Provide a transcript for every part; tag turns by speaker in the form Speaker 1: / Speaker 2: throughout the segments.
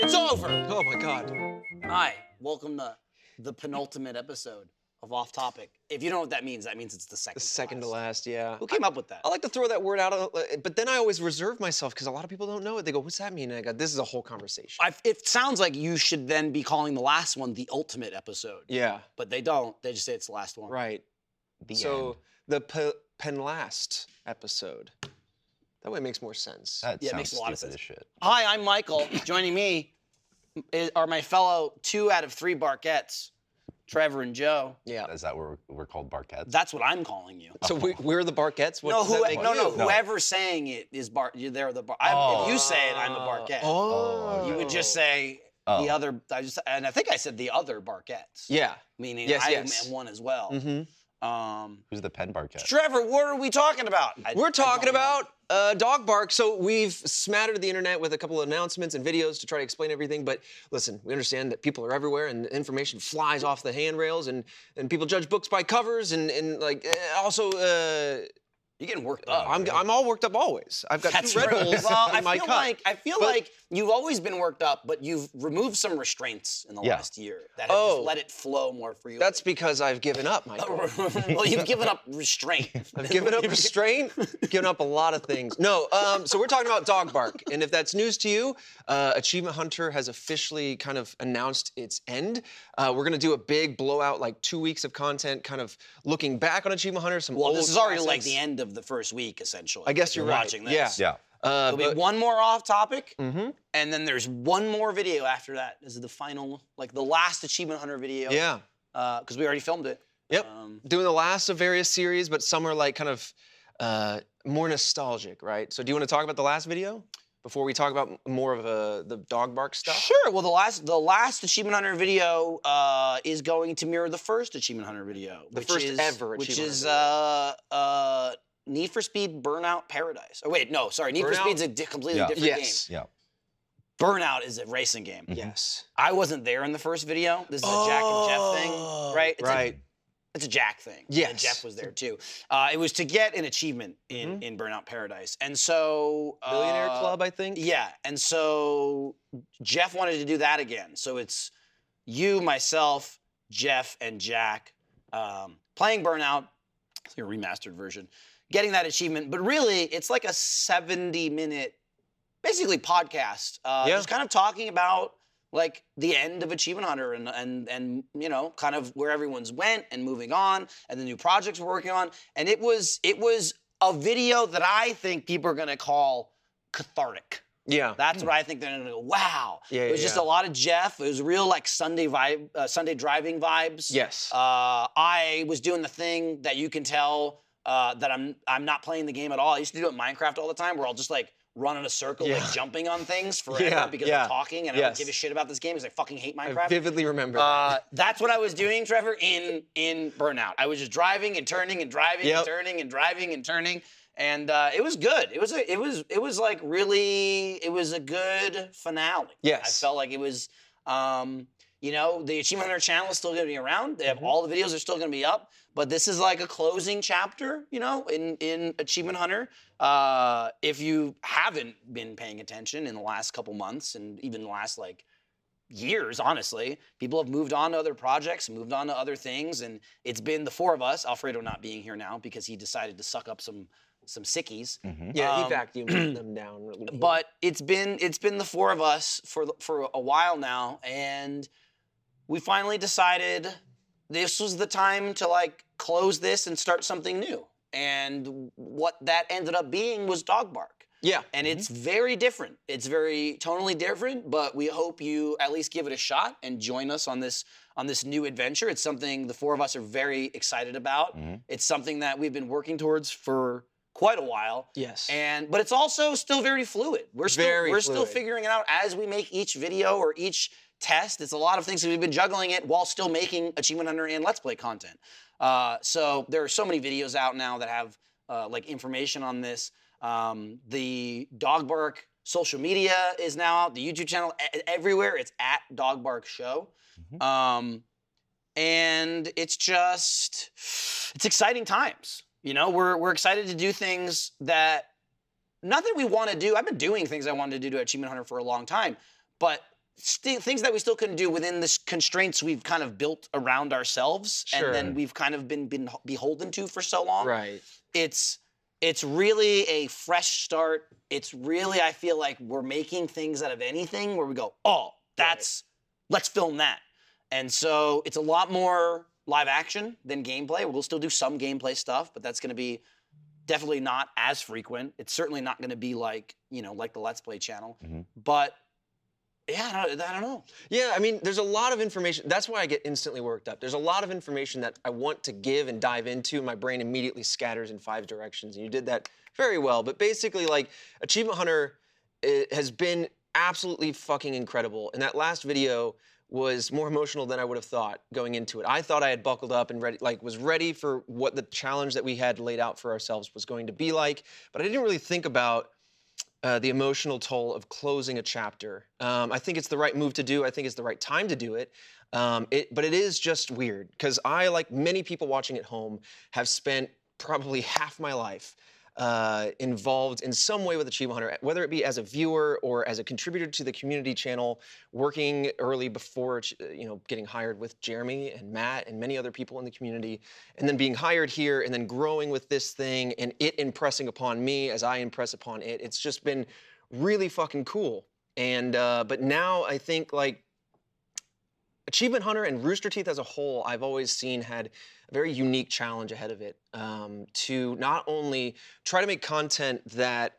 Speaker 1: It's over.
Speaker 2: Oh my God.
Speaker 1: Hi, welcome to the penultimate episode of Off Topic. If you don't know what that means, that means it's the second.
Speaker 2: The second to
Speaker 1: class.
Speaker 2: last, Oh. yeah.
Speaker 1: Who came up with that?
Speaker 2: I like to throw that word out, of, but then I always reserve myself because a lot of people don't know it. They go, "What's that mean?" And I go, "This is a whole conversation."
Speaker 1: I, it sounds like you should then be calling the last one the ultimate episode,
Speaker 2: yeah,
Speaker 1: but they don't. They just say it's the last one.
Speaker 2: right.
Speaker 3: The
Speaker 2: so
Speaker 3: end.
Speaker 2: the pe- pen last episode. That way it makes more sense.
Speaker 3: That
Speaker 1: Yeah, it
Speaker 3: sounds
Speaker 1: makes a lot of
Speaker 3: stupid as shit.
Speaker 1: Hi, I'm Michael. Joining me i- are my fellow two out of three Barquettes, Trevor and Joe.
Speaker 2: yeah.
Speaker 3: Is that what we're, we're called Barquettes?
Speaker 1: That's what I'm calling you.
Speaker 2: So we, we're the Barquettes. What
Speaker 1: no,
Speaker 2: does that
Speaker 1: who,
Speaker 2: make
Speaker 1: no, no,
Speaker 2: you?
Speaker 1: whoever's saying it is Bar. you- They're the Bar. I'm, If you say it, I'm a Barquette.
Speaker 2: Oh.
Speaker 1: You would just say
Speaker 3: Oh.
Speaker 1: the other. I just and I think I said the other Barquettes.
Speaker 2: Yeah.
Speaker 1: meaning
Speaker 2: Yes,
Speaker 1: I
Speaker 2: yes.
Speaker 1: am one as well.
Speaker 2: hmm
Speaker 1: Um,
Speaker 3: Who's the pen Barquette?
Speaker 1: Trevor, what are we talking about? I- I
Speaker 2: We're
Speaker 1: don't
Speaker 2: talking
Speaker 1: know.
Speaker 2: about uh, dog bark. So we've smattered the internet with a couple of announcements and videos to try to explain everything. But listen, we understand that people are everywhere and information flies off the handrails and, and people judge books by covers and, and like eh, also uh,
Speaker 1: you're getting worked up.
Speaker 2: Oh, I'm, I'm all worked up always. I've got
Speaker 1: That's
Speaker 2: two Red
Speaker 1: right.
Speaker 2: Bulls
Speaker 1: Well, I
Speaker 2: in my
Speaker 1: feel
Speaker 2: cup.
Speaker 1: like I feel
Speaker 2: But-
Speaker 1: like you've always been worked up, but you've removed some restraints in the
Speaker 3: Yeah.
Speaker 1: last year that have
Speaker 2: Oh.
Speaker 1: just let it flow more freely.
Speaker 2: That's because I've given up, Michael.
Speaker 1: well, you've given up restraint.
Speaker 2: I've given up restraint, given up a lot of things. No, um, so we're talking about dog bark, and if that's news to you, uh, Achievement Hunter has officially kind of announced its end. Uh, we're gonna do a big blowout, like two weeks of content, kind of looking back on Achievement Hunter. Some
Speaker 1: Well,
Speaker 2: old
Speaker 1: this is already like
Speaker 2: classics.
Speaker 1: the end of the first week, essentially.
Speaker 2: I guess
Speaker 1: if
Speaker 2: you're right.
Speaker 1: watching this.
Speaker 2: Yeah.
Speaker 3: Yeah.
Speaker 2: Uh,
Speaker 1: There'll be
Speaker 2: but-
Speaker 1: one more off topic,
Speaker 2: Mhm.
Speaker 1: and then there's one more video after that. This is the final, like the last Achievement Hunter video.
Speaker 2: Yeah.
Speaker 1: Because we already filmed it.
Speaker 2: Yep.
Speaker 1: Um,
Speaker 2: doing the last of various series, but some are like kind of uh, more nostalgic, right? So, do you want to talk about the last video before we talk about m- more of uh, the dog bark stuff?
Speaker 1: Sure. Well, the last the last Achievement Hunter video uh, is going to mirror the first Achievement Hunter video,
Speaker 2: The
Speaker 1: which
Speaker 2: first
Speaker 1: is,
Speaker 2: ever
Speaker 1: which
Speaker 2: Achievement
Speaker 1: is uh,
Speaker 2: Hunter
Speaker 1: uh, Need for Speed Burnout Paradise. Oh wait, no, sorry, Need for
Speaker 2: Burnout?
Speaker 1: Speed's a di- completely
Speaker 3: Yeah.
Speaker 1: different
Speaker 2: Yes.
Speaker 1: game.
Speaker 3: Yeah.
Speaker 1: Burnout is a racing game.
Speaker 2: Mm.
Speaker 3: Mhm.
Speaker 2: Yes.
Speaker 1: I wasn't there in the first video. This is a Jack and Jeff
Speaker 2: Oh.
Speaker 1: thing, right? It's a-
Speaker 2: right.
Speaker 1: it's a Jack thing. And
Speaker 2: Yes.
Speaker 1: Jeff was there too. Uh, it was to get an achievement in
Speaker 2: Mhm.
Speaker 1: in Burnout Paradise, and so uh,
Speaker 2: Millionaire Club, I think.
Speaker 1: Yeah, and so Jeff wanted to do that again. So it's you, myself, Jeff, and Jack um, playing Burnout, it's like a remastered version, getting that achievement. But really, it's like a 70 minute, basically podcast, uh,
Speaker 2: Yeah.
Speaker 1: just kind of talking about like the end of Achievement Hunter and and and you know kind of where everyone's went and moving on and the new projects we're working on and it was it was a video that I think people are gonna call cathartic.
Speaker 2: Yeah.
Speaker 1: That's what I think they're gonna go. Wow,
Speaker 2: Mm. Yeah,
Speaker 1: it was
Speaker 2: yeah,
Speaker 1: just
Speaker 2: yeah.
Speaker 1: a lot of Jeff. It was real like Sunday vibe, uh, Sunday driving vibes.
Speaker 2: Yes.
Speaker 1: Uh, I was doing the thing that you can tell uh, that I'm I'm not playing the game at all. I used to do it in Minecraft all the time, where I'll just like run in a circle,
Speaker 2: Yeah.
Speaker 1: like jumping on things forever
Speaker 2: Yeah,
Speaker 1: because
Speaker 2: yeah.
Speaker 1: I'm talking and I
Speaker 2: Yes.
Speaker 1: don't give a shit about this game because I fucking hate
Speaker 2: I
Speaker 1: Minecraft.
Speaker 2: vividly remember.
Speaker 1: Uh, that's what I was doing, Trevor, in in burnout. I was just driving and turning and driving
Speaker 2: Yep.
Speaker 1: and turning and driving and turning, and uh, it was good. It was a, it was it was like really it was a good finale.
Speaker 2: Yes.
Speaker 1: I felt like it was. Um, you know, the Achievement Hunter channel is still going to be around. They have all the videos are still going to be up, but this is like a closing chapter, you know, in in Achievement Hunter. Uh, if you haven't been paying attention in the last couple months and even the last like years, honestly. People have moved on to other projects, moved on to other things, and it's been the four of us, Alfredo not being here now because he decided to suck up some some sickies.
Speaker 3: Mhm.
Speaker 2: yeah, he
Speaker 1: um,
Speaker 2: vacuumed them down. really quick.
Speaker 1: But it's been it's been the four of us for for a while now, and we finally decided this was the time to like close this and start something new. And what that ended up being was dog bark.
Speaker 2: yeah.
Speaker 1: And it's very different. It's very tonally different, but we hope you at least give it a shot and join us on this on this new adventure. It's something the four of us are very excited about.
Speaker 3: Mhm.
Speaker 1: It's something that we've been working towards for quite a while.
Speaker 2: Yes.
Speaker 1: And but it's also still very fluid. We're still
Speaker 2: Very
Speaker 1: we're still
Speaker 2: fluid.
Speaker 1: figuring it out as we make each video or each test. It's a lot of things that we've been juggling it while still making Achievement Hunter and Let's Play content. Uh, so there are so many videos out now that have uh, like information on this. Um, the Dog Bark social media is now out. The YouTube channel e- everywhere. It's at Dog Bark Show.
Speaker 3: Mhm.
Speaker 1: Um, and it's just it's exciting times. You know, we're we're excited to do things that not that we want to do. I've been doing things I wanted to do to Achievement Hunter for a long time, but sti- things that we still couldn't do within the s- constraints we've kind of built around ourselves, and
Speaker 2: Sure.
Speaker 1: then we've kind of been been beholden to for so long
Speaker 2: Right.
Speaker 1: it's it's really a fresh start. It's really I feel like we're making things out of anything where we go, oh, that's let's film that. And so it's a lot more live action than gameplay. We'll still do some gameplay stuff, but that's going to be definitely not as frequent. It's certainly not going to be like you know like the Let's Play channel,
Speaker 3: Mhm.
Speaker 1: but. Yeah, I don't, I don't know.
Speaker 2: Yeah, I mean, there's a lot of information. That's why I get instantly worked up. There's a lot of information that I want to give and dive into. and My brain immediately scatters in five directions. And you did that very well. But basically, like, Achievement Hunter eh, has been absolutely fucking incredible. And that last video was more emotional than I would have thought going into it. I thought I had buckled up and ready, like, was ready for what the challenge that we had laid out for ourselves was going to be like. But I didn't really think about uh, the emotional toll of closing a chapter. Um, I think it's the right move to do. I think it's the right time to do it. Um, it but it is just weird because I, like many people watching at home, have spent probably half my life uh, involved in some way with Achievement Hunter, whether it be as a viewer or as a contributor to the community channel, working early before Ach- uh, you know getting hired with Jeremy and Matt and many other people in the community, and then being hired here and then growing with this thing and it impressing upon me as I impress upon it. It's just been really fucking cool. And uh, but now I think like Achievement Hunter and Rooster Teeth as a whole, I've always seen had a very unique challenge ahead of it um, to not only try to make content that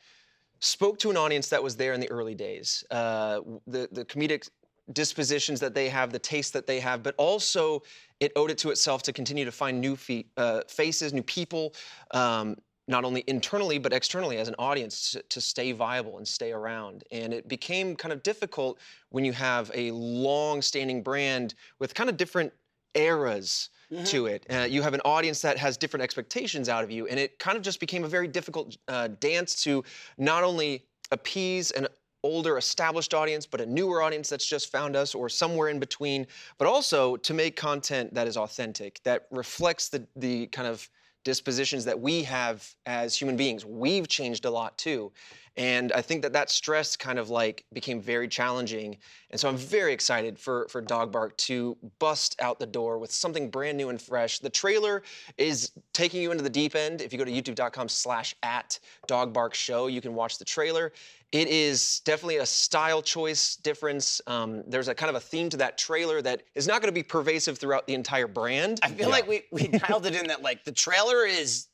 Speaker 2: spoke to an audience that was there in the early days, uh, w- the the comedic dispositions that they have, the taste that they have, but also it owed it to itself to continue to find new fe- uh, faces, new people. Um, not only internally but externally as an audience to, to stay viable and stay around and it became kind of difficult when you have a long standing brand with kind of different eras
Speaker 1: Mm-hmm.
Speaker 2: to it. Uh, you have an audience that has different expectations out of you, and it kind of just became a very difficult uh, dance to not only appease an older established audience but a newer audience that's just found us or somewhere in between but also to make content that is authentic that reflects the the kind of dispositions that we have as human beings we've changed a lot too and i think that that stress kind of like became very challenging and so i'm very excited for for dog bark to bust out the door with something brand new and fresh the trailer is taking you into the deep end if you go to youtube.com slash at dog bark show you can watch the trailer it is definitely a style choice difference um, there's a kind of a theme to that trailer that is not going to be pervasive throughout the entire brand
Speaker 1: I feel like we, we dialed it in that like the trailer is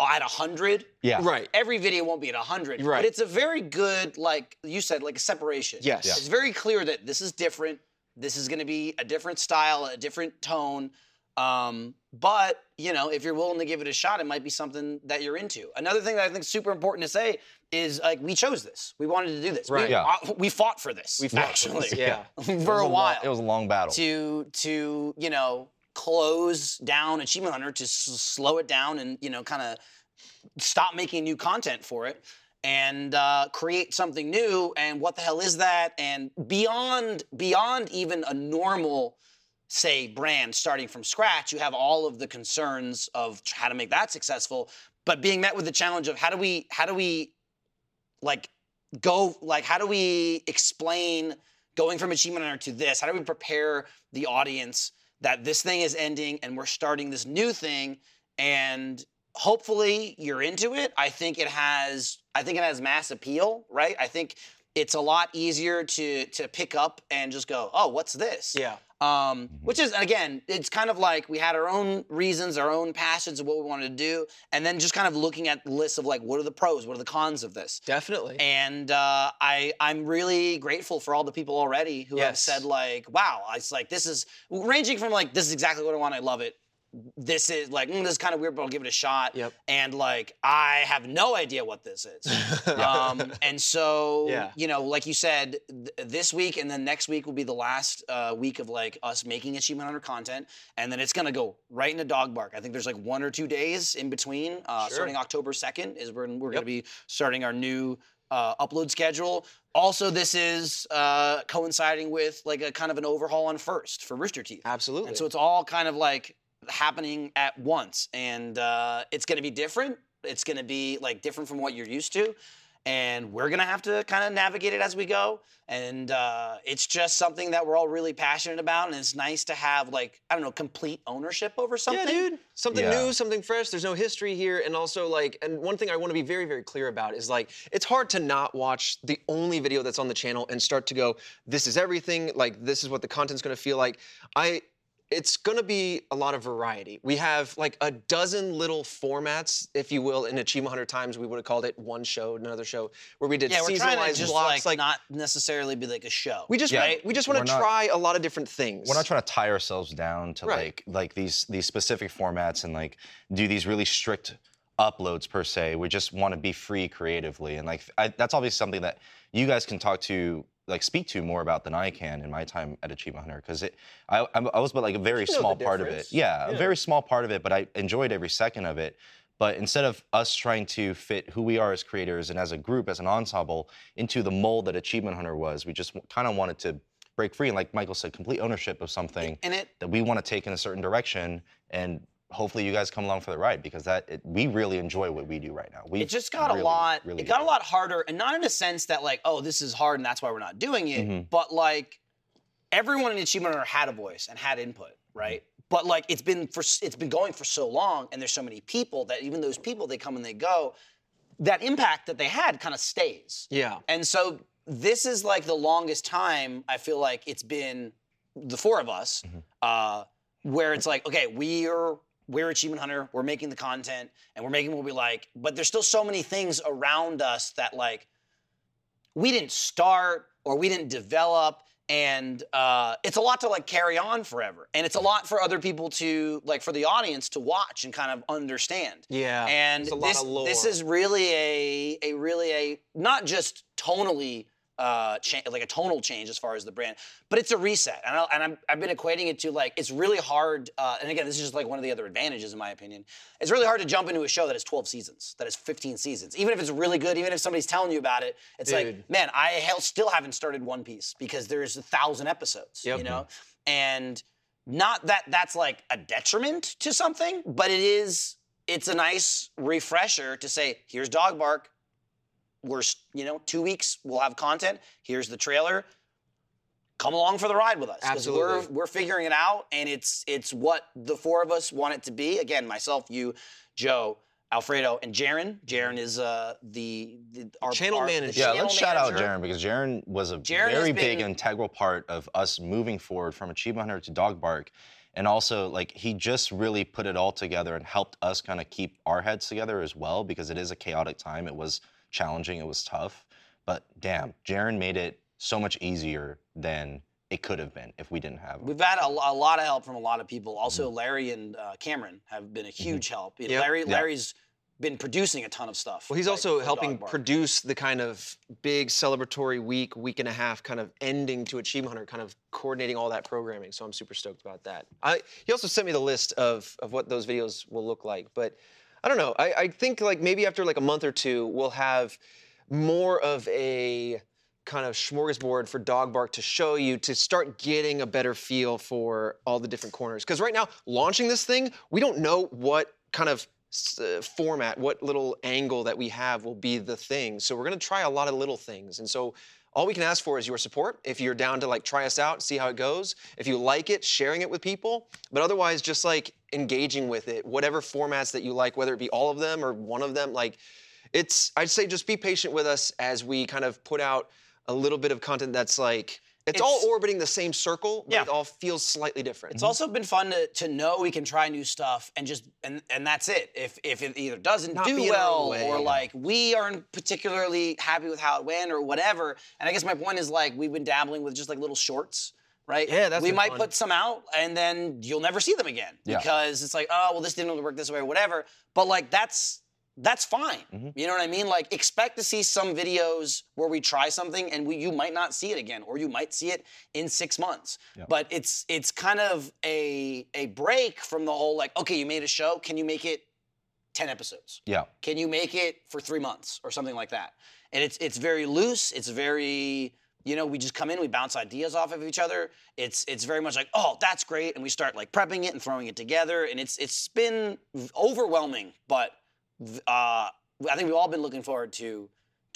Speaker 1: at 100
Speaker 3: Yeah.
Speaker 2: right
Speaker 1: every video won't be at 100
Speaker 2: Right.
Speaker 1: but it's a very good like you said like a separation
Speaker 2: Yes. Yeah.
Speaker 1: it's very clear that this is different this is going to be a different style a different tone um, but you know if you're willing to give it a shot it might be something that you're into another thing that i think is super important to say is like we chose this we wanted to do this
Speaker 2: Right.
Speaker 1: we,
Speaker 3: Yeah.
Speaker 1: uh, we fought for this we
Speaker 3: fought for
Speaker 1: actually
Speaker 3: this,
Speaker 2: yeah
Speaker 3: It
Speaker 1: for
Speaker 3: was
Speaker 1: a
Speaker 3: long-
Speaker 1: while
Speaker 3: it was a long battle.
Speaker 1: to to you know close down achievement hunter to s- slow it down and you know kind of stop making new content for it and uh, create something new and what the hell is that and beyond beyond even a normal say brand starting from scratch you have all of the concerns of tr- how to make that successful but being met with the challenge of how do we how do we like go like how do we explain going from achievement hunter to this how do we prepare the audience that this thing is ending and we're starting this new thing and hopefully you're into it i think it has i think it has mass appeal right i think it's a lot easier to to pick up and just go oh what's this
Speaker 2: yeah
Speaker 1: um, which is and again, it's kind of like we had our own reasons, our own passions of what we wanted to do, and then just kind of looking at the list of like what are the pros, what are the cons of this.
Speaker 2: definitely
Speaker 1: And uh, I I'm really grateful for all the people already who have
Speaker 2: Yes.
Speaker 1: said like, wow, it's like this is ranging from like this is exactly what I want, I love it. This is like mm, this is kind of weird, but I'll give it a shot.
Speaker 2: Yep.
Speaker 1: And like I have no idea what this is. um, and so
Speaker 2: Yeah.
Speaker 1: you know like you said th- this week and then next week will be the last uh, week of like us making achievement hunter content and then it's going to go right into dog bark i think there's like one or two days in between uh,
Speaker 2: Sure.
Speaker 1: starting october 2nd is when we're going to be starting our new uh, upload schedule also this is uh, coinciding with like a kind of an overhaul on first for rooster teeth
Speaker 2: absolutely
Speaker 1: and so it's all kind of like happening at once. And uh, it's going to be different. It's going to be like different from what you're used to. and we're gonna have to kind of navigate it as we go. And uh, it's just something that we're all really passionate about, and it's nice to have like I don't know, complete ownership over something.
Speaker 2: Yeah, dude. Something
Speaker 3: Yeah.
Speaker 2: new, something fresh. There's no history here. And also, like, and one thing I want to be very, very clear about is like, it's hard to not watch the only video that's on the channel and start to go, this is everything. Like, this is what the content's going to feel like. I, it's going to be a lot of variety. We have like a dozen little formats, if you will, in Achievement Hunter Times. We would have called it one show, another show, where we did
Speaker 1: Yeah, we're trying to
Speaker 2: season-wise
Speaker 1: just
Speaker 2: blocks.
Speaker 1: like, not necessarily be like a show.
Speaker 2: we just
Speaker 3: Yeah.
Speaker 2: we just want
Speaker 3: We're
Speaker 2: to
Speaker 3: not-
Speaker 2: try a lot of different things.
Speaker 3: We're not trying to tie ourselves down to
Speaker 2: Right.
Speaker 3: like like these these specific formats and like do these really strict uploads per se. We just want to be free creatively, and like I, that's obviously something that you guys can talk to. Like speak to more about than I can in my time at Achievement Hunter because it I, I I was but like a very
Speaker 2: You know the
Speaker 3: small part of it
Speaker 2: difference.
Speaker 3: yeah,
Speaker 2: Yeah.
Speaker 3: a very small part of it but I enjoyed every second of it but instead of us trying to fit who we are as creators and as a group as an ensemble into the mold that Achievement Hunter was we just kind of wanted to break free and like Michael said complete ownership of something
Speaker 1: and it
Speaker 3: that we want to take in a certain direction and hopefully you guys come along for the ride because that it, we really enjoy what we do right now we
Speaker 1: it just got
Speaker 3: really,
Speaker 1: a lot
Speaker 3: really
Speaker 1: it got a
Speaker 3: do.
Speaker 1: lot harder and not in a sense that like oh this is hard and that's why we're not doing it
Speaker 3: Mhm.
Speaker 1: but like everyone in achievement hunter had a voice and had input right but like it's been for s- it's been going for so long and there's so many people that even those people they come and they go that impact that they had kind of stays
Speaker 2: Yeah.
Speaker 1: and so this is like the longest time I feel like it's been the four of us, uh, where it's like, okay, we're we're achievement hunter, we're making the content, and we're making what we like, but there's still so many things around us that like we didn't start or we didn't develop. And uh, it's a lot to like carry on forever, and it's a lot for other people to like for the audience to watch and kind of understand.
Speaker 2: Yeah.
Speaker 1: And
Speaker 2: There's a lot
Speaker 1: this,
Speaker 2: of lore.
Speaker 1: this is really a a really a not just tonally uh, cha- like a tonal change as far as the brand, but it's a reset. And, I, and I'm, I've been equating it to like it's really hard. Uh, and again, this is just like one of the other advantages in my opinion. It's really hard to jump into a show that has 12 seasons, that has 15 seasons, even if it's really good, even if somebody's telling you about it. It's
Speaker 2: Dude.
Speaker 1: like, man, I hell still haven't started One Piece because there's a thousand episodes.
Speaker 2: Yep. Mm-hmm.
Speaker 1: You know, and not that that's like a detriment to something, but it is it's a nice refresher to say, here's dog bark. We're, s- you know, two weeks, we'll have content. Here's the trailer. Come along for the ride with us. 'cause We're,
Speaker 2: Absolutely.
Speaker 1: we're figuring it out, and it's it's what the four of us want it to be. Again, myself, you, Joe, Alfredo, and Jaren. Jaren is uh, the, the our
Speaker 2: Channel
Speaker 1: our- the
Speaker 2: manager.
Speaker 3: yeah
Speaker 1: channel
Speaker 3: let's shout out
Speaker 1: manager.
Speaker 3: Jaren because Jaren was a
Speaker 1: Jaren has
Speaker 3: very big
Speaker 1: been-
Speaker 3: integral part of us moving forward from Achievement Hunter to Dog Bark and also like he just really put it all together and helped us kind of keep our heads together as well because it is a chaotic time it was challenging it was tough but damn Jaren made it so much easier than it could have been if we didn't have him.
Speaker 1: We've had a, lo- a lot of help from a lot of people. Also, Larry and uh, Cameron have been a huge help. You know,
Speaker 2: Mm-hmm. Yep.
Speaker 1: Larry,
Speaker 3: Yeah.
Speaker 1: Larry's been producing a ton of stuff.
Speaker 2: Well, he's
Speaker 1: like,
Speaker 2: also
Speaker 1: for
Speaker 2: helping
Speaker 1: Dog Bark.
Speaker 2: produce the kind of big celebratory week, week and a half kind of ending to Achievement Hunter, kind of coordinating all that programming. So I'm super stoked about that. I, he also sent me the list of, of what those videos will look like. But I don't know. I, I think like maybe after like a month or two, we'll have more of a kind of smorgasbord for dog bark to show you to start getting a better feel for all the different corners because right now launching this thing we don't know what kind of s- uh, format what little angle that we have will be the thing so we're going to try a lot of little things and so all we can ask for is your support if you're down to like try us out see how it goes if you like it sharing it with people but otherwise just like engaging with it whatever formats that you like whether it be all of them or one of them like it's I'd say just be patient with us as we kind of put out a little bit of content that's like it's, all
Speaker 1: It's-
Speaker 2: orbiting the same circle, but
Speaker 1: Yeah. Mm-hmm.
Speaker 2: it all feels slightly different.
Speaker 1: It's also been fun to, to know we can try new stuff and just and and that's it. If if it either doesn't
Speaker 2: Not be
Speaker 1: do
Speaker 2: in our own
Speaker 1: well
Speaker 2: way.
Speaker 1: or like we aren't particularly happy with how it went or whatever. And I guess my point is like we've been dabbling with just like little shorts, right?
Speaker 2: Yeah, that's
Speaker 1: we
Speaker 2: been
Speaker 1: might
Speaker 2: fun.
Speaker 1: put some out and then you'll never see them again
Speaker 3: Yeah.
Speaker 1: because it's like oh well this didn't really work this way or whatever. But like that's that's fine.
Speaker 2: Mm-hmm.
Speaker 1: You know what I mean? Like expect to see some videos where we try something and we, you might not see it again or you might see it in 6 months. But it's it's kind of a a break from the whole like okay, you made a show, can you make it 10 episodes?
Speaker 3: yeah
Speaker 1: Can you make it for 3 months or something like that? And it's it's very loose, it's very you know, we just come in, we bounce ideas off of each other. It's it's very much like, "Oh, that's great." And we start like prepping it and throwing it together and it's it's been overwhelming, but uh, I think we've all been looking forward to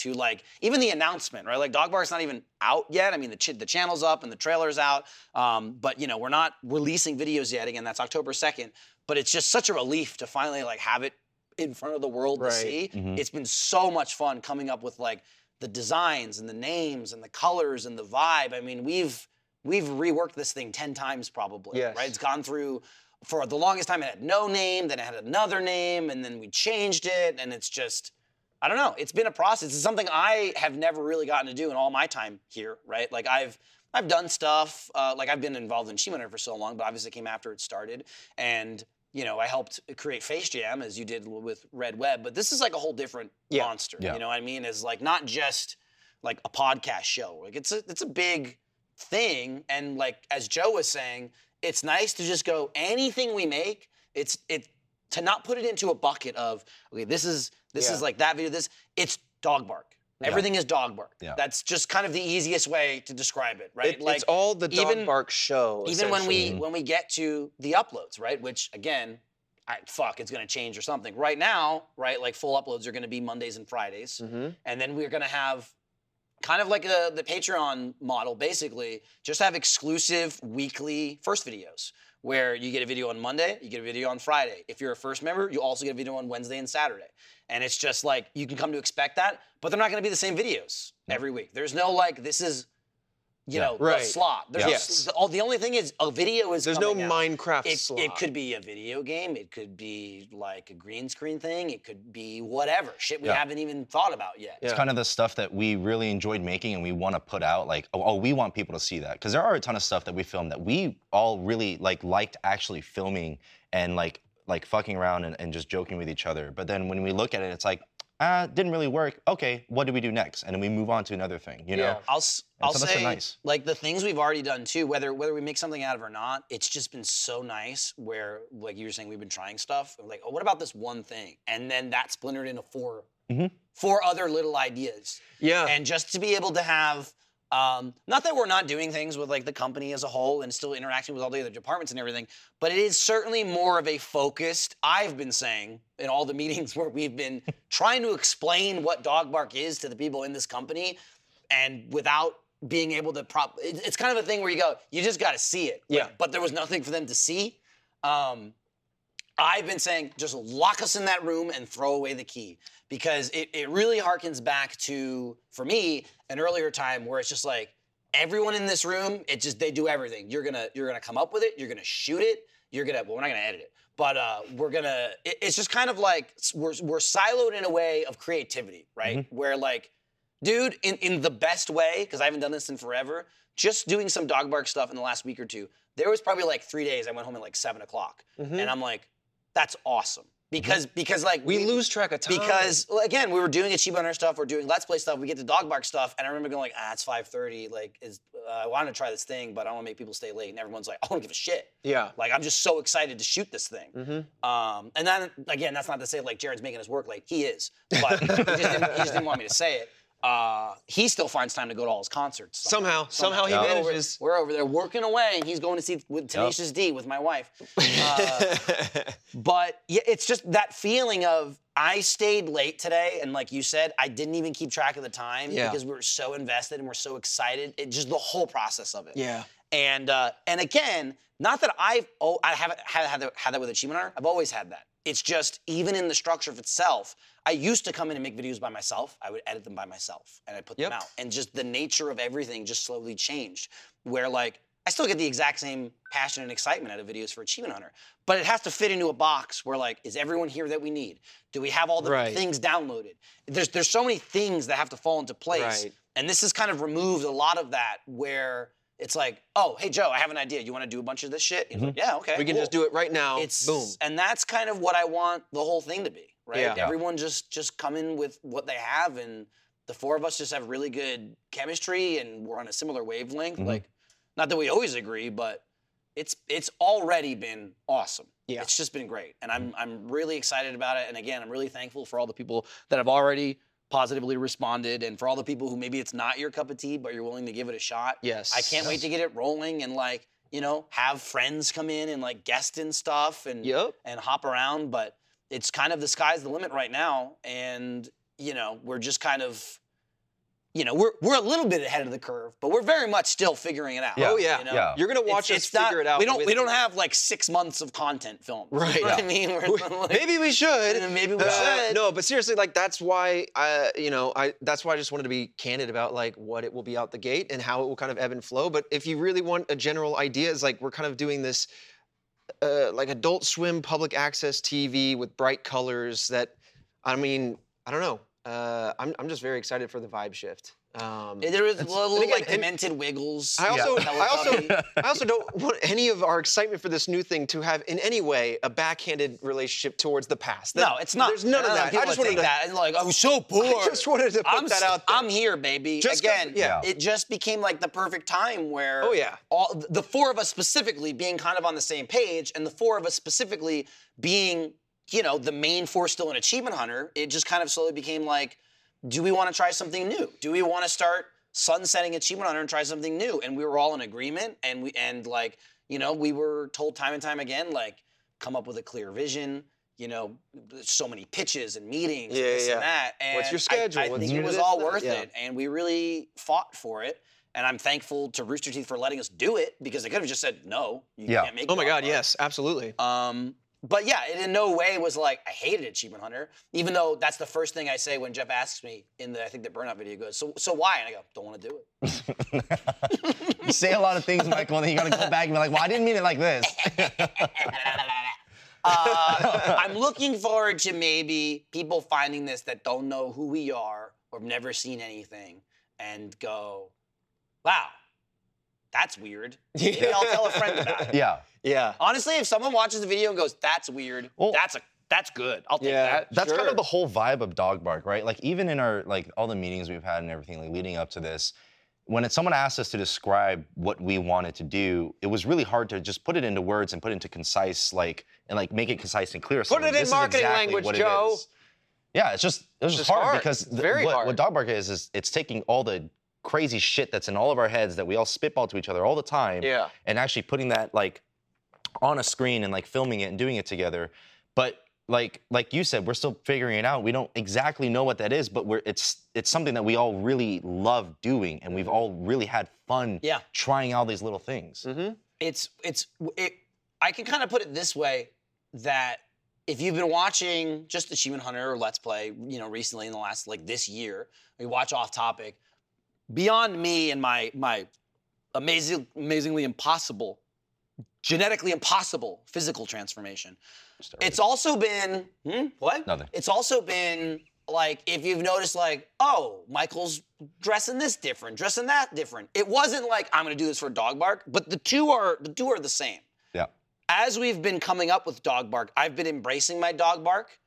Speaker 1: to like even the announcement, right? Like Dog Bark's not even out yet. I mean, the ch- the channel's up and the trailer's out, um, but you know we're not releasing videos yet. Again, that's October second. But it's just such a relief to finally like have it in front of the world
Speaker 2: Right.
Speaker 1: to see.
Speaker 3: Mhm.
Speaker 1: It's been so much fun coming up with like the designs and the names and the colors and the vibe. I mean, we've we've reworked this thing 10 times probably
Speaker 2: Yes.
Speaker 1: right it's gone through for the longest time it had no name then it had another name and then we changed it and it's just i don't know it's been a process it's something i have never really gotten to do in all my time here right like i've i've done stuff uh, like i've been involved in shimano for so long but obviously it came after it started and you know i helped create face jam as you did with red web but this is like a whole different
Speaker 2: Yeah.
Speaker 1: monster
Speaker 3: Yeah.
Speaker 1: you know what i mean is like not just like a podcast show like it's a it's a big thing and like as joe was saying it's nice to just go anything we make it's it to not put it into a bucket of okay this is this
Speaker 2: Yeah.
Speaker 1: is like that video this it's dog bark everything is dog bark
Speaker 3: Yeah.
Speaker 1: that's just kind of the easiest way to describe it right
Speaker 2: It- it's all the dog
Speaker 1: even-
Speaker 2: bark show.
Speaker 1: even when we
Speaker 2: essentially.
Speaker 1: when we get to the uploads, right? Which again, I, fuck, it's gonna change or something. Right now, right, like full uploads are gonna be Mondays and Fridays,
Speaker 2: Mhm.
Speaker 1: and then we're gonna have kind of like a, the Patreon model, basically, just have exclusive weekly first videos where you get a video on Monday, you get a video on Friday. If you're a first member, you also get a video on Wednesday and Saturday. And it's just like you can come to expect that, but they're not gonna be the same videos every week. There's no like this is. You
Speaker 3: Yeah.
Speaker 1: know, the
Speaker 2: Right.
Speaker 1: slot. There's no
Speaker 2: Yes.
Speaker 1: s- the, all, the only thing is a video is
Speaker 2: There's no
Speaker 1: coming out.
Speaker 2: Minecraft
Speaker 1: It,
Speaker 2: slot.
Speaker 1: it could be a video game. It could be like a green screen thing. It could be whatever shit we
Speaker 3: Yeah.
Speaker 1: haven't even thought about yet.
Speaker 2: Yeah.
Speaker 3: It's kind of the stuff that we really enjoyed making and we want to put out like oh, oh we want people to see that because there are a ton of stuff that we filmed that we all really like liked actually filming and like like fucking around and, and just joking with each other but then when we look at it it's like ah didn't really work okay what do we do next and then we move on to another thing you know
Speaker 1: I'll s-
Speaker 3: And
Speaker 1: I'll
Speaker 3: some of us are
Speaker 1: say
Speaker 3: nice.
Speaker 1: like the things we've already done too. Whether whether we make something out of it or not, it's just been so nice. Where like you were saying, we've been trying stuff. and Like, oh, what about this one thing? And then that splintered into 4
Speaker 3: Mhm.
Speaker 1: four other little ideas.
Speaker 2: yeah.
Speaker 1: and just to be able to have um, not that we're not doing things with like the company as a whole and still interacting with all the other departments and everything but it is certainly more of a focused i've been saying in all the meetings where we've been trying to explain what dog bark is to the people in this company and without being able to prop it- it's kind of a thing where you go you just got to see it
Speaker 2: Yeah.
Speaker 1: but there was nothing for them to see um, I've been saying just lock us in that room and throw away the key because it, it really harkens back to, for me, an earlier time where it's just like everyone in this room, it just they do everything. You're gonna you're gonna come up with it, you're gonna shoot it, you're gonna well we're not gonna edit it, but uh, we're gonna it- it's just kind of like s- we're we're siloed in a way of creativity, right? Where like, dude, in in the best way because I haven't done this in forever, just doing some dog bark stuff in the last week or two. There was probably like three days I went home at like seven o'clock
Speaker 2: Mhm.
Speaker 1: and I'm like, that's awesome because because like
Speaker 2: we lose track of time
Speaker 1: because well, again we were doing Achieve Hunter stuff, we're doing Let's Play stuff, we get the dog bark stuff, and I remember going like, ah, it's 5:30, like is uh, I want to try this thing, but I don't want to make people stay late, and everyone's like, I don't give a shit.
Speaker 2: yeah.
Speaker 1: Like I'm just so excited to shoot this thing.
Speaker 2: Mm-hmm.
Speaker 1: Um, and then again, that's not to say like Jared's making us work late. He is, but he, just didn't, he just didn't want me to say it. Uh, he still finds time to go to all his concerts.
Speaker 2: Somehow, somehow he
Speaker 1: We're over-
Speaker 2: manages.
Speaker 1: We're over there working away, and he's going to see with Tenacious D with my wife. Uh, but yeah, it's just that feeling of I stayed late today, and like you said, I didn't even keep track of the time
Speaker 2: Yeah.
Speaker 1: because we were so invested and we're so excited. It just the whole process of it.
Speaker 2: yeah.
Speaker 1: And uh, and again, not that I've oh I haven't had had that, had that with Achievement Hunter. I've always had that. It's just even in the structure of itself. I used to come in and make videos by myself. I would edit them by myself and I put
Speaker 2: Yep.
Speaker 1: them out. And just the nature of everything just slowly changed. Where like I still get the exact same passion and excitement out of videos for Achievement Hunter, but it has to fit into a box where like is everyone here that we need? Do we have all the
Speaker 2: Right.
Speaker 1: things downloaded? There's there's so many things that have to fall into place
Speaker 2: Right.
Speaker 1: and this has kind of removed a lot of that where it's like, oh, hey, Joe, I have an idea. You want to do a bunch of this shit? And you're like, yeah, okay.
Speaker 2: Mm-hmm. We can just do it right now.
Speaker 1: It's,
Speaker 2: boom.
Speaker 1: And that's kind of what I want the whole thing to be, right?
Speaker 2: Yeah. Yeah.
Speaker 1: Everyone just just come in with what they have, and the four of us just have really good chemistry, and we're on a similar wavelength.
Speaker 2: Mm-hmm.
Speaker 3: Mhm.
Speaker 1: Like, not that we always agree, but it's it's already been awesome.
Speaker 2: Yeah. Mm-hmm.
Speaker 1: It's just been great, and I'm I'm really excited about it. And again, I'm really thankful for all the people that have already positively responded, and for all the people who maybe it's not your cup of tea, but you're willing to give it a shot.
Speaker 2: Yes.
Speaker 1: I can't wait to get it rolling and like, you know, have friends come in and like guest and stuff and
Speaker 2: Yep.
Speaker 1: and hop around, but it's kind of the sky's the limit right now and you know, we're just kind of you know, we're we're a little bit ahead of the curve, but we're very much still figuring it out.
Speaker 3: Yeah.
Speaker 2: Oh yeah,
Speaker 1: you know?
Speaker 3: Yeah.
Speaker 2: You're gonna watch us figure it out.
Speaker 1: We don't
Speaker 2: with
Speaker 1: we don't
Speaker 2: you.
Speaker 1: have like six months of content film.
Speaker 2: Right.
Speaker 1: You know what
Speaker 3: Yeah.
Speaker 1: I mean? We're like-
Speaker 2: Maybe we should.
Speaker 1: Maybe we
Speaker 2: Uh,
Speaker 1: should.
Speaker 2: no, but seriously, like that's why I, you know, I that's why I just wanted to be candid about like what it will be out the gate and how it will kind of ebb and flow. But if you really want a general idea, is like we're kind of doing this, uh, like Adult Swim public access TV with bright colors. That, I mean, I don't know. Uh, I'm I'm just very excited for the vibe shift. Um,
Speaker 1: There was little
Speaker 2: and again,
Speaker 1: like
Speaker 2: and-
Speaker 1: demented wiggles.
Speaker 2: I also,
Speaker 1: you know,
Speaker 2: I also,
Speaker 1: Teletubby.
Speaker 2: I also don't want any of our excitement for this new thing to have in any way a backhanded relationship towards the past. That-
Speaker 1: no, it's not.
Speaker 2: There's none
Speaker 1: I
Speaker 2: of
Speaker 1: don't know
Speaker 2: that.
Speaker 1: if
Speaker 2: I just
Speaker 1: people
Speaker 2: wanted
Speaker 1: think
Speaker 2: to.
Speaker 1: that. It's like I'm so poor.
Speaker 2: I just wanted to put
Speaker 1: I'm
Speaker 2: that
Speaker 1: s-
Speaker 2: out there.
Speaker 1: I'm here, baby.
Speaker 2: Just 'cause-
Speaker 1: Again,
Speaker 2: yeah.
Speaker 1: it just became like the perfect time where
Speaker 2: Oh, yeah.
Speaker 1: all the four of us specifically being kind of on the same page, and the four of us specifically being, you know, the main four still an achievement hunter, it just kind of slowly became like, do we want to try something new? Do we want to start sunsetting achievement hunter and try something new? And we were all in agreement, and we and like, you know, we were told time and time again, like, come up with a clear vision. You know, so many pitches and meetings,
Speaker 2: Yeah,
Speaker 1: and this
Speaker 2: yeah.
Speaker 1: and that. And
Speaker 2: What's your
Speaker 1: I-
Speaker 2: schedule?
Speaker 1: I,
Speaker 2: What's
Speaker 1: think
Speaker 2: your
Speaker 1: it was
Speaker 2: this,
Speaker 1: all
Speaker 2: that?
Speaker 1: worth
Speaker 2: Yeah.
Speaker 1: it, and we really fought for it. And I'm thankful to Rooster Teeth for letting us do it because they could have just said no, you
Speaker 3: Yeah.
Speaker 1: can't make.
Speaker 2: Oh my
Speaker 1: Dog
Speaker 2: God!
Speaker 1: Park."
Speaker 2: Yes, absolutely.
Speaker 1: Um, but yeah, it in no way was like I hated Achievement Hunter, even though that's the first thing I say when Jeff asks me in the I think the burnout video goes. So so why? And I go, don't want to do it.
Speaker 3: You say a lot of things, Michael, and then you gotta go back and be like, well, I didn't mean it like this.
Speaker 1: Uh, I'm looking forward to maybe people finding this that don't know who we are or have never seen anything and go, wow, that's weird. Maybe I'll tell a friend about it.
Speaker 3: Yeah.
Speaker 2: Yeah.
Speaker 1: Honestly, if someone watches the video and goes, that's weird,
Speaker 3: Well-
Speaker 1: that's a that's good. I'll take
Speaker 2: Yeah.
Speaker 1: that.
Speaker 3: That's kind
Speaker 2: Sure.
Speaker 3: of the whole vibe of Dog Bark, right? Like even in our like all the meetings we've had and everything like leading up to this, when it, someone asked us to describe what we wanted to do, it was really hard to just put it into words and put into concise like and like make it concise and clear. So,
Speaker 2: Put it
Speaker 3: like,
Speaker 2: in
Speaker 3: this is
Speaker 2: marketing
Speaker 3: exactly
Speaker 2: language,
Speaker 3: what it
Speaker 2: Joe.
Speaker 3: is. Yeah, it's just it was just
Speaker 2: just
Speaker 3: hard,
Speaker 2: hard.
Speaker 3: because
Speaker 2: It's
Speaker 3: the-
Speaker 2: very
Speaker 3: what,
Speaker 2: hard.
Speaker 3: what Dog Bark is is it's taking all the crazy shit that's in all of our heads that we all spitball to each other all the time
Speaker 2: Yeah.
Speaker 3: and actually putting that like on a screen and like filming it and doing it together. But like like you said, we're still figuring it out. We don't exactly know what that is, but we're it's it's something that we all really love doing, and we've all really had fun
Speaker 1: Yeah. Mm.
Speaker 3: trying all these little things.
Speaker 1: Mm-hmm. it's it's it i can kind of put it this way that if you've been watching just achievement hunter or let's play you know recently in the last like this year we watch off topic beyond me and my my amazing, amazingly impossible genetically impossible physical transformation it's also been hmm, what?
Speaker 3: Nothing.
Speaker 1: It's also been like if you've noticed, like, oh, Michael's dressing this different, dressing that different. It wasn't like I'm gonna do this for dog bark, but the two are the two are the same.
Speaker 3: Yeah.
Speaker 1: As we've been coming up with dog bark, I've been embracing my dog bark,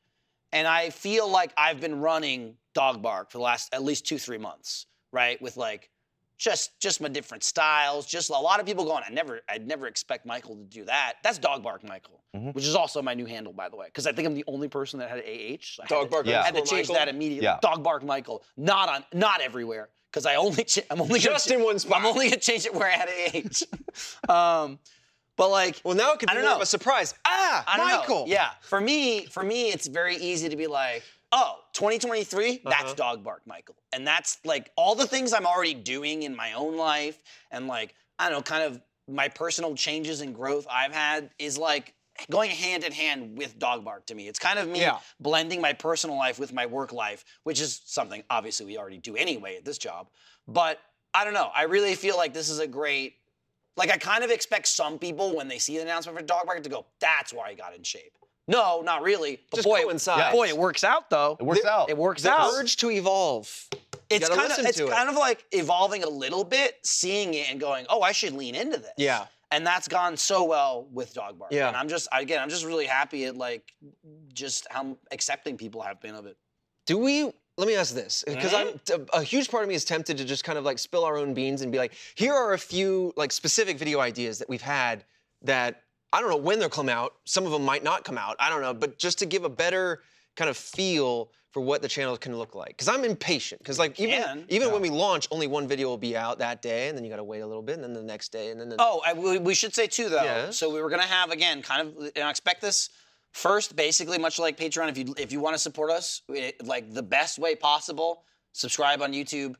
Speaker 1: and I feel like I've been running dog bark for the last at least two, three months, right? With like just just my different styles, just a lot of people going, I never, I'd never expect Michael to do that. That's dog bark Michael which is also my new handle, by the way, because I think I'm the only person that had AH. So I
Speaker 2: Dog
Speaker 1: had
Speaker 2: bark
Speaker 1: To,
Speaker 3: Yeah.
Speaker 1: I had to
Speaker 2: underscore
Speaker 1: change
Speaker 2: Michael?
Speaker 1: that immediately.
Speaker 3: Yeah.
Speaker 1: Dog bark Michael, not on, not everywhere, because I only, ch- I'm only
Speaker 2: Just
Speaker 1: gonna
Speaker 2: in one spot.
Speaker 1: I'm only gonna change it where I had AH. um, but like,
Speaker 2: Well, now it could
Speaker 1: I
Speaker 2: be
Speaker 1: don't
Speaker 2: more of
Speaker 1: know.
Speaker 2: a surprise. Ah,
Speaker 1: I don't know.
Speaker 2: Michael.
Speaker 1: Yeah, for me, for me, it's very easy to be like, oh, 2023, that's
Speaker 2: Uh-huh.
Speaker 1: dog bark, Michael, and that's like all the things I'm already doing in my own life, and like I don't know, kind of my personal changes and growth I've had is like going hand in hand with dog bark to me. It's kind of me
Speaker 2: Yeah.
Speaker 1: blending my personal life with my work life, which is something obviously we already do anyway at this job, but. I don't know. I really feel like this is a great like I kind of expect some people when they see the announcement for dog market to go, "That's why I got in shape." No, not really. But
Speaker 2: Just
Speaker 1: boy,
Speaker 2: coincides.
Speaker 1: yeah, boy, it works out though.
Speaker 3: It works
Speaker 2: The-
Speaker 3: out.
Speaker 1: It works
Speaker 2: The
Speaker 1: out.
Speaker 2: urge to evolve.
Speaker 1: It's
Speaker 2: gotta
Speaker 1: kind of
Speaker 2: listen
Speaker 1: it's
Speaker 2: to it.
Speaker 1: kind of like evolving a little bit, seeing it and going, "Oh, I should lean into this."
Speaker 2: Yeah.
Speaker 1: And that's gone so well with dog bark.
Speaker 2: Yeah.
Speaker 1: And I'm just again, I'm just really happy at like just how accepting people have been of it.
Speaker 2: Do we? Let me ask this, because
Speaker 1: Mm-hmm.
Speaker 2: I'm a a huge part of me is tempted to just kind of like spill our own beans and be like, here are a few like specific video ideas that we've had that I don't know when they'll come out. Some of them might not come out. I don't know, but just to give a better kind of feel for what the channel can look like, because I'm impatient. Because like even
Speaker 1: can,
Speaker 2: even when we launch, only one video will be out that day, and then you got to wait a little bit, and then the next day, and then the
Speaker 1: Oh, I, we, we should say too though.
Speaker 2: Yes.
Speaker 1: So we were gonna have again, kind of, and I expect this first, basically, much like Patreon. If you if you want to support us, it, like the best way possible, subscribe on YouTube,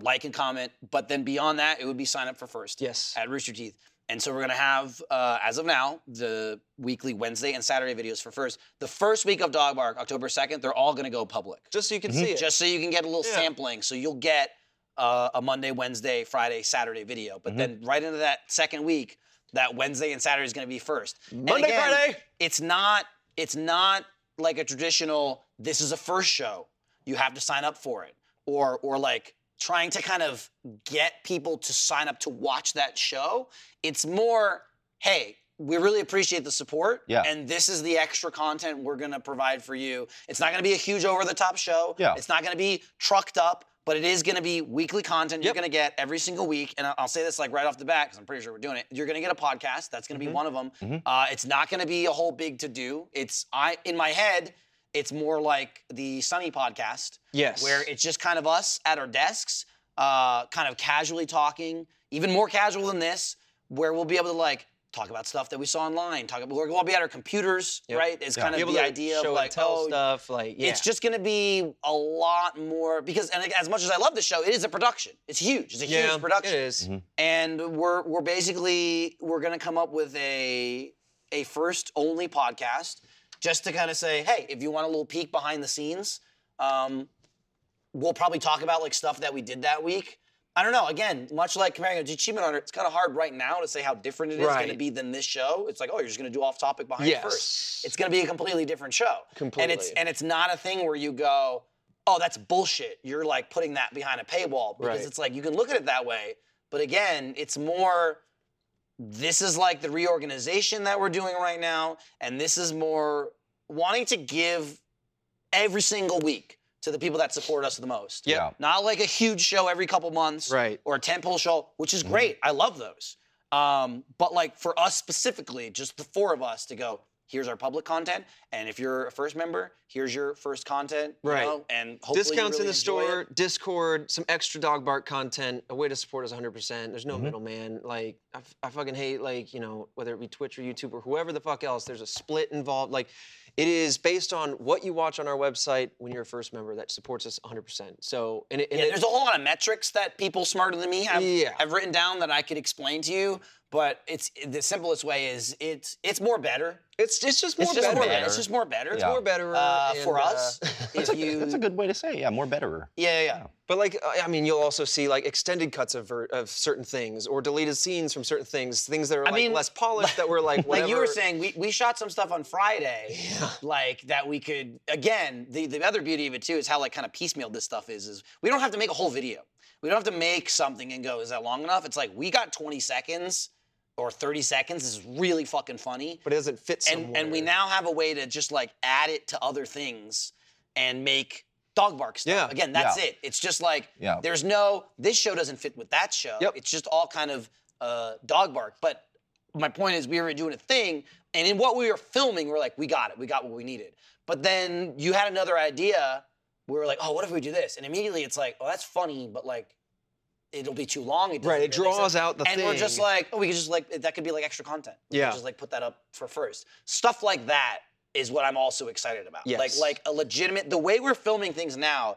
Speaker 1: like and comment. But then beyond that, it would be sign up for first
Speaker 2: Yes.
Speaker 1: at Rooster Teeth. And so we're gonna have, uh, as of now, the weekly Wednesday and Saturday videos for first. The first week of Dog Bark, October 2nd, they're all gonna go public.
Speaker 2: Just so you can see it.
Speaker 1: Mm-hmm. Just so you can get a little
Speaker 2: Yeah.
Speaker 1: sampling. So you'll get uh, a Monday, Wednesday, Friday, Saturday video. But then right into that second week, that Wednesday and Saturday is gonna be first. And
Speaker 2: Monday,
Speaker 1: again,
Speaker 2: Friday.
Speaker 1: It's not, it's not like a traditional, this is a first show. You have to sign up for it. Or or like trying to kind of get people to sign up to watch that show. It's more, hey, we really appreciate the support.
Speaker 3: Yeah.
Speaker 1: And this is the extra content we're gonna provide for you. It's not gonna be a huge over-the-top show.
Speaker 3: Yeah.
Speaker 1: It's not gonna be trucked up, but it is gonna be weekly content you're
Speaker 2: Yep.
Speaker 1: gonna get every single week. And I- I'll say this like right off the bat, because I'm pretty sure we're doing it. You're gonna get a podcast. That's gonna be
Speaker 3: Mm-hmm.
Speaker 1: one of them. Uh, it's not gonna be a whole big to-do. It's I in my head, it's more like the Sunny podcast
Speaker 2: Yes.
Speaker 1: where it's just kind of us at our desks, uh, kind of casually talking, even more casual than this, where we'll be able to like talk about stuff that we saw online. Talk about we'll be at our computers,
Speaker 2: Yep.
Speaker 1: right? It's kind
Speaker 2: Be
Speaker 1: of
Speaker 2: able
Speaker 1: the
Speaker 2: to
Speaker 1: idea
Speaker 2: show
Speaker 1: of
Speaker 2: and
Speaker 1: like,
Speaker 2: tell
Speaker 1: oh,
Speaker 2: stuff like yeah.
Speaker 1: it's just going to be a lot more because, and as much as I love the show, it is a production. It's huge. It's a
Speaker 2: yeah,
Speaker 1: huge production
Speaker 2: It is.
Speaker 1: and we're we're basically we're gonna come up with a a first only podcast just to kind of say, hey, if you want a little peek behind the scenes, um, we'll probably talk about like stuff that we did that week. I don't know. Again, much like comparing it to Achievement Hunter, it's kind of hard right now to say how different it is going to
Speaker 2: Right.
Speaker 1: be than this show. It's like, oh, you're just going to do off topic behind
Speaker 2: Yes.
Speaker 1: first. It's going to be a completely different show. And it's
Speaker 2: Completely.
Speaker 1: and it's not a thing where you go, oh, that's bullshit. You're like putting that behind a paywall because
Speaker 2: Right.
Speaker 1: it's like you can look at it that way, but again, it's more this is like the reorganization that we're doing right now, and this is more wanting to give every single week to the people that support us the most.
Speaker 2: Yep.
Speaker 3: Yeah.
Speaker 1: Not like a huge show every couple months
Speaker 2: Right.
Speaker 1: or a tentpole show, which is
Speaker 2: Mm-hmm.
Speaker 1: great. I love those. Um, but like for us specifically, just the four of us to go, here's our public content. And if you're a first member, here's your first content. you
Speaker 2: Right.
Speaker 1: know, and hopefully you
Speaker 2: Discounts
Speaker 1: really
Speaker 2: in the
Speaker 1: enjoy it.
Speaker 2: store, Discord, some extra dog bark content, a way to support us 100%. There's no middleman. Like, I, f- I fucking hate, like, you know, whether it be Twitch or YouTube or whoever the fuck else, there's a split involved. Like, it is based on what you watch on our website when you're a first member that supports us 100%. So, and, it, and
Speaker 1: Yeah,
Speaker 2: it-
Speaker 1: there's a whole lot of metrics that people smarter than me have,
Speaker 2: Yeah.
Speaker 1: have written down that I could explain to you. But it's the simplest way is it's it's more better.
Speaker 2: it's, it's just more
Speaker 1: it's just
Speaker 2: better.
Speaker 1: more better.
Speaker 3: better.
Speaker 1: It's just more better.
Speaker 3: Yeah.
Speaker 2: More better.
Speaker 1: Uh,
Speaker 2: and,
Speaker 1: for
Speaker 2: uh,
Speaker 1: us,
Speaker 3: That's,
Speaker 1: if
Speaker 3: a,
Speaker 1: you,
Speaker 3: that's a good way to say it. Yeah, more betterer.
Speaker 1: yeah, yeah, yeah.
Speaker 2: But like, I I mean, you'll also see like extended cuts of ver- of certain things or deleted scenes from certain things, things that are like
Speaker 1: mean,
Speaker 2: less polished that were like whatever.
Speaker 1: Like you were saying, we, we shot some stuff on Friday, like that we could. Again, the, the other beauty of it too is how like kind of piecemeal this stuff is. Is we don't have to make a whole video. We don't have to make something and go, is that long enough? It's like we got 20 seconds or 30 seconds. This is really fucking funny.
Speaker 2: but it doesn't fit somewhere.
Speaker 1: and and we now have a way to just like add it to other things and make dog bark stuff.
Speaker 2: Yeah,
Speaker 1: Again, that's
Speaker 3: yeah.
Speaker 1: it. It's just like
Speaker 3: Yeah.
Speaker 1: there's no this show doesn't fit with that show.
Speaker 2: Yep.
Speaker 1: It's just all kind of uh, dog bark. But my point is we were doing a thing, and in what we were filming, we're like, we got it, we got what we needed. But then you had another idea. We were like, oh, what if we do this? And immediately it's like, oh, that's funny, but like, it'll be too long. doesn't
Speaker 2: Right, it
Speaker 1: really make
Speaker 2: draws
Speaker 1: sense."
Speaker 2: out the
Speaker 1: And we're just
Speaker 2: thing.
Speaker 1: like like, oh, we could just like that could be like extra content. We could
Speaker 2: Yeah.
Speaker 1: just like put that up for first. Stuff like that is what I'm also excited about. Like
Speaker 2: Yes.
Speaker 1: like a legitimate the way we're filming things now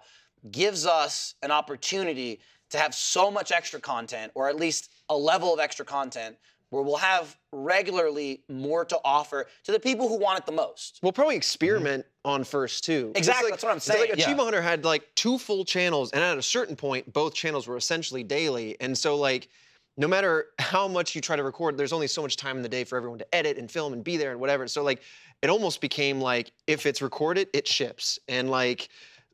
Speaker 1: gives us an opportunity to have so much extra content, or at least a level of extra content, where we'll have regularly more to offer to the people who want it the most.
Speaker 2: We'll probably experiment on first too. It's
Speaker 1: Mm-hmm. Exactly,
Speaker 2: like-
Speaker 1: that's what I'm
Speaker 2: it's
Speaker 1: saying.
Speaker 2: Like
Speaker 1: Yeah.
Speaker 2: Achievement Hunter had like two full channels, and at a certain point, both channels were essentially daily. And so like, no matter how much you try to record, there's only so much time in the day for everyone to edit and film and be there and whatever. So like, it almost became like if it's recorded, it ships, and like.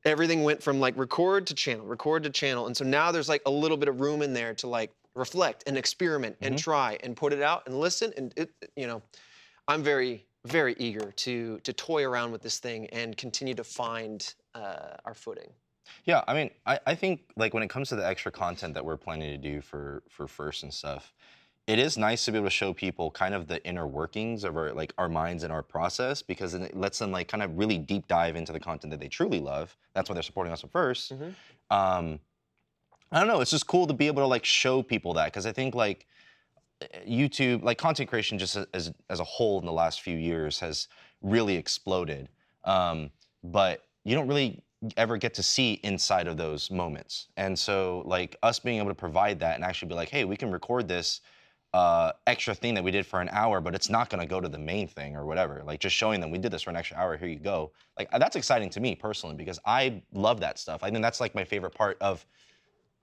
Speaker 2: Everything went from like record to channel, record to channel. And so now there's like a little bit of room in there to like reflect and experiment
Speaker 1: Mm-hmm.
Speaker 2: and try and put it out and listen. And it, you know, I'm very, very eager to to toy around with this thing and continue to find uh, our footing.
Speaker 3: Yeah, I mean, I, I think like when it comes to the extra content that we're planning to do for for first and stuff, it is nice to be able to show people kind of the inner workings of our like our minds and our process because then it lets them like kind of really deep dive into the content that they truly love. That's why they're supporting us at 1st
Speaker 2: Mhm.
Speaker 3: Um, I don't know. It's just cool to be able to like show people that because I think like eh, YouTube, like content creation, just as as a whole in the last few years has really exploded. Um, but you don't really ever get to see inside of those moments. And so, like, us being able to provide that and actually be like, hey, we can record this uh, extra thing that we did for an hour, but it's not gonna go to the main thing or whatever. Like, just showing them we did this for an extra hour, here you go. Like, uh, that's exciting to me personally because I love that stuff. I think that's like my favorite part of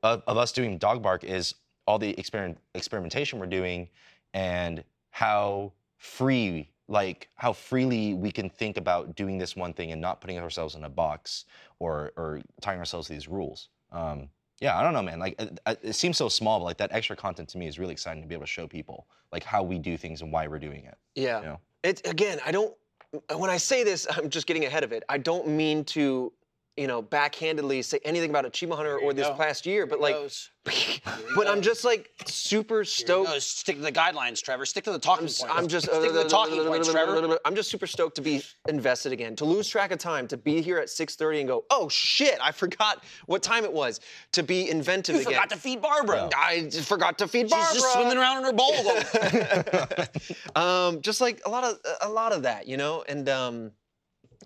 Speaker 3: of, of us doing dog bark is all the experiment, experimentation we're doing and how free like how freely we can think about doing this one thing and not putting ourselves in a box or or tying ourselves to these rules um yeah i don't know man like it, it seems so small but like that extra content to me is really exciting to be able to show people like how we do things and why we're doing it
Speaker 2: Yeah.
Speaker 3: you know?
Speaker 2: It again, I don't. When I say this, I'm just getting ahead of it. I don't mean to, you know, backhandedly say anything about Achievement Hunter
Speaker 1: Here
Speaker 2: or
Speaker 1: you
Speaker 2: this
Speaker 1: go.
Speaker 2: past year, but like,
Speaker 1: Those-
Speaker 2: but I'm just like super stoked.
Speaker 1: those- stick to the guidelines, Trevor. Stick to the talking
Speaker 2: I'm,
Speaker 1: points.
Speaker 2: s- I'm just uh,
Speaker 1: stick to the talking points, Trevor.
Speaker 2: I'm just super stoked to be invested again, to lose track of time, to be here at 6:30 and go, oh shit, I forgot what time it was, to be inventive
Speaker 1: You
Speaker 2: again.
Speaker 1: forgot to feed Barbara.
Speaker 2: I just forgot to feed Barbara.
Speaker 1: She's just swimming around in her bowl.
Speaker 2: um, just like a lot of a lot of that, you know, and um,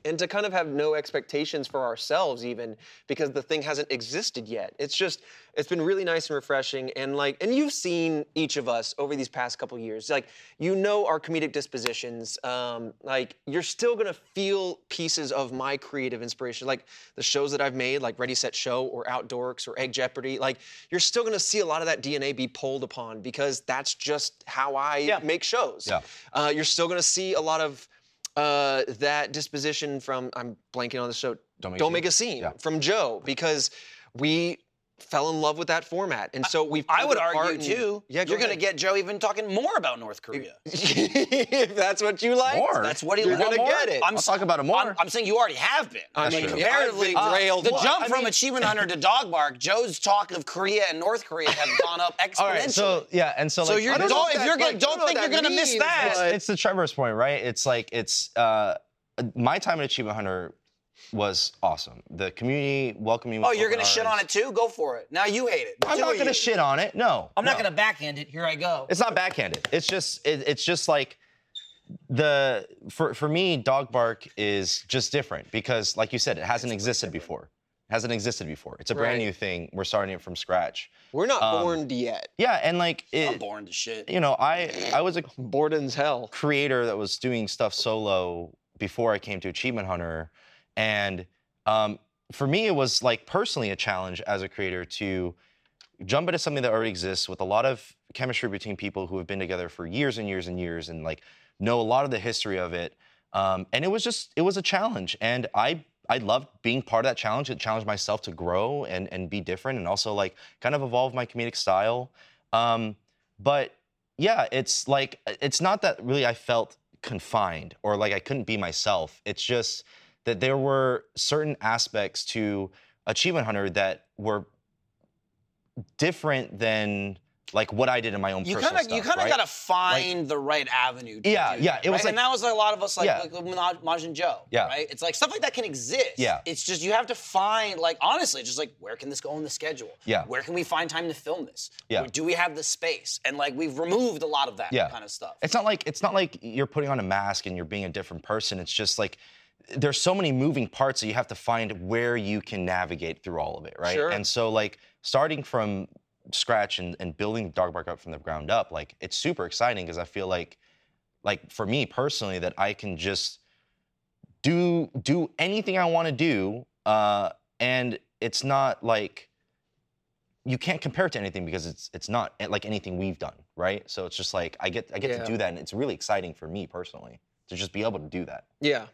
Speaker 2: and to kind of have no expectations for ourselves even because the thing hasn't existed yet. It's just it's been really nice and refreshing, and like and you've seen each of us over these past couple years, like you know our comedic dispositions. Um, like you're still gonna feel pieces of my creative inspiration, like the shows that I've made, like Ready Set Show or Outdorks or Egg Jeopardy. Like you're still gonna see a lot of that DNA be pulled upon because that's just how I
Speaker 1: Yeah.
Speaker 2: make shows.
Speaker 3: Yeah.
Speaker 2: Uh, you're still gonna see a lot of uh, that disposition from I'm blanking on the show.
Speaker 3: Don't Make a
Speaker 2: Don't
Speaker 3: Scene?
Speaker 2: make a scene
Speaker 3: Yeah.
Speaker 2: from Joe because we fell in love with that format, and so we've.
Speaker 1: I would
Speaker 2: pulled it
Speaker 1: argue
Speaker 2: apart and-
Speaker 1: too.
Speaker 2: Yeah,
Speaker 1: you're gonna get Joe even talking more about North Korea.
Speaker 2: if that's what you like.
Speaker 3: More?
Speaker 1: That's what he.
Speaker 2: You're
Speaker 1: I'm
Speaker 2: gonna
Speaker 1: more-
Speaker 2: get it.
Speaker 1: I'm
Speaker 3: I'll talk about it more.
Speaker 1: I'm, I'm saying you already have been.
Speaker 2: I
Speaker 3: That's
Speaker 2: mean,
Speaker 3: true.
Speaker 1: Comparatively, uh,
Speaker 2: I've been railed
Speaker 1: the
Speaker 2: on.
Speaker 1: jump
Speaker 2: I
Speaker 1: from
Speaker 2: mean-
Speaker 1: achievement hunter to dog bark, Joe's talk of Korea and North Korea have gone up exponentially.
Speaker 3: all right so yeah and so like
Speaker 1: So you're
Speaker 3: I don't know
Speaker 1: don't-
Speaker 2: what
Speaker 1: if you're gonna-
Speaker 2: I
Speaker 1: don't
Speaker 2: know
Speaker 1: think
Speaker 2: what
Speaker 1: you're
Speaker 2: that
Speaker 1: gonna miss
Speaker 2: means,
Speaker 1: that.
Speaker 2: but-
Speaker 3: it's the Trevor's point, right? It's like it's uh, my time at Achievement Hunter was awesome. The community welcomed me. With
Speaker 1: oh, you're
Speaker 3: open
Speaker 1: gonna shit on
Speaker 3: arms.
Speaker 1: it too? Go for it. Now you hate it.
Speaker 3: I'm
Speaker 1: Do
Speaker 3: not gonna
Speaker 1: you.
Speaker 3: shit on it. No,
Speaker 1: I'm not
Speaker 3: no.
Speaker 1: gonna backhand it. Here I go.
Speaker 3: It's not backhanded. It's just it, it's just like the for for me dog bark is just different because like you said it hasn't existed before. It hasn't existed before. It's a brand
Speaker 2: Right.
Speaker 3: new thing. We're starting it from scratch.
Speaker 2: We're not
Speaker 3: Um,
Speaker 2: born yet.
Speaker 3: Yeah, and like
Speaker 1: I'm
Speaker 3: it,
Speaker 1: born to shit.
Speaker 3: you know, I I was a
Speaker 2: Borden's hell.
Speaker 3: creator that was doing stuff solo before I came to Achievement Hunter. And um, for me, it was like personally a challenge as a creator to jump into something that already exists with a lot of chemistry between people who have been together for years and years and years and like know a lot of the history of it. Um, and it was just, it was a challenge. And I, I loved being part of that challenge. It challenged myself to grow and, and be different and also like kind of evolve my comedic style. Um, but yeah, it's like it's not that really I felt confined or like I couldn't be myself. It's just that there were certain aspects to Achievement Hunter that were different than like what I did in my own
Speaker 1: You
Speaker 3: personal
Speaker 1: kind of
Speaker 3: stuff.
Speaker 1: you kind of
Speaker 3: right?
Speaker 1: gotta find the right avenue. To
Speaker 3: Yeah,
Speaker 1: do
Speaker 3: yeah,
Speaker 1: that,
Speaker 3: it was
Speaker 1: right?
Speaker 3: like-
Speaker 1: and that was like a lot of us like,
Speaker 3: Yeah.
Speaker 1: like Minaj, Maj and Joe.
Speaker 3: Yeah.
Speaker 1: right. It's like stuff like that can exist.
Speaker 3: Yeah.
Speaker 1: it's just you have to find like honestly, just like where can this go in the schedule?
Speaker 3: Yeah.
Speaker 1: where can we find time to film this?
Speaker 3: Yeah.
Speaker 1: Or do we have the space? And like we've removed a lot of that
Speaker 3: Yeah.
Speaker 1: kind of stuff.
Speaker 3: It's not like it's not like you're putting on a mask and you're being a different person. It's just like there's so many moving parts that you have to find where you can navigate through all of it, right?
Speaker 2: Sure.
Speaker 3: And so like starting from scratch and, and building dog bark up from the ground up, like it's super exciting because I feel like like for me personally that I can just do do anything I want to do, uh, and it's not like you can't compare it to anything because it's it's not eh, like anything we've done, right? So it's just like I get I get
Speaker 2: Yeah.
Speaker 3: to do that, and it's really exciting for me personally to just be able to do that.
Speaker 2: Yeah.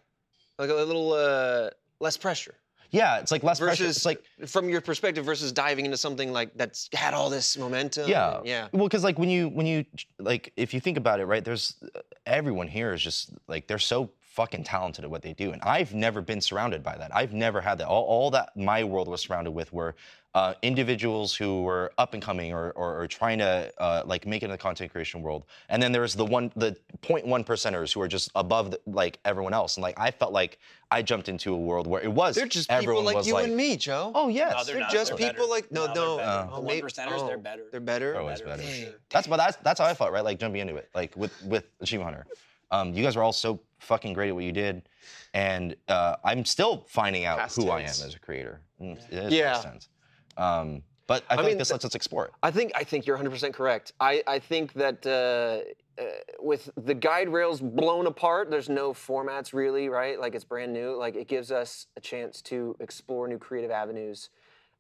Speaker 2: Like a little uh, less pressure.
Speaker 3: Yeah, it's like less pressure.
Speaker 2: Versus-
Speaker 3: It's like
Speaker 2: from your perspective versus diving into something like that's had all this momentum.
Speaker 3: yeah,
Speaker 2: and- yeah.
Speaker 3: Well, because like when you when you like if you think about it, right? There's uh, everyone here is just like they're so fucking talented at what they do, and I've never been surrounded by that. I've never had that. All, all that my world was surrounded with were uh, individuals who were up and coming or, or, or trying to uh, like make it in the content creation world, and then there's the one the 0.1 percenters who are just above the, like everyone else, and like I felt like I jumped into a world where it was
Speaker 2: They're just
Speaker 3: everyone
Speaker 2: people like
Speaker 3: was
Speaker 2: you
Speaker 3: like
Speaker 2: and me, Joe.
Speaker 3: Oh yes,
Speaker 1: No, they're
Speaker 2: they're
Speaker 1: not.
Speaker 2: just
Speaker 1: They're
Speaker 2: people
Speaker 1: better.
Speaker 2: like no, no.
Speaker 1: No, they're better.
Speaker 2: oh,
Speaker 1: The one
Speaker 2: maybe-
Speaker 1: percenters, they're better.
Speaker 2: They're better.
Speaker 3: They're always
Speaker 1: better.
Speaker 3: better.
Speaker 2: Dang.
Speaker 3: That's what that's that's how I felt, right? Like jumping into it, like with with Achievement Hunter. Um, you guys were all so fucking great at what you did, and uh, I'm still finding out
Speaker 2: Past
Speaker 3: who I am
Speaker 2: tense.
Speaker 3: as a creator. Mm, It is
Speaker 2: Yeah.
Speaker 3: past tense. Um, but I, feel
Speaker 2: mean,
Speaker 3: like this lets us explore it.
Speaker 2: I think I think you're 100% correct. I, I think that uh, uh, with the guide rails blown apart, there's no formats really, right? Like it's brand new. Like it gives us a chance to explore new creative avenues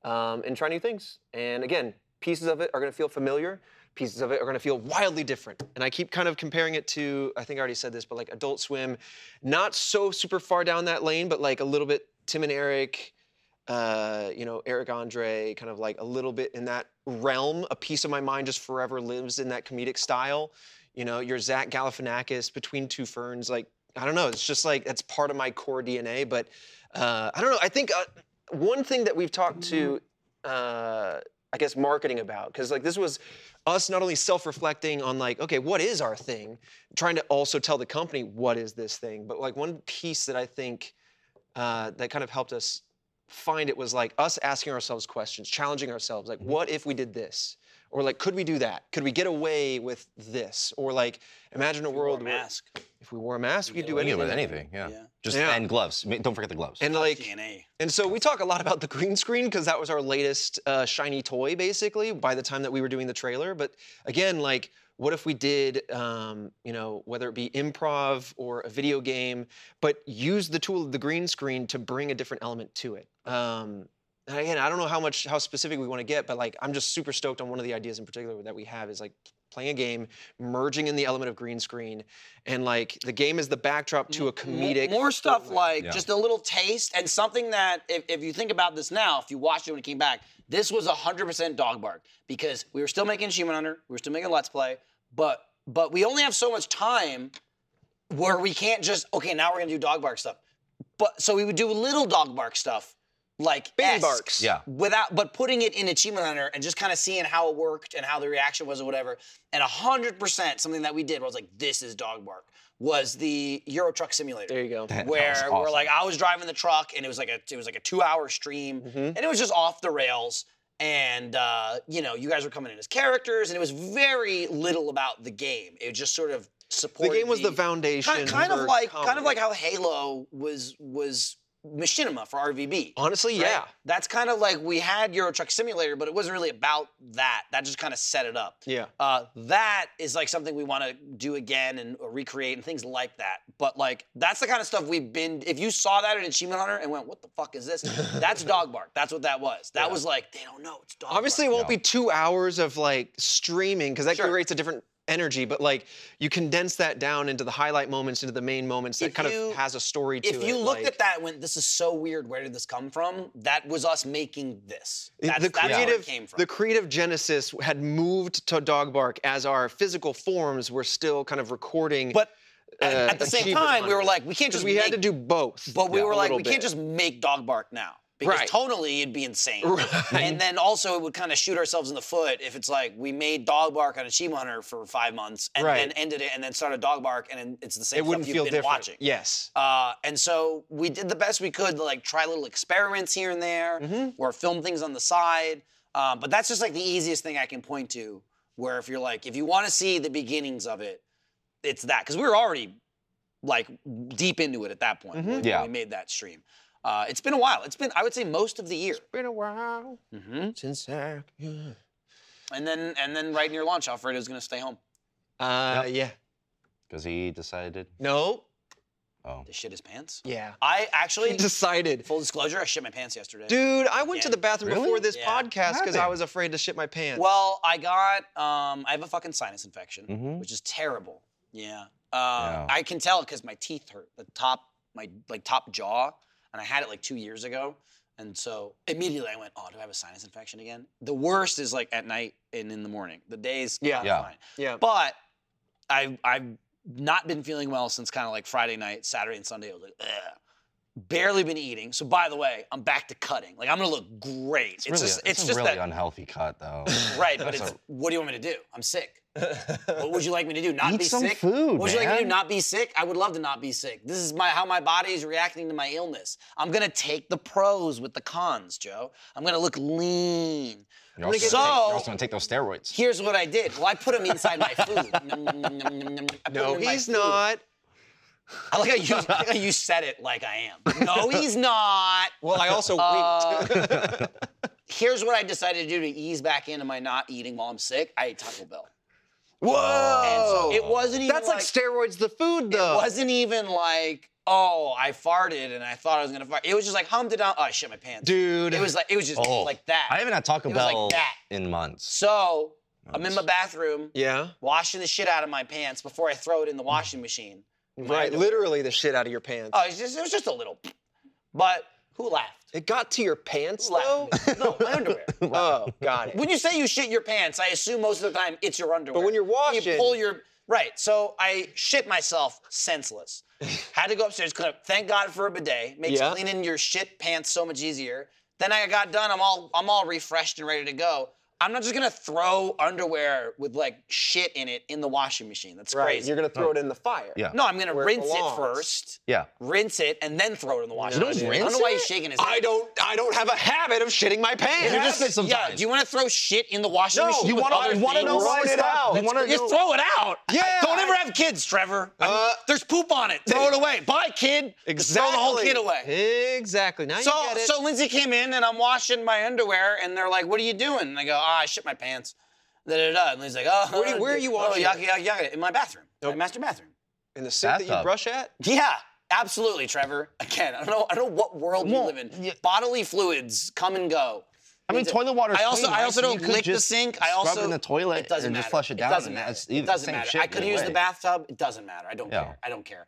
Speaker 2: um, and try new things. And again, pieces of it are going to feel familiar. Pieces of it are going to feel wildly different. And I keep kind of comparing it to I think I already said this, but like Adult Swim, not so super far down that lane, but like a little bit Tim and Eric uh, you know, Eric Andre, kind of like a little bit in that realm. A piece of my mind just forever lives in that comedic style. You know, your Zach Galifianakis between two ferns, like I don't know. It's just like that's part of my core DNA. But uh, I don't know. I think uh, one thing that we've talked to, uh, I guess, marketing about, because like this was us not only self-reflecting on like, okay, what is our thing, trying to also tell the company what is this thing. But like one piece that I think uh, that kind of helped us find it was like us asking ourselves questions, challenging ourselves, like, what if we did this? Or like, could we do that? Could we get away with this? Or like, imagine a world where
Speaker 1: mask.
Speaker 2: if we wore a mask, we could
Speaker 1: get
Speaker 2: do
Speaker 1: away
Speaker 3: You
Speaker 2: anything.
Speaker 3: can do anything, yeah.
Speaker 1: Yeah.
Speaker 3: Just
Speaker 2: Yeah.
Speaker 3: and gloves. I mean, don't forget the gloves.
Speaker 2: And like,
Speaker 1: DNA.
Speaker 2: and so we talk a lot about the green screen because that was our latest uh, shiny toy, basically, by the time that we were doing the trailer. But again, like, what if we did, um, you know, whether it be improv or a video game, but use the tool of the green screen to bring a different element to it? Um, and again, I don't know how much, how specific we want to get, but like, I'm just super stoked on one of the ideas in particular that we have is like playing a game, merging in the element of green screen, and like the game is the backdrop to a comedic.
Speaker 1: More, stuff
Speaker 2: storyline.
Speaker 1: like
Speaker 3: Yeah.
Speaker 1: just a little taste and something that, if, if you think about this now, if you watched it when it came back, this was 100% dog bark because we were still making Shimon Hunter, we were still making Let's Play, but but we only have so much time where we can't just okay now we're gonna do dog bark stuff. But so we would do little dog bark stuff like
Speaker 2: Bing
Speaker 1: esque,
Speaker 2: barks.
Speaker 3: yeah.
Speaker 1: without but putting it in achievement hunter and just kind of seeing how it worked and how the reaction was or whatever and 100% something that we did where i was like this is dog bark was the euro truck simulator
Speaker 2: There you go.
Speaker 3: That was
Speaker 1: where we're
Speaker 3: awesome.
Speaker 1: like I was driving the truck and it was like a it was like a two hour stream
Speaker 2: Mm-hmm.
Speaker 1: and it was just off the rails and uh, you know you guys were coming in as characters and it was very little about the game it just sort of
Speaker 2: The
Speaker 1: supported
Speaker 2: game was the
Speaker 1: value
Speaker 2: foundation.
Speaker 1: kind, kind of
Speaker 2: for
Speaker 1: like kind
Speaker 2: comedy.
Speaker 1: of like how Halo was was machinima for RVB
Speaker 2: Honestly,
Speaker 1: right?
Speaker 2: yeah.
Speaker 1: that's kind of like we had Euro Truck Simulator but it wasn't really about that that just kind of set it up
Speaker 2: Yeah.
Speaker 1: uh, that is like something we want to do again and or recreate and things like that. But like that's the kind of stuff we've been. If you saw that at Achievement Hunter and went, "What the fuck is this?" That's dog bark. That's what that was. That was like they don't know it's dog.
Speaker 2: Obviously, it
Speaker 1: bark.
Speaker 2: won't be two hours of like streaming because that
Speaker 1: Sure.
Speaker 2: creates a different energy, but like you condense that down into the highlight moments, into the main moments that
Speaker 1: If
Speaker 2: kind
Speaker 1: you-
Speaker 2: of has a story to it.
Speaker 1: if you looked
Speaker 2: like-
Speaker 1: at that and went, "This is so weird. Where did this come from?" That was us making this.
Speaker 2: The-
Speaker 1: That's,
Speaker 2: the
Speaker 1: that's where
Speaker 2: creative,
Speaker 1: it came from.
Speaker 2: the creative genesis had moved to dog bark as our physical forms were still kind of recording.
Speaker 1: but at,
Speaker 2: uh,
Speaker 1: at the same
Speaker 2: achievement
Speaker 1: time, we were
Speaker 2: hunters.
Speaker 1: like, we can't just
Speaker 2: we had
Speaker 1: make-
Speaker 2: to do both.
Speaker 1: But we
Speaker 2: yeah,
Speaker 1: were
Speaker 2: a
Speaker 1: like,
Speaker 2: little
Speaker 1: we can't
Speaker 2: bit.
Speaker 1: just make dog bark now because
Speaker 2: Right.
Speaker 1: tonally it'd be insane.
Speaker 2: Right.
Speaker 1: And then also it would kind of shoot ourselves in the foot if it's like we made dog bark on Achievement Hunter for five months and
Speaker 2: Right.
Speaker 1: then ended it and then started dog bark and then it's the same
Speaker 2: It wouldn't
Speaker 1: stuff you've
Speaker 2: feel
Speaker 1: been
Speaker 2: different.
Speaker 1: watching.
Speaker 2: Yes.
Speaker 1: Uh, and so we did the best we could to like try little experiments here and
Speaker 2: Mm-hmm.
Speaker 1: there or film things on the side. Um, but that's just like the easiest thing I can point to where if you're like, if you want to see the beginnings of it, it's that. Because we were already like deep into it at that point when,
Speaker 3: Yeah.
Speaker 1: when we made that stream. Uh, it's been a while. It's been, I would say, most of the year.
Speaker 2: Been a while
Speaker 1: Mm-hmm.
Speaker 2: since I. Yeah.
Speaker 1: And then, and then right near launch, Alfredo's gonna stay home.
Speaker 2: Uh, yeah.
Speaker 3: Because he decided.
Speaker 2: No.
Speaker 3: Oh.
Speaker 1: To shit his pants.
Speaker 2: Yeah.
Speaker 1: I
Speaker 2: He
Speaker 1: actually,
Speaker 2: decided.
Speaker 1: full disclosure, I shit my pants yesterday.
Speaker 2: Dude, I went to
Speaker 1: Again.
Speaker 2: the bathroom
Speaker 3: Really?
Speaker 2: before this
Speaker 1: Yeah.
Speaker 2: podcast because I
Speaker 3: Happened.
Speaker 2: was afraid to shit my pants.
Speaker 1: Well, I got um, I have a fucking sinus infection,
Speaker 3: Mhm.
Speaker 1: which is terrible. Yeah. Uh,
Speaker 3: Yeah.
Speaker 1: I can tell because my teeth hurt, the top, my like top jaw, and I had it like two years ago, and so immediately I went, oh, do I have a sinus infection again? The worst is like at night and in the morning. The days,
Speaker 2: Yeah.
Speaker 1: kinda
Speaker 3: Yeah.
Speaker 1: fine.
Speaker 2: yeah.
Speaker 1: But I I've not been feeling well since kind of like Friday night, Saturday and Sunday. I was like, ugh. Barely been eating. So by the way, I'm back to cutting. Like I'm gonna look great. It's,
Speaker 3: really,
Speaker 1: just
Speaker 3: it's,
Speaker 1: it's,
Speaker 3: a
Speaker 1: just
Speaker 3: really
Speaker 1: that
Speaker 3: unhealthy cut, though.
Speaker 1: Right, but it's
Speaker 3: So-
Speaker 1: what do you want me to do? I'm sick. What would you like me to do? Not
Speaker 3: Eat
Speaker 1: be
Speaker 3: some
Speaker 1: sick?
Speaker 2: Oh,
Speaker 3: food,
Speaker 1: what would you like me to do?
Speaker 3: man.
Speaker 1: Not be sick? I would love to not be sick. This is my how my body is reacting to my illness. I'm gonna take the pros with the cons, Joe. I'm gonna look lean.
Speaker 3: You're
Speaker 1: get-
Speaker 3: also, gonna take,
Speaker 1: So-
Speaker 3: you're also gonna take those steroids.
Speaker 1: Here's what I did. Well, I put them inside my food. Nom, nom, nom, nom, nom. I put
Speaker 2: no,
Speaker 1: 'em in my
Speaker 2: he's
Speaker 1: food.
Speaker 2: not.
Speaker 1: I like how you, I like how you said it like I am. No, he's not.
Speaker 2: Well, I also
Speaker 1: Uh,
Speaker 2: winked.
Speaker 1: Here's what I decided to do to ease back into my not eating while I'm sick. I ate Taco Bell. And so
Speaker 2: Whoa!
Speaker 1: it wasn't even
Speaker 2: Oh. That's like, steroids. The food,
Speaker 1: It
Speaker 2: though.
Speaker 1: wasn't even like, oh, I farted and I thought I was gonna fart. It was just like hummed it down. Oh, I shit my pants.
Speaker 2: dude.
Speaker 1: It was like it was just
Speaker 3: Oh,
Speaker 1: like that.
Speaker 3: I haven't had Taco
Speaker 1: It was like
Speaker 3: Bell
Speaker 1: that.
Speaker 3: in months.
Speaker 1: so I'm in
Speaker 3: Nice.
Speaker 1: my bathroom
Speaker 2: yeah.
Speaker 1: washing the shit out of my pants before I throw it
Speaker 3: Mm.
Speaker 1: in the washing machine.
Speaker 2: Right. Literally the shit out of your pants.
Speaker 1: Oh, it's just it was just a little. But who laughed?
Speaker 2: it got to your pants,
Speaker 1: Who laughed?
Speaker 2: though.
Speaker 1: at me? No, my underwear.
Speaker 2: oh, got it.
Speaker 1: When you say you shit your pants, I assume most of the time it's your underwear.
Speaker 2: But when you're
Speaker 1: you
Speaker 2: washing-
Speaker 1: pull your right. So I shit myself senseless. Had to go upstairs. Clean up. Thank God for a bidet. Makes
Speaker 2: Yeah.
Speaker 1: cleaning your shit pants so much easier. Then I got done. I'm all I'm all refreshed and ready to go. I'm not just gonna throw underwear with like shit in it in the washing machine. That's
Speaker 2: Right.
Speaker 1: crazy.
Speaker 2: You're gonna throw it in the fire.
Speaker 3: Yeah.
Speaker 1: no, I'm gonna
Speaker 2: Where it
Speaker 1: rinse it
Speaker 2: belongs.
Speaker 1: first,
Speaker 3: Yeah.
Speaker 1: rinse it, and then throw it in the washing.
Speaker 2: You don't
Speaker 1: machine. I don't
Speaker 3: rinse
Speaker 1: know why
Speaker 3: it?
Speaker 1: he's shaking his head.
Speaker 2: I don't. I don't have a habit of shitting my pants.
Speaker 3: You just say
Speaker 1: Yeah.
Speaker 3: sometimes.
Speaker 1: Do you want to throw shit in the washing
Speaker 2: No,
Speaker 1: machine?
Speaker 2: you
Speaker 1: with
Speaker 3: wanna-
Speaker 1: other
Speaker 3: you wanna
Speaker 1: things?
Speaker 2: know why I
Speaker 1: Throw it
Speaker 2: stopped?
Speaker 1: out.
Speaker 2: You
Speaker 3: wanna
Speaker 1: Just
Speaker 3: know-
Speaker 1: throw it out.
Speaker 2: Yeah.
Speaker 1: Don't ever have kids, Trevor. I mean,
Speaker 2: Uh,
Speaker 1: There's poop on it. Throw it away. Bye, kid. Just Throw the whole kid away.
Speaker 2: Exactly. Now
Speaker 1: So,
Speaker 2: you get it.
Speaker 1: so Lindsay came in and I'm washing my underwear and they're like, "What are you doing?" And I go, "Ah, I shit my pants." Da da da. And he's like, "Oh,
Speaker 2: Where do you- where are you washing
Speaker 1: Oh, yuck, yuck, yuck, in my bathroom.
Speaker 2: Nope.
Speaker 1: My master bathroom."
Speaker 2: in the sink that you
Speaker 3: Bathtub.
Speaker 2: brush at.
Speaker 1: Yeah, absolutely, Trevor. Again, I don't know, I don't know what world you
Speaker 3: Well,
Speaker 1: live in.
Speaker 3: yeah.
Speaker 1: Bodily fluids come and go.
Speaker 3: I mean, toilet water.
Speaker 1: I also, I also don't lick
Speaker 3: click
Speaker 1: the sink. I also
Speaker 3: scrub in the toilet
Speaker 1: It doesn't
Speaker 3: and
Speaker 1: matter.
Speaker 3: just flush it down.
Speaker 1: It doesn't
Speaker 3: and
Speaker 1: matter.
Speaker 3: that's
Speaker 1: It
Speaker 3: either-
Speaker 1: doesn't
Speaker 3: same
Speaker 1: matter.
Speaker 3: shit
Speaker 1: I could
Speaker 3: either
Speaker 1: use the
Speaker 3: way.
Speaker 1: bathtub. It doesn't matter. I don't
Speaker 3: Yeah.
Speaker 1: care. I don't care.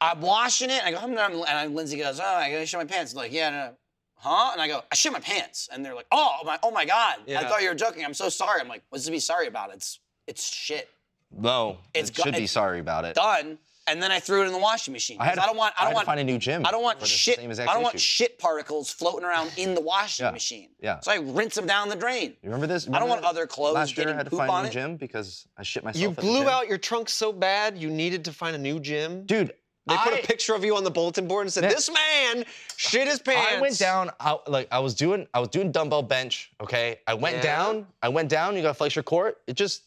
Speaker 1: I'm washing it. And I go, "Hmm," and I'm- and Lindsay goes, "Oh, I gotta shit my pants." like, yeah, no, no. huh? And I go, "I shit my pants." And they're like, "Oh my, oh my god! I
Speaker 2: Yeah.
Speaker 1: thought you were joking. I'm so sorry." I'm like, "What's to be sorry about? It's it's shit
Speaker 3: No,
Speaker 1: It's
Speaker 3: it
Speaker 1: go-
Speaker 3: should be
Speaker 1: it's
Speaker 3: sorry about it.
Speaker 1: done." And then I threw it in the washing machine.
Speaker 3: I
Speaker 1: 'Cause
Speaker 3: had
Speaker 1: I,
Speaker 3: to-
Speaker 1: don't want.
Speaker 3: I
Speaker 1: I
Speaker 3: had
Speaker 1: don't
Speaker 3: to
Speaker 1: want
Speaker 3: find a new gym
Speaker 1: I don't want
Speaker 3: for the
Speaker 1: shit.
Speaker 3: same
Speaker 1: I
Speaker 3: exact
Speaker 1: don't want
Speaker 3: issue.
Speaker 1: shit particles floating around in the washing
Speaker 3: Yeah.
Speaker 1: machine.
Speaker 3: Yeah.
Speaker 1: So I rinse them down the drain.
Speaker 3: You remember this?
Speaker 1: I don't
Speaker 3: Remember
Speaker 1: want other clothes
Speaker 3: Last year
Speaker 1: getting
Speaker 3: I had to
Speaker 1: poop
Speaker 3: find a
Speaker 1: on
Speaker 3: new
Speaker 1: it.
Speaker 3: gym because I shit myself.
Speaker 2: You
Speaker 3: at the
Speaker 2: blew
Speaker 3: gym.
Speaker 2: out your trunk so bad you needed to find a new gym.
Speaker 3: dude.
Speaker 2: They put
Speaker 3: I-
Speaker 2: a picture of you on the bulletin board and said,
Speaker 3: Yeah.
Speaker 2: "This man shit his pants."
Speaker 3: I went down. I, like I was doing, I was doing dumbbell bench. Okay, I went
Speaker 2: Yeah.
Speaker 3: down. I went down. You got to flex your core. It just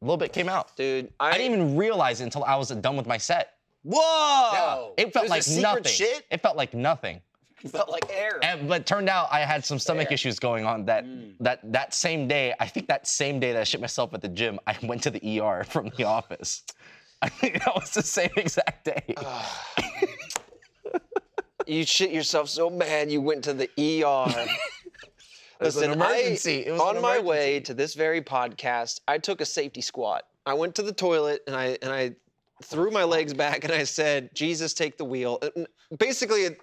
Speaker 3: a little bit came out.
Speaker 2: dude.
Speaker 3: I, didn't even realize it until I was done with my set.
Speaker 1: Whoa!
Speaker 3: it felt
Speaker 1: There's a
Speaker 3: like
Speaker 1: secret
Speaker 3: nothing.
Speaker 1: Shit
Speaker 3: It felt like nothing.
Speaker 1: It felt like air.
Speaker 3: And, but turned out I had some stomach
Speaker 1: Fair.
Speaker 3: issues going on that that that same day. I think that same day that I shit myself at the gym, I went to the ER from the office. I think that was the same exact day.
Speaker 2: You shit yourself so bad you went to the ER.
Speaker 3: was an
Speaker 2: Listen,
Speaker 3: emergency.
Speaker 2: I,
Speaker 3: It was
Speaker 2: on
Speaker 3: an
Speaker 2: my way to this very podcast, I took a safety squat. I went to the toilet and I and I threw my legs back and I said, "Jesus, take the wheel." And basically, it,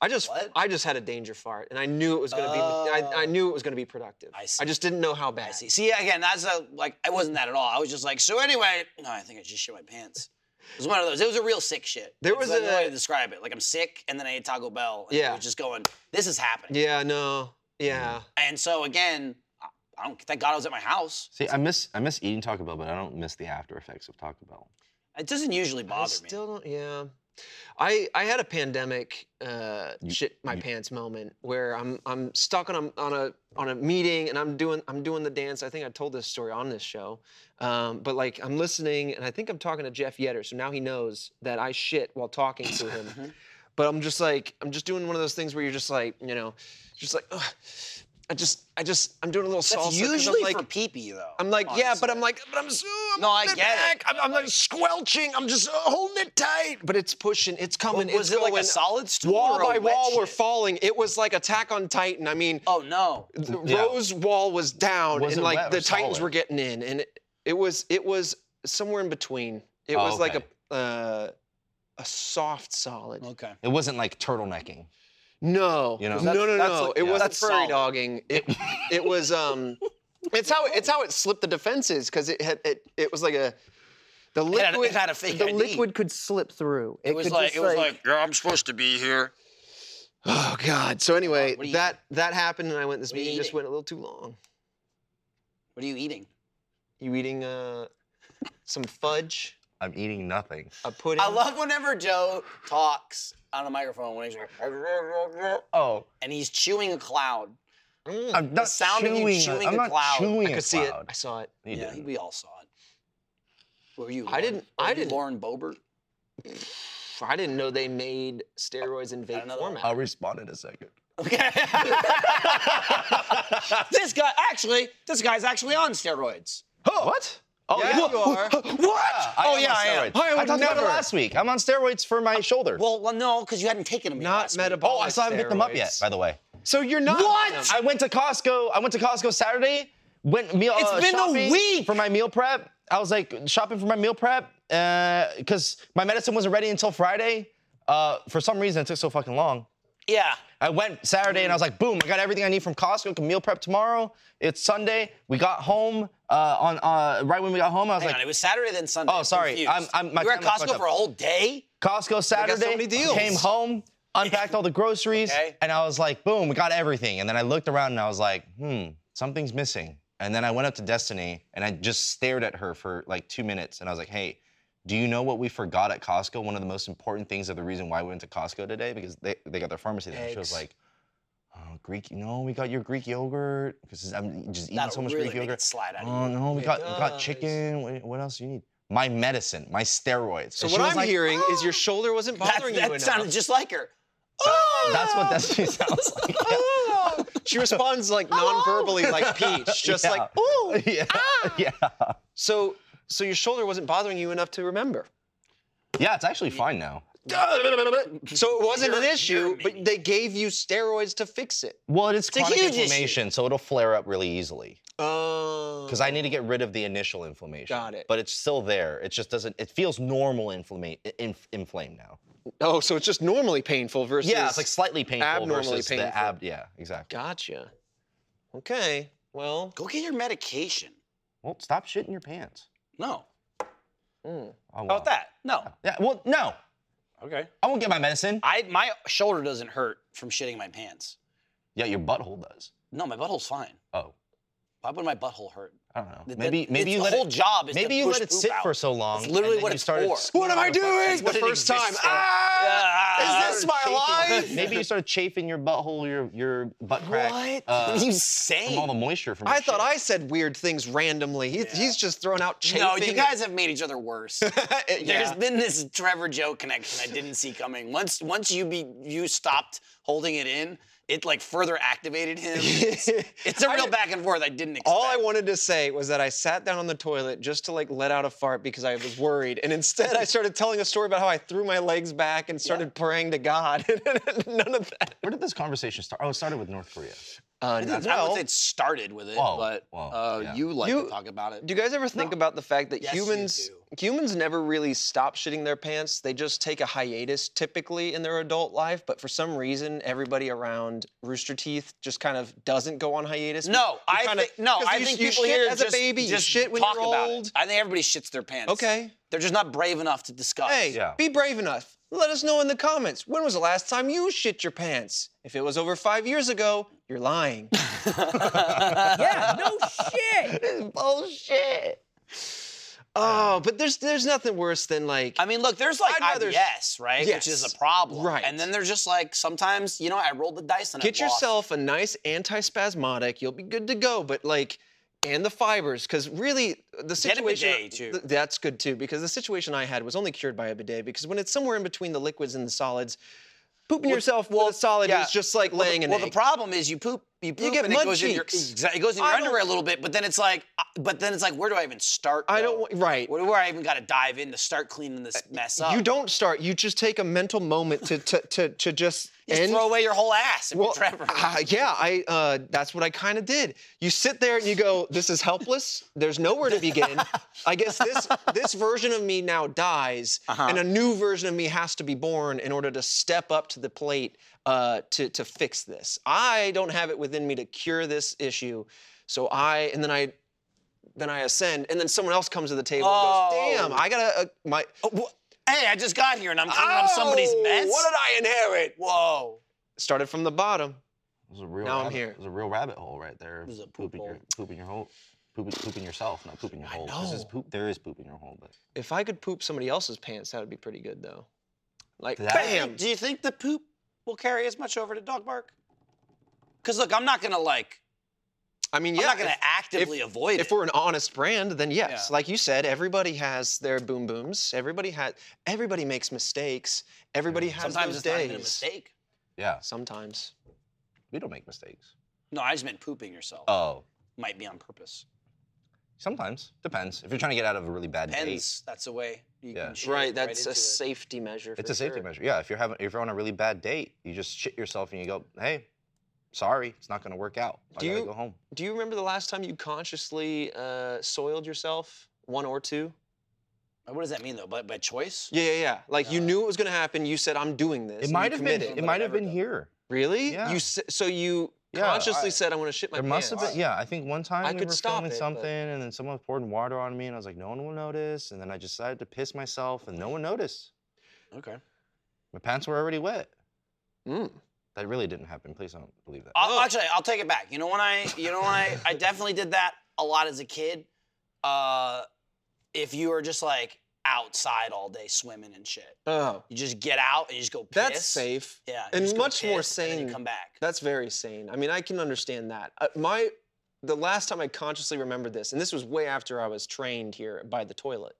Speaker 2: I just
Speaker 1: What?
Speaker 2: I just had a danger fart, and I knew it was going to be
Speaker 3: Oh.
Speaker 2: I, I knew it was going to be productive.
Speaker 1: I see.
Speaker 2: I just didn't know how bad.
Speaker 1: See, see, again, that's a, like, I wasn't that at all. I was just like, so anyway, no, I think I just shit my pants. It was one of those. It was a real sick shit.
Speaker 2: There
Speaker 1: That's
Speaker 2: was
Speaker 1: the only way
Speaker 2: a-
Speaker 1: to describe it. Like I'm sick, and then I ate Taco Bell. And I
Speaker 2: Yeah.
Speaker 1: was just going, this is happening.
Speaker 2: Yeah, no,
Speaker 3: Mm.
Speaker 2: yeah.
Speaker 1: And so again, I- I don't. Thank God I was at my house.
Speaker 3: See, I miss I miss eating Taco Bell, but I don't miss the after effects of Taco Bell.
Speaker 1: It doesn't usually
Speaker 2: I
Speaker 1: bother me.
Speaker 2: still don't. Yeah, I I had a pandemic uh,
Speaker 3: You-
Speaker 2: shit my
Speaker 3: you-
Speaker 2: pants moment where I'm I'm stuck on a on a on a meeting and I'm doing I'm doing the dance. I think I told this story on this show, um, but like I'm listening and I think I'm talking to Jeff Yetter, so now he knows that I shit while talking to
Speaker 1: Uh-huh.
Speaker 2: him. but I'm just like I'm just doing one of those things where you're just like you know, just like. Ugh. I just, I just, I'm doing a little
Speaker 1: That's
Speaker 2: salsa. 'cause I'm
Speaker 1: usually
Speaker 2: like,
Speaker 1: for pee pee though.
Speaker 2: I'm like, yeah, but
Speaker 1: honestly.
Speaker 2: I'm like, but I'm so. I'm
Speaker 1: No, I
Speaker 2: bent
Speaker 1: get it,
Speaker 2: back. I'm,
Speaker 1: but
Speaker 2: I'm like,
Speaker 1: like-
Speaker 2: squelching. I'm just uh, holding it tight. But it's pushing. It's coming.
Speaker 1: Well, was
Speaker 2: it's
Speaker 1: it like a
Speaker 2: going.
Speaker 1: solid stool
Speaker 2: Wall
Speaker 1: or a
Speaker 2: by
Speaker 1: wet
Speaker 2: wall, we're
Speaker 1: shit?
Speaker 2: falling. It was like Attack on Titan. I mean,
Speaker 1: Oh no.
Speaker 2: the
Speaker 3: Yeah.
Speaker 2: Rose Wall was down,
Speaker 3: Was
Speaker 2: and
Speaker 3: it wet
Speaker 2: like
Speaker 3: or
Speaker 2: the Titans
Speaker 3: solid?
Speaker 2: were getting in, and it, it was it was somewhere in between. It
Speaker 3: Oh,
Speaker 2: was like
Speaker 3: okay.
Speaker 2: a uh, a soft solid.
Speaker 1: Okay.
Speaker 3: It wasn't like turtlenecking.
Speaker 2: No,
Speaker 3: You know?
Speaker 2: no, no, no. no.
Speaker 1: That's- that's-
Speaker 2: it
Speaker 1: yeah.
Speaker 2: wasn't
Speaker 1: That's
Speaker 2: furry
Speaker 1: solid.
Speaker 2: dogging. It, it was um, it's how it's how it slipped the defenses because it had it, it was like a the
Speaker 1: It had-
Speaker 2: liquid
Speaker 1: it had a fake
Speaker 2: the
Speaker 1: ID.
Speaker 2: liquid could slip through.
Speaker 1: It was
Speaker 2: could
Speaker 1: like
Speaker 2: just,
Speaker 1: it was like yeah, I'm supposed to be here.
Speaker 2: oh god. So anyway,
Speaker 1: What are you
Speaker 2: that that happened and I went. This
Speaker 1: What are you
Speaker 2: meeting just
Speaker 1: eating?
Speaker 2: went a little too long.
Speaker 1: What are you eating?
Speaker 2: You eating uh some fudge?
Speaker 3: I'm eating nothing.
Speaker 2: A pudding?
Speaker 1: I love whenever Joe talks on a microphone when he's like,
Speaker 3: Oh,
Speaker 1: and he's chewing a cloud.
Speaker 2: Mm,
Speaker 3: I'm not
Speaker 1: sound of you
Speaker 3: chewing.
Speaker 1: chewing
Speaker 3: I'm
Speaker 1: a
Speaker 3: not
Speaker 1: cloud.
Speaker 3: chewing
Speaker 2: I
Speaker 3: a
Speaker 2: could see it.
Speaker 3: cloud.
Speaker 2: I saw it.
Speaker 3: You
Speaker 1: yeah,
Speaker 3: didn't.
Speaker 1: we all saw it. Were you?
Speaker 2: I didn't-
Speaker 1: were
Speaker 2: I
Speaker 1: you
Speaker 2: didn't-
Speaker 1: Lauren Boebert.
Speaker 2: I didn't know they made steroids in vape
Speaker 1: another one.
Speaker 2: format.
Speaker 3: I'll respond in a second.
Speaker 1: Okay. this guy actually, this guy's actually on steroids.
Speaker 3: What? Oh
Speaker 2: Yeah, you are.
Speaker 1: What? oh yeah, I am.
Speaker 3: I,
Speaker 2: would
Speaker 3: talked about
Speaker 2: never.
Speaker 3: it last week. I'm on steroids for my shoulder.
Speaker 1: Well, well, no, because you hadn't taken them. yet
Speaker 2: Not
Speaker 1: last week.
Speaker 2: metabolic.
Speaker 3: oh, I still haven't picked them up yet.
Speaker 2: steroids.
Speaker 3: By the way,
Speaker 2: So you're not.
Speaker 1: What?
Speaker 3: I went to Costco. I went to Costco Saturday. Went meal.
Speaker 1: It's
Speaker 3: uh,
Speaker 1: been a
Speaker 3: shopping
Speaker 1: week!
Speaker 3: for my meal prep. I was like shopping for my meal prep because my medicine wasn't ready until Friday. Uh, for some reason, it took so fucking long.
Speaker 1: Yeah.
Speaker 3: I went Saturday and I was like, boom, I got everything I need from Costco. Can meal prep tomorrow. It's Sunday. We got home uh, on uh, right when we got home. I was
Speaker 1: Hang
Speaker 3: like,
Speaker 1: on, it was Saturday then Sunday.
Speaker 3: Oh,
Speaker 1: I'm
Speaker 3: sorry.
Speaker 1: confused.
Speaker 3: I'm- I'm- my
Speaker 1: you were at
Speaker 3: time's fucked
Speaker 1: Costco
Speaker 3: up.
Speaker 1: for a whole day.
Speaker 3: Costco
Speaker 2: got so
Speaker 3: Saturday.
Speaker 2: many deals.
Speaker 3: Came home, unpacked all the groceries,
Speaker 1: Okay.
Speaker 3: and I was like, boom, we got everything. And then I looked around and I was like, hmm, something's missing. And then I went up to Destiny and I just stared at her for like two minutes and I was like, hey, do you know what we forgot at Costco? One of the most important things of the reason why we went to Costco today because they, they got their pharmacy there. She was
Speaker 1: Eggs.
Speaker 3: like, oh, Greek, no, we got your Greek yogurt because I'm just eating
Speaker 1: That'll
Speaker 3: so much
Speaker 1: really
Speaker 3: Greek
Speaker 1: make
Speaker 3: yogurt.
Speaker 1: it slide out of
Speaker 3: Oh
Speaker 1: you.
Speaker 3: no, we
Speaker 2: It
Speaker 3: got we got
Speaker 2: does.
Speaker 3: chicken. What, what else do you need? My medicine, my steroids.
Speaker 2: So
Speaker 3: And
Speaker 2: what
Speaker 3: she was
Speaker 2: I'm
Speaker 3: like,
Speaker 2: hearing is your shoulder wasn't
Speaker 1: "Oh!" That,
Speaker 2: bothering you
Speaker 1: that
Speaker 2: enough. Oh!
Speaker 1: sounded just like her.
Speaker 3: That's what Destiny sounds like.
Speaker 2: Ah. she responds like non-verbally, like Peach, just
Speaker 3: Yeah.
Speaker 2: like ooh.
Speaker 3: yeah.
Speaker 1: Ah!
Speaker 3: yeah.
Speaker 2: So, so your shoulder wasn't bothering you enough to remember.
Speaker 3: Yeah, it's actually fine now.
Speaker 2: So it wasn't an
Speaker 1: You're-
Speaker 2: issue,
Speaker 1: you're
Speaker 2: but they gave you steroids to fix it.
Speaker 3: Well, it's
Speaker 1: a
Speaker 3: chronic
Speaker 1: huge issue.
Speaker 3: inflammation, so it'll flare up really easily.
Speaker 2: Oh.
Speaker 3: Because I need to get rid of the initial inflammation.
Speaker 2: Got it.
Speaker 3: But it's still there. It just doesn't. It feels normal inflammation. Inf- inflamed now.
Speaker 2: Oh, so it's just normally painful versus.
Speaker 3: yeah, it's like slightly painful
Speaker 2: abnormally
Speaker 3: versus the
Speaker 2: painful.
Speaker 3: ab. Yeah, exactly.
Speaker 2: Gotcha. Okay. Well.
Speaker 1: Go get your medication.
Speaker 3: Well, stop shitting your pants.
Speaker 1: No.
Speaker 2: mm.
Speaker 3: Oh,
Speaker 1: How
Speaker 3: wow.
Speaker 1: about that? No.
Speaker 3: Yeah. Well, no.
Speaker 1: Okay.
Speaker 3: I won't get my medicine.
Speaker 1: I my shoulder doesn't hurt from shitting my pants.
Speaker 3: Yeah, your butthole does.
Speaker 1: No, my butthole's fine.
Speaker 3: Oh,
Speaker 1: Why would my butthole hurt?
Speaker 3: I don't know.
Speaker 1: Th-
Speaker 3: Maybe
Speaker 1: that-
Speaker 3: maybe
Speaker 1: it's
Speaker 3: you
Speaker 1: the
Speaker 3: let
Speaker 1: whole
Speaker 3: it,
Speaker 1: job is
Speaker 3: maybe
Speaker 1: to
Speaker 3: you
Speaker 1: push
Speaker 3: let it
Speaker 1: poop
Speaker 3: sit for
Speaker 1: out.
Speaker 3: so long.
Speaker 1: That's literally
Speaker 3: and then
Speaker 1: what
Speaker 3: you
Speaker 1: it's
Speaker 3: started
Speaker 1: for.
Speaker 3: squeezing
Speaker 2: What am I
Speaker 3: on the butt-
Speaker 2: doing?
Speaker 1: What
Speaker 2: The
Speaker 1: it
Speaker 2: first time.
Speaker 1: exists for.
Speaker 2: Ah!
Speaker 1: Ah.
Speaker 2: Is this my life?
Speaker 3: Uh, Maybe you started chafing your butthole, your your butt crack.
Speaker 2: What?
Speaker 3: uh,
Speaker 1: What are Ah! you
Speaker 3: from all the
Speaker 1: saying?
Speaker 3: moisture from.
Speaker 2: I
Speaker 3: your
Speaker 2: thought
Speaker 3: Oh, shit.
Speaker 2: I said weird things randomly. He, He's just throwing out chafing.
Speaker 1: No, you guys have made each other worse. There's
Speaker 2: yeah.
Speaker 1: been this Trevor Joe connection I didn't see coming. Once once you be you stopped holding it in, it like further activated him. It's, it's a
Speaker 2: I
Speaker 1: real
Speaker 2: did-
Speaker 1: back and forth I didn't expect.
Speaker 2: All I wanted to say was that I sat down on the toilet just to like let out a fart because I was worried, and instead I started telling a story about how I threw my legs back and started praying to God. None of that.
Speaker 3: Where did this conversation start? Oh, it started with North Korea.
Speaker 2: Uh,
Speaker 1: I
Speaker 2: well,
Speaker 1: would say it started with it,
Speaker 3: Whoa,
Speaker 1: but
Speaker 3: whoa,
Speaker 1: uh,
Speaker 3: yeah.
Speaker 1: you like
Speaker 2: You-
Speaker 1: to talk about it.
Speaker 2: Do you guys ever think about the fact that
Speaker 1: Yes, you
Speaker 2: humans humans never really stop shitting their pants? They just take a hiatus typically in their adult life, but for some reason everybody around Rooster Teeth just kind of doesn't go on hiatus.
Speaker 1: No,
Speaker 2: We
Speaker 1: I
Speaker 2: kinda-
Speaker 1: think no.
Speaker 2: 'cause
Speaker 1: I
Speaker 2: you,
Speaker 1: think
Speaker 2: you
Speaker 1: people
Speaker 2: shit
Speaker 1: here
Speaker 2: as
Speaker 1: just-
Speaker 2: a baby,
Speaker 1: just
Speaker 2: you shit when
Speaker 1: talk
Speaker 2: you're
Speaker 1: about it.
Speaker 2: old.
Speaker 1: I think everybody shits their pants.
Speaker 2: Okay.
Speaker 1: they're just not brave enough to discuss.
Speaker 2: Hey,
Speaker 3: Yeah.
Speaker 2: be brave enough. Let us know in the comments. When was the last time you shit your pants? If it was over five years ago, you're lying.
Speaker 4: yeah, no shit.
Speaker 3: Bullshit.
Speaker 2: oh, but there's there's nothing worse than like
Speaker 1: I mean, look, there's like
Speaker 2: I'd rather-
Speaker 1: IBS, right, which
Speaker 2: Yes.
Speaker 1: is a problem,
Speaker 2: Right.
Speaker 1: And then there's just like sometimes, you know, I rolled the dice and I
Speaker 2: get
Speaker 1: lost.
Speaker 2: yourself a nice antispasmodic. You'll be good to go. But like, and the fibers, because really uh, the
Speaker 1: Get a bidet,
Speaker 2: situation.
Speaker 1: too.
Speaker 2: th- that's good too, because the situation I had was only cured by a bidet. Because when it's somewhere in between the liquids and the solids, pooping yourself with a solid
Speaker 1: yeah.
Speaker 2: is just like laying
Speaker 1: well,
Speaker 2: an
Speaker 1: the
Speaker 2: egg.
Speaker 1: problem is you poop, you poop,
Speaker 2: get
Speaker 1: and it
Speaker 2: mud
Speaker 1: goes in your
Speaker 2: cheeks.
Speaker 1: exa- it goes in your
Speaker 2: I don't-
Speaker 1: underwear a little bit, but then it's like, uh, but then it's like, where do I even start?
Speaker 2: I
Speaker 1: though?
Speaker 2: don't want right.
Speaker 1: Where do I even got to dive in to start cleaning this mess up?
Speaker 2: You don't start. You just take a mental moment to to to, to just
Speaker 1: You just
Speaker 2: end.
Speaker 1: throw away your whole ass. And
Speaker 2: well,
Speaker 1: well, Trevor.
Speaker 2: uh, yeah, I uh, that's what I kind of did. You sit there and you go, "This is helpless. There's nowhere to begin. I guess this this version of me now dies,
Speaker 1: Uh-huh.
Speaker 2: and a new version of me has to be born in order to step up to the plate uh, to to fix this. I don't have it within me to cure this issue, so I and then I." Then I ascend, and then someone else comes to the table and goes,
Speaker 1: Oh.
Speaker 2: "Damn, I gotta uh, my
Speaker 1: Oh, wh- hey, I just got here and I'm cleaning up somebody's
Speaker 2: Oh,
Speaker 1: mess.
Speaker 2: What did I inherit?
Speaker 1: Whoa.
Speaker 2: Started from the bottom.
Speaker 3: It was a real
Speaker 2: Now I'm
Speaker 3: rabbit,
Speaker 2: here.
Speaker 3: It was a real rabbit hole right there.
Speaker 1: This is a poop
Speaker 3: pooping your
Speaker 1: hole.
Speaker 3: pooping your hole. Pooping, pooping yourself, not pooping your hole. This is
Speaker 2: know.
Speaker 3: poop. There is poop in your hole, but
Speaker 2: If I could poop somebody else's pants, that would be pretty good though. Like
Speaker 3: That-
Speaker 2: bam.
Speaker 1: Do you think the poop will carry as much over to dog bark? Because look, I'm not gonna like
Speaker 2: I mean, yeah.
Speaker 1: I'm not going
Speaker 2: if-
Speaker 1: to actively avoid
Speaker 2: if
Speaker 1: it.
Speaker 2: we're an honest brand, then yes.
Speaker 1: Yeah.
Speaker 2: Like you said, everybody has their boom booms. Everybody has. Everybody makes mistakes. Everybody has
Speaker 1: Mm. Sometimes
Speaker 2: those
Speaker 1: it's
Speaker 2: days.
Speaker 1: not even a mistake.
Speaker 3: Yeah,
Speaker 2: Sometimes.
Speaker 3: we don't make mistakes.
Speaker 1: No, I just meant pooping yourself.
Speaker 3: Oh,
Speaker 1: Might be on purpose.
Speaker 3: sometimes depends. If you're trying to get out of a really bad date,
Speaker 1: Pens, that's the way you
Speaker 3: Yeah.
Speaker 1: can shit
Speaker 2: Right. That's
Speaker 1: into
Speaker 2: a
Speaker 1: it.
Speaker 2: safety measure.
Speaker 3: it's
Speaker 2: for
Speaker 3: a safety
Speaker 2: sure.
Speaker 3: measure. Yeah, if you're having, if you're on a really bad date, you just shit yourself and you go, hey, sorry, it's not gonna work out. I
Speaker 2: Do
Speaker 3: gotta
Speaker 2: you-
Speaker 3: go home.
Speaker 2: Do you remember the last time you consciously uh, soiled yourself? One or two?
Speaker 1: What does that mean though? By, by choice?
Speaker 2: Yeah, yeah, yeah. Like you
Speaker 1: No.
Speaker 2: knew it was gonna happen. You said, "I'm doing this." and
Speaker 3: It
Speaker 2: you
Speaker 3: might have been.
Speaker 2: committed.
Speaker 3: It might have
Speaker 1: never
Speaker 3: been
Speaker 1: done.
Speaker 3: here.
Speaker 2: Really?
Speaker 3: Yeah.
Speaker 2: You s- so you
Speaker 3: Yeah,
Speaker 2: consciously
Speaker 3: I-
Speaker 2: said, "I'm gonna shit my
Speaker 3: There
Speaker 2: pants."
Speaker 3: must have been, yeah. I think one time
Speaker 2: I
Speaker 3: we
Speaker 2: could
Speaker 3: were
Speaker 2: stop
Speaker 3: filming
Speaker 2: it, but-
Speaker 3: something, and then someone was pouring water on me, and I was like, "No one will notice." And then I decided to piss myself, and no one noticed.
Speaker 1: Okay.
Speaker 3: My pants were already wet.
Speaker 2: Mm.
Speaker 3: That really didn't happen. Please don't believe that.
Speaker 1: I'll,
Speaker 2: Oh.
Speaker 1: Actually, I'll take it back. You know when I, you know when I, I definitely did that a lot as a kid. Uh, if you were just like outside all day swimming and shit,
Speaker 2: Oh,
Speaker 1: you just get out and you just go piss.
Speaker 2: that's safe.
Speaker 1: Yeah. you
Speaker 2: and
Speaker 1: just go
Speaker 2: much more
Speaker 1: piss, And then
Speaker 2: sane.
Speaker 1: you come back.
Speaker 2: That's very sane. I mean, I can understand that. Uh, my the last time I consciously remembered this, and this was way after I was trained here by the toilet.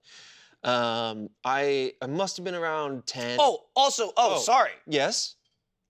Speaker 2: Um, I I must have been around ten.
Speaker 1: oh, also, oh,
Speaker 2: Oh.
Speaker 1: sorry.
Speaker 2: yes.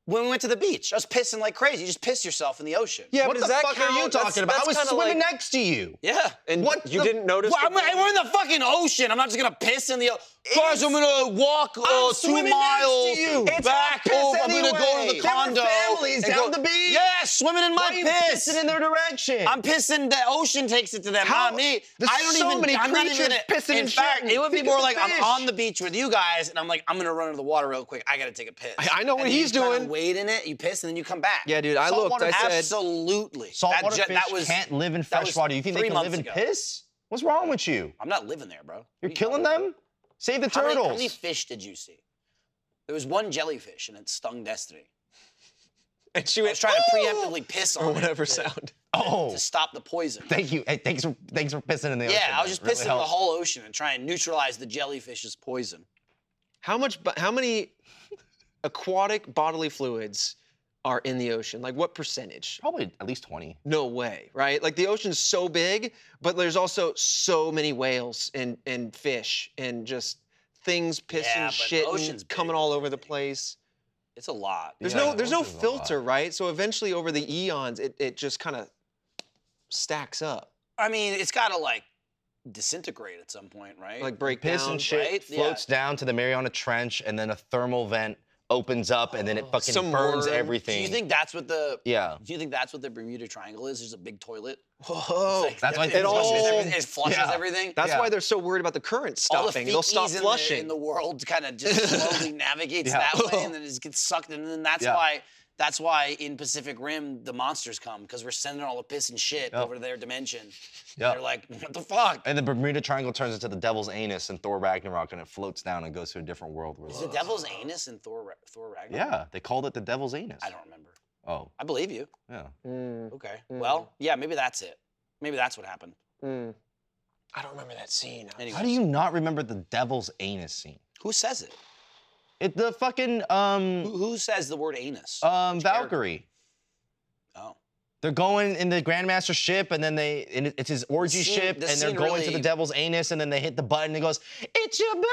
Speaker 1: When we went to the beach, I was pissing like crazy. You just piss yourself in the ocean.
Speaker 2: Yeah,
Speaker 3: what
Speaker 2: but
Speaker 3: the
Speaker 2: does that
Speaker 3: fuck
Speaker 2: count?
Speaker 3: are you
Speaker 2: That's-
Speaker 3: talking about?
Speaker 2: that's
Speaker 3: I was
Speaker 2: kinda
Speaker 3: swimming
Speaker 2: like-
Speaker 3: next to you.
Speaker 1: Yeah.
Speaker 2: And
Speaker 3: What
Speaker 2: you
Speaker 3: the-
Speaker 2: didn't notice?
Speaker 1: Well,
Speaker 2: the
Speaker 1: I'm, I-
Speaker 2: water?
Speaker 1: we're in the fucking ocean. I'm not just gonna piss in the ocean. Guys, I'm gonna walk uh, two
Speaker 2: swimming next to
Speaker 1: miles
Speaker 2: you. It's
Speaker 1: back
Speaker 2: our piss
Speaker 1: over. I'm gonna go to
Speaker 2: anyway. There
Speaker 1: the
Speaker 2: were
Speaker 1: condo.
Speaker 2: families
Speaker 1: and
Speaker 2: down
Speaker 1: go-
Speaker 2: the beach.
Speaker 1: Yeah, swimming in my
Speaker 2: Why are you
Speaker 1: piss.
Speaker 2: pissing in their direction.
Speaker 1: I'm pissing. The ocean takes it to them,
Speaker 2: How-
Speaker 1: not me.
Speaker 2: There's
Speaker 1: I don't
Speaker 2: so
Speaker 1: even.
Speaker 2: many
Speaker 1: I'm not even.
Speaker 2: creatures pissing
Speaker 1: in
Speaker 2: and
Speaker 1: fact,
Speaker 2: shitting.
Speaker 1: it would be
Speaker 2: Think
Speaker 1: more
Speaker 2: of the
Speaker 1: like I'm
Speaker 2: fish.
Speaker 1: on the beach with you guys, and I'm like, I'm gonna run into the water real quick. I gotta take a piss.
Speaker 2: I- I know what
Speaker 1: And then you
Speaker 2: he's
Speaker 1: kinda
Speaker 2: doing.
Speaker 1: Wade in it. You piss, and then you come back.
Speaker 2: Yeah, dude, I looked,
Speaker 1: Saltwater-
Speaker 2: I said-
Speaker 1: absolutely.
Speaker 3: Saltwater
Speaker 1: ju-
Speaker 3: fish can't live in
Speaker 1: that
Speaker 3: fresh
Speaker 1: was
Speaker 3: water. You think they
Speaker 1: three
Speaker 3: can live
Speaker 1: months
Speaker 3: in
Speaker 1: ago.
Speaker 3: piss? What's wrong with you?
Speaker 1: I'm not living there, bro.
Speaker 3: You're
Speaker 1: What are you
Speaker 3: killing
Speaker 1: talking about?
Speaker 3: them. Save the
Speaker 1: How many,
Speaker 3: turtles.
Speaker 1: how many fish did you see? There was one jellyfish and it stung Destiny.
Speaker 2: and she
Speaker 1: I
Speaker 2: was
Speaker 1: was trying to preemptively piss on
Speaker 2: or
Speaker 1: it
Speaker 2: whatever
Speaker 1: to-
Speaker 2: sound.
Speaker 3: oh,
Speaker 1: to stop the poison.
Speaker 3: thank you. Hey, thanks for thanks for pissing in the
Speaker 1: yeah,
Speaker 3: ocean.
Speaker 1: I was just
Speaker 3: That really
Speaker 1: pissing in the
Speaker 3: helped.
Speaker 1: whole ocean and trying to neutralize the jellyfish's poison.
Speaker 2: How much? bo- How many aquatic bodily fluids are in the ocean? Like what percentage?
Speaker 3: Probably at least twenty.
Speaker 2: No way, right? Like the ocean's so big, but there's also so many whales and and fish and just things pissing,
Speaker 1: Yeah, but the
Speaker 2: shit,
Speaker 1: ocean's big,
Speaker 2: coming all over the place.
Speaker 1: It's a lot.
Speaker 2: There's
Speaker 3: Yeah,
Speaker 2: no
Speaker 3: the
Speaker 2: there's no
Speaker 3: ocean's a lot.
Speaker 2: filter, right? So eventually over the eons, it, it just kind of stacks up,
Speaker 1: I mean, it's got to like disintegrate at some point, right?
Speaker 2: like break
Speaker 3: piss
Speaker 2: down.
Speaker 3: and shit
Speaker 1: right? Yeah.
Speaker 3: floats down to the Mariana Trench, and then a thermal vent opens up, and then it fucking
Speaker 2: Some worm.
Speaker 1: Oh,
Speaker 3: burns
Speaker 1: do
Speaker 3: everything.
Speaker 1: you think that's what the
Speaker 3: Yeah.
Speaker 1: do you think that's what the Bermuda Triangle is? There's a big toilet.
Speaker 2: Whoa.
Speaker 1: Like,
Speaker 3: that's why
Speaker 1: it,
Speaker 3: it
Speaker 1: flushes
Speaker 2: all-
Speaker 1: everything. It flushes
Speaker 3: Oh, yeah.
Speaker 1: everything.
Speaker 2: That's
Speaker 3: Yeah.
Speaker 2: why they're so worried about the current
Speaker 1: all
Speaker 2: stopping.
Speaker 1: the
Speaker 2: They'll stop
Speaker 1: feces in the-
Speaker 2: flushing.
Speaker 1: in the, world kind of just slowly navigates
Speaker 3: Yeah.
Speaker 1: that way and then it just gets sucked in and then that's
Speaker 3: Yeah.
Speaker 1: why that's why in Pacific Rim the monsters come because we're sending all the piss and shit
Speaker 3: Yeah.
Speaker 1: over to their dimension.
Speaker 3: Yeah.
Speaker 1: They're like, what the fuck?
Speaker 3: And the Bermuda Triangle turns into the Devil's anus in Thor Ragnarok, and it floats down and goes to a different world. Where
Speaker 1: Is the devil's anus in Thor Ra- Thor Ragnarok?
Speaker 3: yeah, they called it the Devil's anus.
Speaker 1: I don't remember.
Speaker 3: Oh,
Speaker 1: I believe you.
Speaker 3: yeah.
Speaker 2: Mm,
Speaker 1: Okay.
Speaker 2: Mm.
Speaker 1: Well, yeah, maybe that's it. Maybe that's what happened.
Speaker 2: mm. I don't remember that scene.
Speaker 1: Anyway,
Speaker 3: How do you not remember the Devil's anus scene?
Speaker 1: who says it?
Speaker 3: It the fucking
Speaker 1: Who,
Speaker 3: um
Speaker 1: who says the word anus?
Speaker 2: Uh,
Speaker 3: um
Speaker 1: character?
Speaker 3: Valkyrie.
Speaker 1: oh.
Speaker 3: They're going in the Grandmaster ship, and then they and it- it's his orgy
Speaker 1: scene-
Speaker 3: ship,
Speaker 1: the
Speaker 3: and they're
Speaker 1: scene
Speaker 3: going to
Speaker 1: really-
Speaker 3: the Devil's anus, and then they hit the button. And it goes, "It's your birthday!"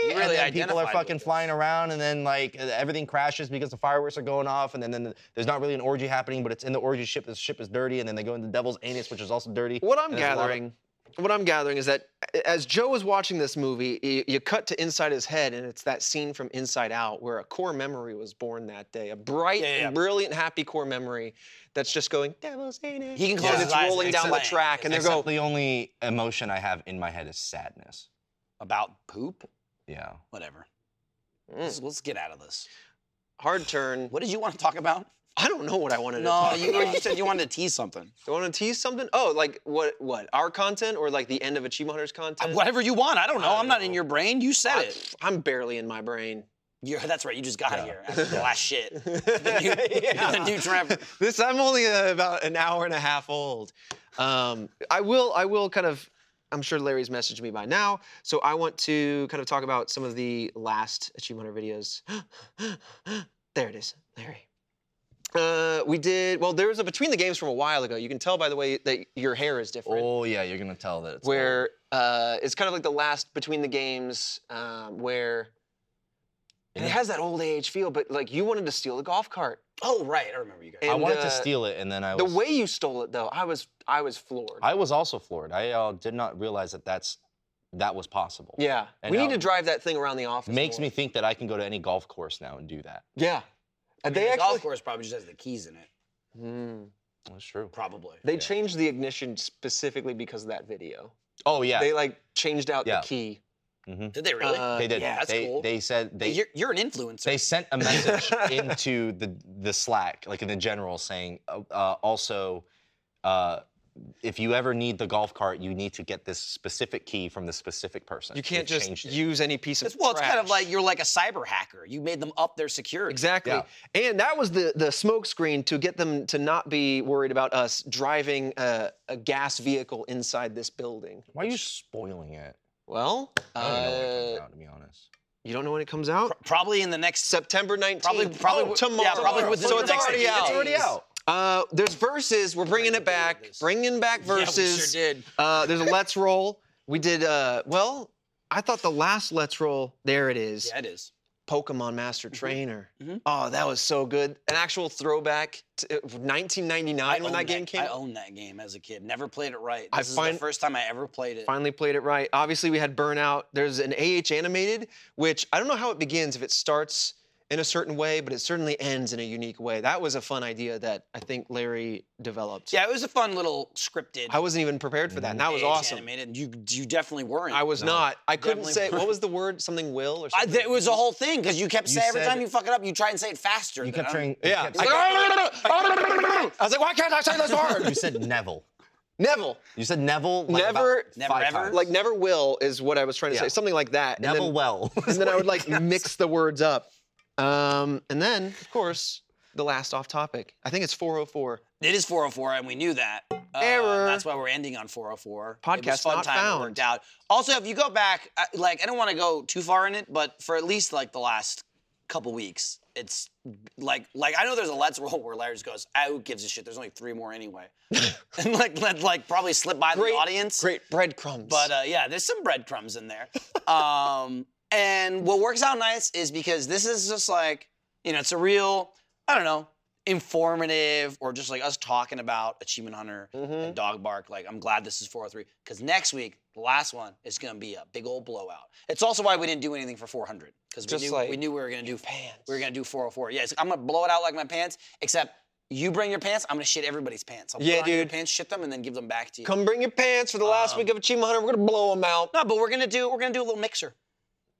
Speaker 1: You really
Speaker 3: and then people are
Speaker 1: identified with
Speaker 3: fucking
Speaker 1: this.
Speaker 3: flying around, and then like uh, everything crashes because the fireworks are going off, and then, then there's not really an orgy happening, but it's in the orgy ship. The ship is dirty, and then they go into the Devil's anus, which is also dirty.
Speaker 2: What I'm
Speaker 3: and there's a lot of-
Speaker 2: gathering, what I'm gathering is that a- as Joe was watching this movie, you, you cut to inside his head, and it's that scene from Inside Out where a core memory was born that day, a bright,
Speaker 1: Yeah, yeah.
Speaker 2: brilliant, happy core memory that's just going. Devil's anus.
Speaker 1: He can
Speaker 2: and
Speaker 1: close
Speaker 2: it's
Speaker 1: his eyes and
Speaker 2: rolling
Speaker 1: it's
Speaker 2: down the
Speaker 1: playing.
Speaker 2: track, and they're
Speaker 3: Except
Speaker 2: going.
Speaker 3: the only emotion I have in my head is sadness.
Speaker 1: About poop?
Speaker 3: Yeah.
Speaker 1: Whatever.
Speaker 2: Mm,
Speaker 1: Let's, let's get out of this.
Speaker 2: hard turn.
Speaker 1: What did you want to talk about?
Speaker 2: I don't know what I wanted to
Speaker 1: No,
Speaker 2: talk
Speaker 1: you,
Speaker 2: about.
Speaker 1: you said you wanted to tease something.
Speaker 2: You want to tease something? Oh, like what? What our content or like the end of Achievement Hunters content?
Speaker 1: Whatever you want. I don't know.
Speaker 2: Uh, I
Speaker 1: I'm not
Speaker 2: don't
Speaker 1: in
Speaker 2: know.
Speaker 1: your brain. You said it.
Speaker 2: I'm barely in my brain.
Speaker 1: You're, that's right. You just got
Speaker 3: Yeah.
Speaker 1: here after the last shit. The new, the new Trevor.
Speaker 2: this I'm only uh, about an hour and a half old. Um, I will I will kind of I'm sure Larry's messaged me by now, so I want to kind of talk about some of the last Achievement Hunter videos. there it is, Larry. Uh, we did well. There was a between the games from a while ago. You can tell by the way that your hair is different.
Speaker 3: Oh yeah, you're gonna tell that. It's
Speaker 2: where uh, it's kind of like the last between the games um, where and it
Speaker 3: Yeah.
Speaker 2: has that old age feel, but like you wanted to steal the golf cart.
Speaker 1: Oh right, I remember you guys.
Speaker 3: I
Speaker 2: and,
Speaker 3: wanted
Speaker 2: uh,
Speaker 3: to steal it, and then I
Speaker 2: The
Speaker 3: was.
Speaker 2: way you stole it, though, I was I was floored.
Speaker 3: I was also floored. I uh, did not realize that that's that was possible.
Speaker 2: yeah,
Speaker 3: And
Speaker 2: we need
Speaker 3: how-
Speaker 2: to drive that thing around the office.
Speaker 3: Makes
Speaker 2: more.
Speaker 3: me think that I can go to any golf course now and do that.
Speaker 2: Yeah, And
Speaker 1: the
Speaker 2: they actually.
Speaker 1: golf course probably just has the keys in it.
Speaker 2: Mm.
Speaker 3: That's true.
Speaker 1: Probably.
Speaker 2: They
Speaker 3: Yeah.
Speaker 2: changed the ignition specifically because of that video.
Speaker 3: Oh yeah,
Speaker 2: They like changed out
Speaker 3: Yeah.
Speaker 2: the key.
Speaker 1: Did they really?
Speaker 2: Uh,
Speaker 3: they did.
Speaker 1: yeah, that's
Speaker 3: they,
Speaker 1: cool.
Speaker 3: they said they
Speaker 1: you're, you're an influencer.
Speaker 3: they sent a message into the the Slack, like in the general, saying uh, uh, also, uh, if you ever need the golf cart, you need to get this specific key from the specific person.
Speaker 2: You can't
Speaker 3: They've
Speaker 2: just
Speaker 3: changed it.
Speaker 2: use any piece of.
Speaker 1: It's- well, it's kind of
Speaker 2: trash.
Speaker 1: like you're like a cyber hacker. You made them up their security.
Speaker 2: Exactly.
Speaker 3: Yeah.
Speaker 2: And that was the the smoke screen to get them to not be worried about us driving a, a gas vehicle inside this building.
Speaker 3: Why are you spoiling it?
Speaker 2: Well,
Speaker 3: I don't even know when it
Speaker 2: uh,
Speaker 3: comes out, to be honest.
Speaker 2: you don't know when it comes out.
Speaker 1: Probably in the next.
Speaker 2: September 19th.
Speaker 1: Probably- probably
Speaker 2: Oh,
Speaker 1: with-
Speaker 2: tomorrow.
Speaker 1: yeah, probably within
Speaker 2: so
Speaker 1: the
Speaker 2: it's
Speaker 1: next
Speaker 2: already
Speaker 1: few
Speaker 2: out.
Speaker 1: days.
Speaker 2: Uh, there's verses. We're bringing it back.
Speaker 1: this.
Speaker 2: Bringing back
Speaker 1: Yeah, we sure
Speaker 2: verses.
Speaker 1: did.
Speaker 2: Uh, there's a let's roll. We did. Uh, well, I thought the last let's roll. There it is.
Speaker 1: Yeah, it is.
Speaker 2: Pokemon Master Trainer.
Speaker 1: Mhm.
Speaker 2: Oh, that was so good. An actual throwback to uh, 1999 when
Speaker 1: own
Speaker 2: that game came
Speaker 1: I
Speaker 2: out.
Speaker 1: owned that game as a kid. Never played it right. This
Speaker 2: I
Speaker 1: is
Speaker 2: find-
Speaker 1: the first time I ever played it.
Speaker 2: Finally played it right. Obviously, we had Burnout. There's an AH animated, which I don't know how it begins, if it starts in a certain way, but it certainly ends in a unique way. That was a fun idea that I think Larry developed.
Speaker 1: Yeah, it was a fun little scripted.
Speaker 2: I wasn't even prepared for that, and that was
Speaker 1: AH
Speaker 2: awesome.
Speaker 1: Animated. You you definitely weren't.
Speaker 2: I was not. I couldn't
Speaker 1: Definitely
Speaker 2: say,
Speaker 1: weren't.
Speaker 2: what was the word? Something will or
Speaker 1: I,
Speaker 2: something?
Speaker 1: th- it was a whole thing because you kept
Speaker 3: You
Speaker 1: saying every
Speaker 3: said-
Speaker 1: time you fuck it up, you try and say it faster.
Speaker 3: You
Speaker 1: than
Speaker 3: kept
Speaker 1: I'm-
Speaker 3: trying.
Speaker 2: yeah.
Speaker 3: You,
Speaker 2: I was
Speaker 3: kept-
Speaker 2: like, I was like, why can't I say this
Speaker 3: you
Speaker 2: word?
Speaker 3: said Neville.
Speaker 2: Neville.
Speaker 3: You said Neville. Like
Speaker 2: Never-
Speaker 3: about
Speaker 1: Never
Speaker 3: five
Speaker 1: ever?
Speaker 3: times.
Speaker 2: like never will is what I was trying to say,
Speaker 3: Yeah.
Speaker 2: something like that.
Speaker 3: Neville
Speaker 2: and then,
Speaker 3: Well.
Speaker 2: and then I would like mix the words up. Um, and then, of course, the last off topic. I think it's 404.
Speaker 1: It is 404, and we knew that. Uh,
Speaker 2: Error.
Speaker 1: That's why we're ending on 404. it was
Speaker 2: Podcast
Speaker 1: fun
Speaker 2: not
Speaker 1: time.
Speaker 2: found.
Speaker 1: It worked out. Also, if you go back, I, like I don't want to go too far in it, but for at least like the last couple weeks, it's like like I know there's a let's roll where Larry just goes, ah, "Who gives a shit? There's only three more anyway," and like let like probably slip by
Speaker 2: Great-
Speaker 1: the audience.
Speaker 2: Great breadcrumbs.
Speaker 1: But uh, yeah, there's some breadcrumbs in there. um, and what works out nice is because this is just like, you know, it's a real, I don't know, informative or just like us talking about Achievement Hunter
Speaker 2: Mm-hmm.
Speaker 1: and Dog Bark. Like, I'm glad this is 403 because next week, the last one, is going to be a big old blowout. It's also why we didn't do anything for 400 because we,
Speaker 2: Just
Speaker 1: knew
Speaker 2: like
Speaker 1: we knew we were going to do
Speaker 2: pants.
Speaker 1: We were going to do 404. Yeah, it's like, I'm going to blow it out like my pants, except. You bring your pants, I'm gonna shit everybody's pants. I'll put
Speaker 2: Yeah,
Speaker 1: on your
Speaker 2: dude.
Speaker 1: pants, shit them, and then give them back to you.
Speaker 2: come bring your pants for the last
Speaker 1: Um,
Speaker 2: week of Achievement Hunter. We're gonna blow them out.
Speaker 1: No, but we're gonna do we're gonna do a little mixer.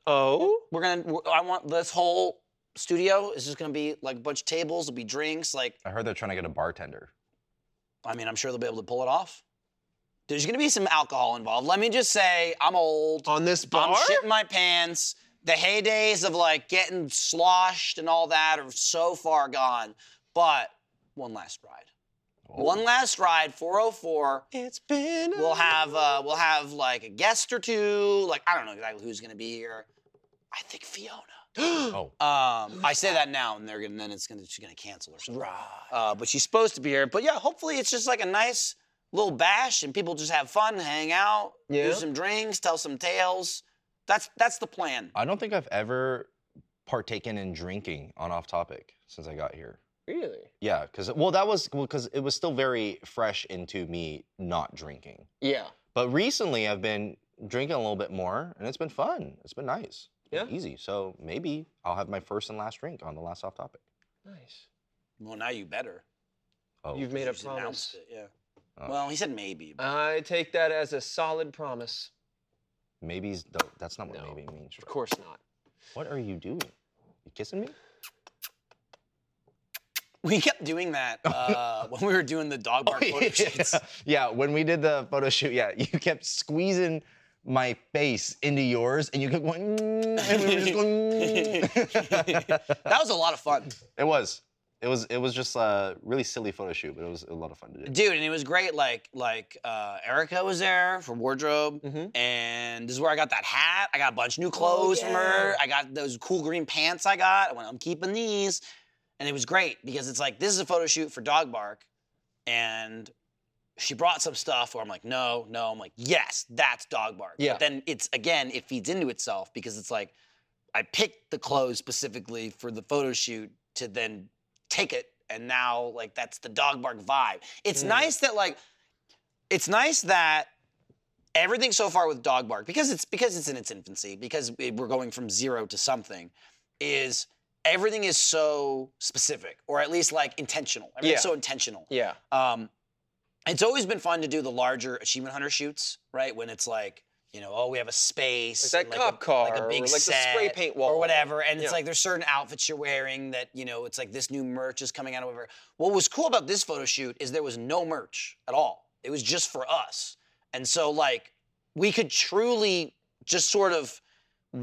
Speaker 2: Oh,
Speaker 1: we're gonna we're- i want this whole studio is just gonna be like a bunch of tables there'll be drinks like
Speaker 3: I heard they're trying to get a bartender.
Speaker 1: i mean i'm sure they'll be able to pull it off there's gonna be some alcohol involved let me just say i'm old
Speaker 2: on this
Speaker 1: i'm
Speaker 2: bar.
Speaker 1: shitting my pants the heydays of like getting sloshed and all that are so far gone but one last ride
Speaker 3: Oh.
Speaker 1: one last ride 404
Speaker 2: It's been. a-
Speaker 1: We'll have uh, we'll have like a guest or two. Like I don't know exactly who's gonna be here. I think Fiona.
Speaker 3: Oh.
Speaker 1: Um, I say that now, and they're gonna then it's gonna she's gonna cancel or something. Uh, but she's supposed to be here. But yeah, hopefully it's just like a nice little bash, and people just have fun, hang out,
Speaker 2: Yeah.
Speaker 1: do some drinks, tell some tales. That's that's the plan.
Speaker 3: I don't think I've ever partaken in drinking on off topic since I got here.
Speaker 2: Really?
Speaker 3: Yeah, because well, that was well, because it was still very fresh into me not drinking.
Speaker 2: Yeah.
Speaker 3: But recently, I've been drinking a little bit more, and it's been fun. It's been nice. It's been
Speaker 2: Yeah.
Speaker 3: Easy. So maybe I'll have my first and last drink on the last off topic.
Speaker 2: Nice.
Speaker 1: Well, now you better.
Speaker 3: Oh,
Speaker 2: You've made
Speaker 1: You
Speaker 2: a
Speaker 1: just announced
Speaker 2: promise.
Speaker 1: it, yeah.
Speaker 3: Oh.
Speaker 1: Well, he said maybe. But
Speaker 2: I take that as a solid promise.
Speaker 3: maybe's no, that's not what
Speaker 2: No,
Speaker 3: maybe means.
Speaker 2: Of
Speaker 3: Troy.
Speaker 2: course not.
Speaker 3: What are you doing? You kissing me?
Speaker 1: we kept doing that
Speaker 2: Oh.
Speaker 1: uh, when we were doing the dog bark photo shoots.
Speaker 3: yeah. yeah, when we did the photo shoot, yeah, you kept squeezing my face into yours, and you kept going, "Mm," and we were just going. "Mm."
Speaker 1: That was a lot of fun.
Speaker 3: it was, it was, it was just a really silly photo shoot, but it was a lot of fun to do.
Speaker 1: dude and it was great like like uh, erica was there for wardrobe
Speaker 2: Mhm.
Speaker 1: and this is where i got that hat
Speaker 2: Oh,
Speaker 1: i got a bunch of new clothes from her i got those cool green pants i got i went i'm keeping these And it was great because it's like, this is a photo shoot for Dog Bark. And she brought some stuff where I'm like, no, no. I'm like, yes, that's Dog Bark.
Speaker 2: Yeah.
Speaker 1: But then it's, again, it feeds into itself because it's like, I picked the clothes specifically for the photo shoot to then take it. And now, like, that's the Dog Bark vibe. It's
Speaker 2: Mm.
Speaker 1: nice that, like, it's nice that everything so far with dog bark because it's because it's in its infancy because it- we're going from zero to something is everything is so specific or at least like intentional everything's
Speaker 2: Yeah.
Speaker 1: so intentional
Speaker 2: Yeah.
Speaker 1: um, it's always been fun to do the larger achievement hunter shoots right when it's like you know oh we have a space
Speaker 2: Like that
Speaker 1: and
Speaker 2: cop
Speaker 1: a,
Speaker 2: car
Speaker 1: like a big
Speaker 2: or like the
Speaker 1: set
Speaker 2: spray paint wall.
Speaker 1: or whatever and
Speaker 2: Yeah.
Speaker 1: it's like there's certain outfits you're wearing that you know it's like this new merch is coming out or whatever what was cool about this photo shoot is there was no merch at all it was just for us and so like we could truly just sort of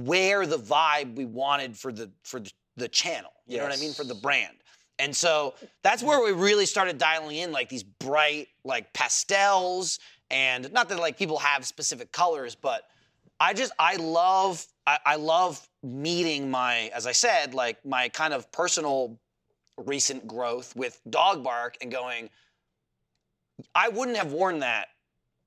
Speaker 1: wear the vibe we wanted for the for the, the channel. You know what I mean? For the
Speaker 2: Yes.
Speaker 1: brand. And so that's where we really started dialing in like these bright like pastels and not that like people have specific colors, but I just I love I, I love meeting my as I said like my kind of personal recent growth with dog bark and going I wouldn't have worn that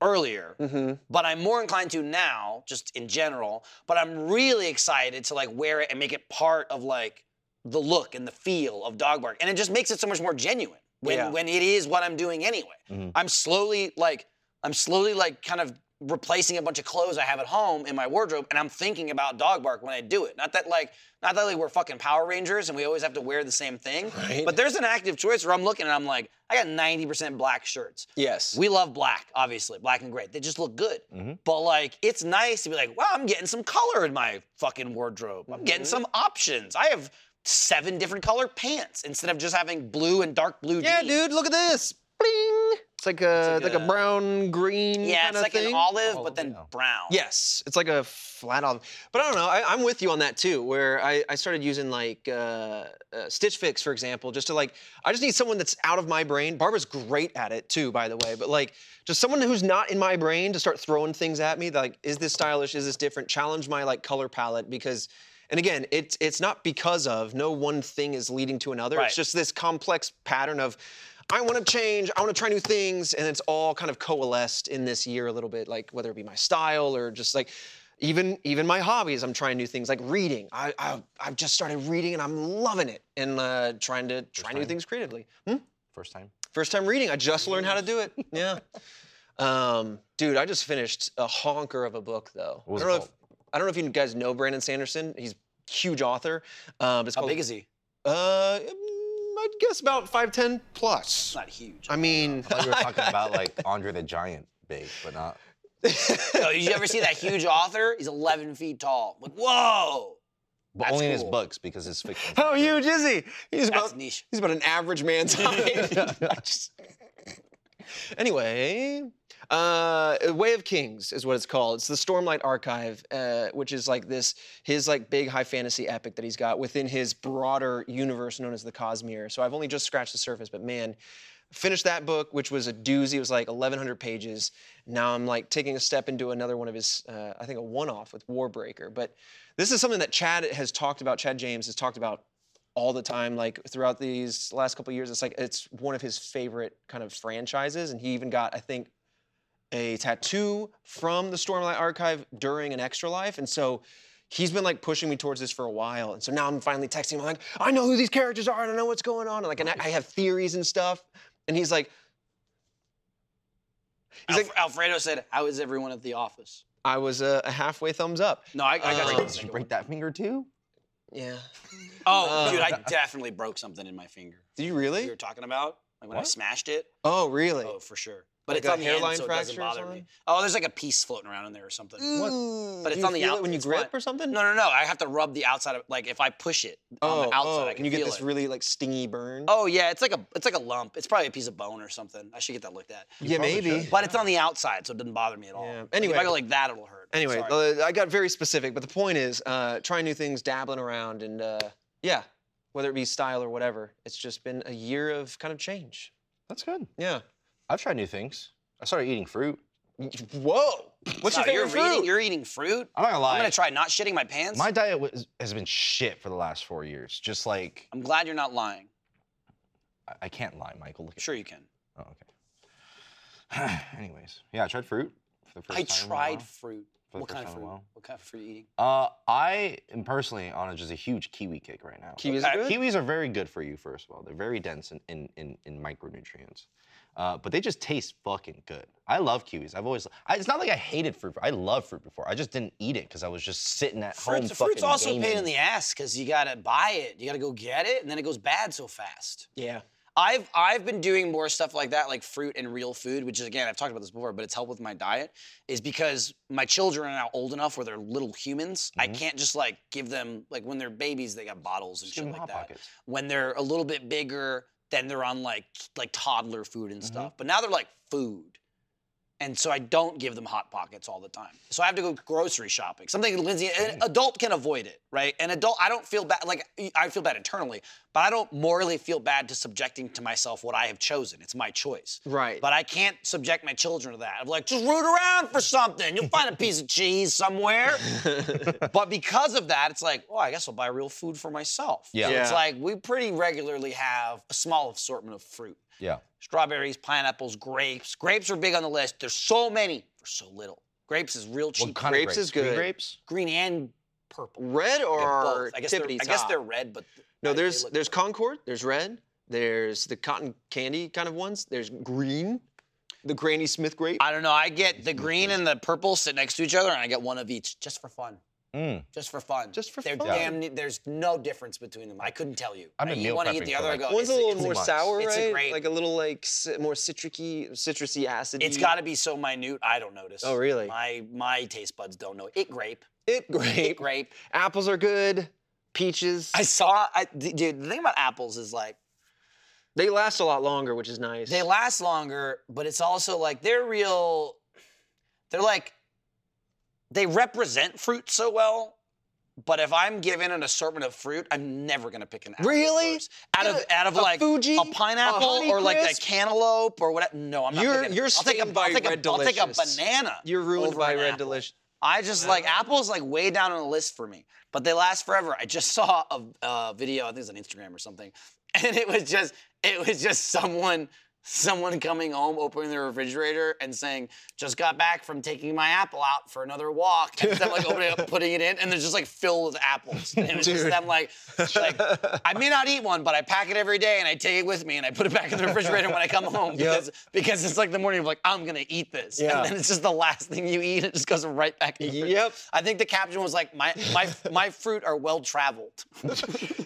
Speaker 1: earlier
Speaker 2: Mm-hmm.
Speaker 1: but I'm more inclined to now, just in general. But I'm really excited to like wear it and make it part of like the look and the feel of dog bark, and it just makes it so much more genuine when
Speaker 2: Yeah. Mm-hmm.
Speaker 1: when it is what I'm doing anyway.
Speaker 3: Mhm.
Speaker 1: I'm slowly like I'm slowly like kind of replacing a bunch of clothes I have at home in my wardrobe, and I'm thinking about dog bark when I do it. Not that like not that like we're fucking Power Rangers and we always have to wear the same thing,
Speaker 2: Right.
Speaker 1: but there's an active choice where I'm looking and I'm like, I got 90% black shirts.
Speaker 2: Yes. Mm-hmm.
Speaker 1: We love black, obviously, black and gray. They just look good.
Speaker 3: Mhm.
Speaker 1: But like, it's nice to be like, wow, I'm getting some color in my fucking wardrobe. I'm getting
Speaker 2: Mhm.
Speaker 1: some options. I have seven different color pants instead of just having blue and dark blue.
Speaker 2: yeah,
Speaker 1: jeans.
Speaker 2: dude. Look at this. Bling. It's like a
Speaker 1: It's
Speaker 2: like,
Speaker 1: like
Speaker 2: a,
Speaker 1: a-
Speaker 2: brown green.
Speaker 1: Yeah,
Speaker 2: kinda
Speaker 1: it's like
Speaker 2: thing. Oh,
Speaker 1: an olive,
Speaker 3: Olive,
Speaker 1: but then
Speaker 3: yeah.
Speaker 1: brown.
Speaker 2: Yes, it's like a flat olive. But I don't know. I, I'm with you on that too. Where I, I started using like uh, uh, Stitch Fix, for example, just to like I just need someone that's out of my brain. Barbara's great at it too, by the way. But like just someone who's not in my brain to start throwing things at me. Like, is this stylish? Is this different? Challenge my like color palette because. And again, it's it's not because of no one thing is leading to another.
Speaker 1: Right.
Speaker 2: It's just this complex pattern of I want to change, I want to try new things, and it's all kind of coalesced in this year a little bit, like whether it be my style or just like even even my hobbies. I'm trying new things like reading. I, I I've just started reading and I'm loving it and uh, trying to try new
Speaker 3: time?
Speaker 2: things creatively. Hmm?
Speaker 3: First time.
Speaker 2: First time reading, I just learned how to do it. Yeah. Um, dude, I just finished a honker of a book though.
Speaker 3: What was
Speaker 2: I
Speaker 3: it
Speaker 2: don't know if I don't know if you guys know Brandon Sanderson. He's a huge author. Um, it's
Speaker 1: How
Speaker 2: called
Speaker 1: big is he?
Speaker 2: uh, mm, I'd guess about five ten plus.
Speaker 1: It's not huge.
Speaker 2: I mean,
Speaker 3: I thought you were talking about like Andre the Giant big, but not.
Speaker 1: Yo, did you ever see that huge author? He's 11 feet tall. Like, whoa,
Speaker 3: But
Speaker 1: That's
Speaker 3: only in his
Speaker 1: cool.
Speaker 3: books because it's fiction.
Speaker 2: how huge is he? He's
Speaker 1: that's
Speaker 2: about
Speaker 1: niche.
Speaker 2: he's about an average man's height. I just- anyway, uh, Way of Kings is what it's called. It's the Stormlight Archive, uh, which is like this his like big high fantasy epic that he's got within his broader universe known as the Cosmere. So I've only just scratched the surface, but man. Finished that book, which was a doozy. It was like 1,100 pages. Now I'm like taking a step into another one of his, uh, I think a one off with Warbreaker. But this is something that Chad has talked about, Chad James has talked about all the time like throughout these last couple of years it's like it's one of his favorite kind of franchises and he even got i think a tattoo from the stormlight archive during an extra life and so he's been like pushing me towards this for a while and so now i'm finally texting him I'm like i know who these characters are and i know what's going on and like and I, I have theories and stuff and he's like He's
Speaker 1: Alf-
Speaker 2: like-
Speaker 1: Alfredo said, "How is everyone at the office?"
Speaker 2: i was a, a halfway thumbs up
Speaker 1: No, I, I got
Speaker 2: Um,
Speaker 1: you.
Speaker 3: Did you break that finger too?
Speaker 2: yeah
Speaker 1: Oh,
Speaker 2: Uh,
Speaker 1: dude, I definitely broke something in my finger.
Speaker 2: do you
Speaker 1: you
Speaker 2: really
Speaker 1: were talking about? Like when I
Speaker 3: What?
Speaker 1: smashed it?
Speaker 2: oh really
Speaker 1: Oh, for sure. But
Speaker 2: Like
Speaker 1: it's
Speaker 2: a
Speaker 1: on the end,
Speaker 2: hairline
Speaker 1: so it
Speaker 2: fracture or
Speaker 1: doesn't bother me.
Speaker 2: something?
Speaker 1: Oh, there's like a piece floating around in there or something.
Speaker 2: Ooh,
Speaker 1: But
Speaker 2: do
Speaker 1: it's
Speaker 2: you
Speaker 1: on the
Speaker 2: feel
Speaker 1: out-
Speaker 2: it when you
Speaker 1: it's
Speaker 2: grip
Speaker 1: fine.
Speaker 2: or something
Speaker 1: No, no, no. I have to rub the outside of like if I push it on the outside, I can
Speaker 2: Oh, you get
Speaker 1: feel
Speaker 2: this
Speaker 1: it.
Speaker 2: really like stingy burn.
Speaker 1: oh yeah, it's like a it's like a lump. It's probably a piece of bone or something. I should get that looked at.
Speaker 2: yeah,
Speaker 3: probably
Speaker 2: maybe.
Speaker 3: should.
Speaker 1: But it's on the outside, so it doesn't bother me at all.
Speaker 2: Yeah.
Speaker 1: Like,
Speaker 2: Anyway.
Speaker 1: if I go like that, it'll hurt.
Speaker 2: Anyway,
Speaker 1: Sorry.
Speaker 2: uh, I got very specific, but the point is, uh, trying new things, dabbling around, and uh, yeah, whether it be style or whatever, it's just been a year of kind of change.
Speaker 3: That's good.
Speaker 2: Yeah.
Speaker 3: I've tried new things. I started eating fruit.
Speaker 2: Whoa. What's
Speaker 1: Wow,
Speaker 2: your favorite
Speaker 1: you're
Speaker 2: fruit?
Speaker 1: Eating, you're eating fruit.
Speaker 3: I'm not gonna lie.
Speaker 1: I'm gonna try not shitting my pants.
Speaker 3: My diet was, has been shit for the last four years. Just like
Speaker 1: I'm glad you're not lying.
Speaker 3: I- I can't lie, Michael. Look at
Speaker 1: Sure, you can.
Speaker 3: Oh, okay. Anyways, yeah, I tried fruit for the first
Speaker 1: I
Speaker 3: time. in a
Speaker 1: tried
Speaker 3: while.
Speaker 1: fruit.
Speaker 3: For the
Speaker 1: What
Speaker 3: first
Speaker 1: kind of
Speaker 3: time in a
Speaker 1: fruit?
Speaker 3: while.
Speaker 1: What kind of fruit are you eating?
Speaker 3: Uh, I am personally on a, just a huge kiwi kick right now.
Speaker 2: Kiwis
Speaker 1: Okay.
Speaker 2: are good.
Speaker 3: Kiwis are very good for you, first of all. They're very dense in, in, in, in micronutrients. Uh, but they just taste fucking good. I love kiwis. I've always. I, it's not like I hated fruit. I loved fruit before. I just didn't eat it because I was just sitting at home.
Speaker 1: Fruit's, fruit's
Speaker 3: fucking
Speaker 1: also a pain
Speaker 3: gaming.
Speaker 1: in the ass because you gotta buy it, you gotta go get it, and then it goes bad so fast.
Speaker 2: Yeah.
Speaker 1: I've I've been doing more stuff like that, like fruit and real food, which is again I've talked about this before, but it's helped with my diet, is because my children are now old enough where they're little humans.
Speaker 3: Mm-hmm.
Speaker 1: I can't just like give them like when they're babies they got bottles and
Speaker 3: Just give
Speaker 1: shit like
Speaker 3: them Hot
Speaker 1: that.
Speaker 3: Pockets.
Speaker 1: When they're a little bit bigger, then they're on like like toddler food and stuff. But now they're like food. And so I don't give them hot pockets all the time. So I have to go grocery shopping. Something Lindsay, an adult can avoid it, right? An adult, I don't feel bad. Like I feel bad internally, but I don't morally feel bad to subjecting to myself what I have chosen. It's my choice.
Speaker 2: Right.
Speaker 1: But I can't subject my children to that. I'm like, just root around for something. You'll find a piece of cheese somewhere. but because of that, it's like, oh, I guess I'll buy real food for myself.
Speaker 3: Yeah.
Speaker 1: So It's
Speaker 2: Yeah.
Speaker 1: like we pretty regularly have a small assortment of fruit
Speaker 3: Yeah.
Speaker 1: strawberries, pineapples, grapes. Grapes are big on the list. There's so many for so little. Grapes is real cheap.
Speaker 3: What kind
Speaker 2: Grapes
Speaker 3: of grapes?
Speaker 2: is good.
Speaker 3: Green grapes.
Speaker 1: Green and purple.
Speaker 2: Red or
Speaker 1: Both. I guess, they're,
Speaker 2: Tiffany
Speaker 1: I guess
Speaker 2: Top?
Speaker 1: they're red, but
Speaker 2: No,
Speaker 1: I- they
Speaker 2: there's
Speaker 1: look
Speaker 2: there's
Speaker 1: good.
Speaker 2: Concord, there's red, there's the cotton candy kind of ones, there's green, the Granny Smith grape.
Speaker 1: I don't know. I get the green and the purple sit next to each other, and I get one of each just for fun.
Speaker 3: Mm.
Speaker 1: Just for fun.
Speaker 2: Just for
Speaker 1: They're
Speaker 2: fun.
Speaker 1: Damn, ne- there's no difference between them. I couldn't tell you.
Speaker 3: I've been
Speaker 1: I eat
Speaker 3: meal
Speaker 1: one, I eat
Speaker 3: prepping
Speaker 1: the
Speaker 3: for,
Speaker 1: other. I
Speaker 3: like,
Speaker 1: go,
Speaker 2: One's a
Speaker 1: it's-
Speaker 2: little
Speaker 1: it's-
Speaker 2: more
Speaker 3: months.
Speaker 2: sour,
Speaker 1: It's a
Speaker 2: right?
Speaker 1: grape.
Speaker 2: Like a little like ci- more citricy, citrusy acid.
Speaker 1: It's got to be so minute, I don't notice.
Speaker 2: Oh, really?
Speaker 1: My my taste buds don't know. It grape.
Speaker 2: it
Speaker 1: It
Speaker 2: grape.
Speaker 1: grape.
Speaker 2: Apples are good. Peaches.
Speaker 1: I saw. I, d- dude, the thing about apples is like
Speaker 2: they last a lot longer, which is nice.
Speaker 1: they last longer, but it's also like they're real. They're like they represent fruit so well. But if I'm given an assortment of fruit, I'm never gonna pick an apple.
Speaker 2: Really?
Speaker 1: first. Out of
Speaker 2: Yeah,
Speaker 1: out of
Speaker 2: a
Speaker 1: like
Speaker 2: Fuji,
Speaker 1: a
Speaker 2: a
Speaker 1: pineapple or like a
Speaker 2: Honeycrisp.
Speaker 1: cantaloupe or whatever. No, I'm not.
Speaker 2: You're-
Speaker 1: picking,
Speaker 2: you're
Speaker 1: I'll take a,
Speaker 2: stained by
Speaker 1: I'll take a,
Speaker 2: Red
Speaker 1: I'll take a
Speaker 2: Delicious.
Speaker 1: banana.
Speaker 2: You're ruined
Speaker 1: over
Speaker 2: by
Speaker 1: an
Speaker 2: Red
Speaker 1: apple.
Speaker 2: Delicious.
Speaker 1: I just like apples like way down on the list for me, but they last forever. I just saw a uh, video, I think it was on Instagram or something, and it was just it was just someone someone coming home, opening their refrigerator and saying, "Just got back from taking my apple out for another walk," and then like opening up, putting it in, and they're just like filled with apples. And it was just them like like I may not eat one, but I pack it every day and I take it with me and I put it back in the refrigerator when I come home because because it's like the morning of like I'm gonna eat this,
Speaker 2: Yeah.
Speaker 1: and then it's just the last thing you eat. It just goes right back. In the fridge.
Speaker 2: Yep.
Speaker 1: I think the caption was like my my my fruit are well traveled.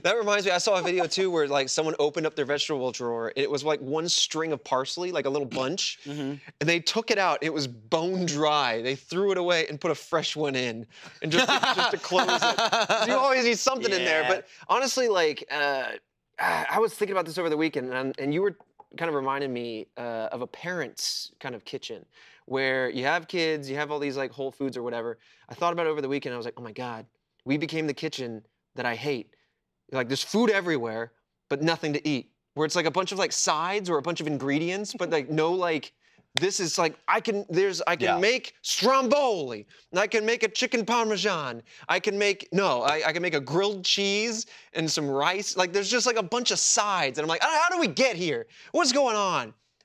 Speaker 2: That reminds me, I saw a video too where like someone opened up their vegetable drawer and it was like one string of parsley, like a little bunch.
Speaker 1: Mm-hmm.
Speaker 2: And they took it out. It was bone dry. They threw it away and put a fresh one in and just, just to close it. You always need something in there.
Speaker 1: Yeah.
Speaker 2: But honestly, like uh, I I was thinking about this over the weekend and, and you were kind of reminding me uh, of a parent's kind of kitchen where you have kids, you have all these like Whole Foods or whatever. I thought about it over the weekend. I was like, oh my God, we became the kitchen that I hate. Like there's food everywhere, but nothing to eat. Where it's like a bunch of like sides or a bunch of ingredients, but like no like this is like I can there's I can
Speaker 3: Yeah.
Speaker 2: make stromboli and I can make a chicken parmesan. I can make no, I, I can make a grilled cheese and some rice. Like there's just like a bunch of sides, and I'm like, "Ah, how do we get here? What's going on?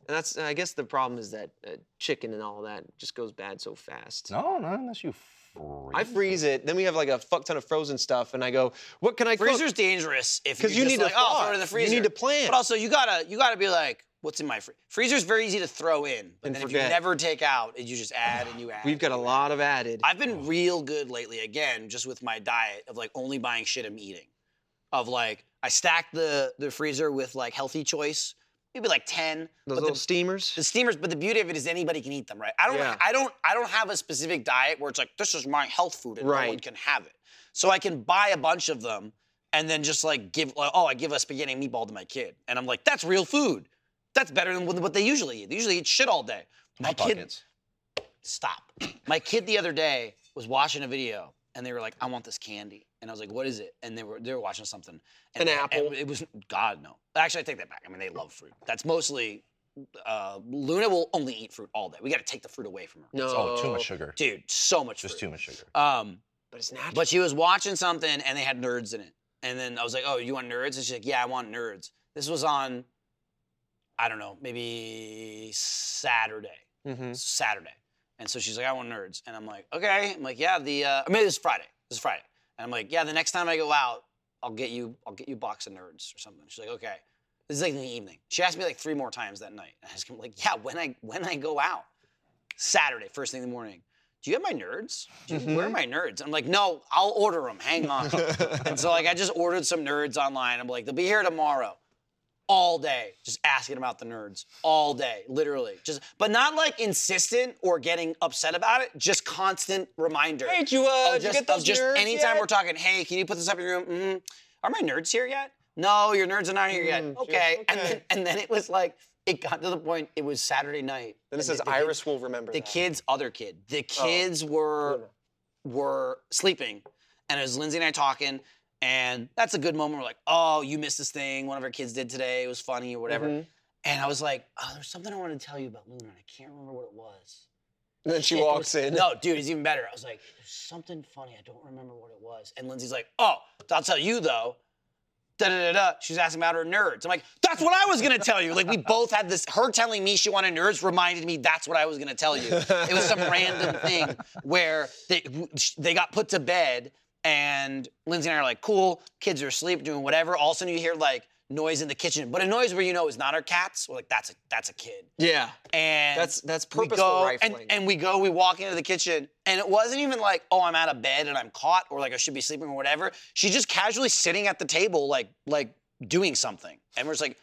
Speaker 2: And that's I guess the problem is that uh, chicken and all that just goes bad so fast.
Speaker 3: No, not unless you freeze.
Speaker 2: I freeze it, then we have like a fuck ton of frozen stuff, and I go, what can I cook?
Speaker 1: Freezer's dangerous if you're
Speaker 2: Because you
Speaker 1: just
Speaker 2: need to
Speaker 1: like, oh, I'll throw
Speaker 2: thaw
Speaker 1: it in the
Speaker 2: it. You
Speaker 1: freezer.
Speaker 2: need to plan.
Speaker 1: But also, you gotta you gotta be like, what's in my freezer? Freezer's very easy to throw in, but
Speaker 2: And
Speaker 1: then if you
Speaker 2: forget.
Speaker 1: never take out, you just add and you add.
Speaker 2: We've got Oh. a
Speaker 1: and you
Speaker 2: lot of added.
Speaker 1: I've been real good lately again, just with my diet of like only buying shit I'm eating. Of like I stacked the the freezer with like healthy choice, maybe like ten.
Speaker 2: Those
Speaker 1: but
Speaker 2: little
Speaker 1: the,
Speaker 2: steamers.
Speaker 1: the steamers, but the beauty of it is anybody can eat them, right? I don't
Speaker 2: Yeah.
Speaker 1: I don't I don't have a specific diet where it's like this is my health food and no one
Speaker 2: Right.
Speaker 1: can have it. So I can buy a bunch of them and then just like give like, oh, I give a spaghetti and meatball to my kid. And I'm like, that's real food. That's better than what they usually eat. They usually eat shit all day. My
Speaker 3: Hot
Speaker 1: kid
Speaker 3: Pockets.
Speaker 1: stop. My kid the other day was watching a video and they were like, I want this candy. And I was like, what is it? And they were they were watching something.
Speaker 2: An
Speaker 1: And and
Speaker 2: apple.
Speaker 1: it was God no. Actually I take that back. I mean they love fruit. That's mostly uh, Luna will only eat fruit all day. We gotta take the fruit away from her.
Speaker 2: no.
Speaker 3: Oh, too much sugar.
Speaker 1: Dude, so much
Speaker 3: Just too
Speaker 1: fruit.
Speaker 3: much sugar.
Speaker 1: Um
Speaker 2: But it's natural.
Speaker 1: but she was watching something and they had nerds in it. And then I was like, Oh, you want nerds? And she's like, Yeah, I want nerds. This was on I don't know, maybe Saturday.
Speaker 2: Mhm.
Speaker 1: It's Saturday. And so she's like, I want nerds. And I'm like, okay. I'm like, yeah, the uh, maybe this is Friday. This is Friday. And I'm like, yeah, the next time I go out, I'll get you, I'll get you a box of nerds or something. She's like, okay. This is like in the evening. She asked me like three more times that night. And I was kinda like, yeah, when I when I go out, Saturday, first thing in the morning. Do you have my nerds? Do you, Where are my nerds? I'm like, no, I'll order them. Hang on. and so like I just ordered some nerds online. I'm like, they'll be here tomorrow all day, just asking about the nerds all day, literally. Just, but not like insistent or getting upset about it. Just constant reminder.
Speaker 2: Hey, did you, uh,
Speaker 1: of
Speaker 2: did you
Speaker 1: just,
Speaker 2: get those
Speaker 1: of just
Speaker 2: nerds
Speaker 1: anytime
Speaker 2: yet?
Speaker 1: we're talking. Hey, can you put this up in your room? Mm, are my nerds here yet? No, your nerds are not here yet.
Speaker 2: Mm,
Speaker 1: Okay.
Speaker 2: sure,
Speaker 1: And
Speaker 2: okay.
Speaker 1: then and then it was like it got to the point. It was Saturday night.
Speaker 2: Then it
Speaker 1: and
Speaker 2: says
Speaker 1: the- the kid-
Speaker 2: Iris will remember.
Speaker 1: The
Speaker 2: that. Oh,
Speaker 1: kids, other kid. The kids were were sleeping, and it was Lindsay and I talking, and that's a good moment. We're like, oh, you missed this thing. One of our kids did today. It was funny or whatever.
Speaker 2: Mhm.
Speaker 1: And I was like, oh, there's something I wanted to tell you about Luna, and I can't remember what it was.
Speaker 2: And then she
Speaker 1: Shit, it
Speaker 2: walks
Speaker 1: was-
Speaker 2: in.
Speaker 1: No, dude, it's even better. I was like, there's something funny. I don't remember what it was. And Lindsay's like, oh, I'll tell you though. Da da da da. She's asking about her nerds. I'm like, that's what I was gonna tell you. Like we both had this. Her telling me she wanted nerds reminded me that's what I was gonna tell you. It was some random thing where they they got put to bed and Lindsay and I are like, cool, kids are asleep, doing whatever. All of a sudden you hear like noise in the kitchen, but a noise where you know is not our cats. We're like, that's a that's a kid.
Speaker 2: Yeah.
Speaker 1: And
Speaker 2: That's that's
Speaker 1: we
Speaker 2: purposeful
Speaker 1: go,
Speaker 2: rifling.
Speaker 1: and, and we go, we walk into the kitchen, and it wasn't even like, oh, I'm out of bed and I'm caught, or like I should be sleeping or whatever. She's just casually sitting at the table, like like doing something, and we're just like,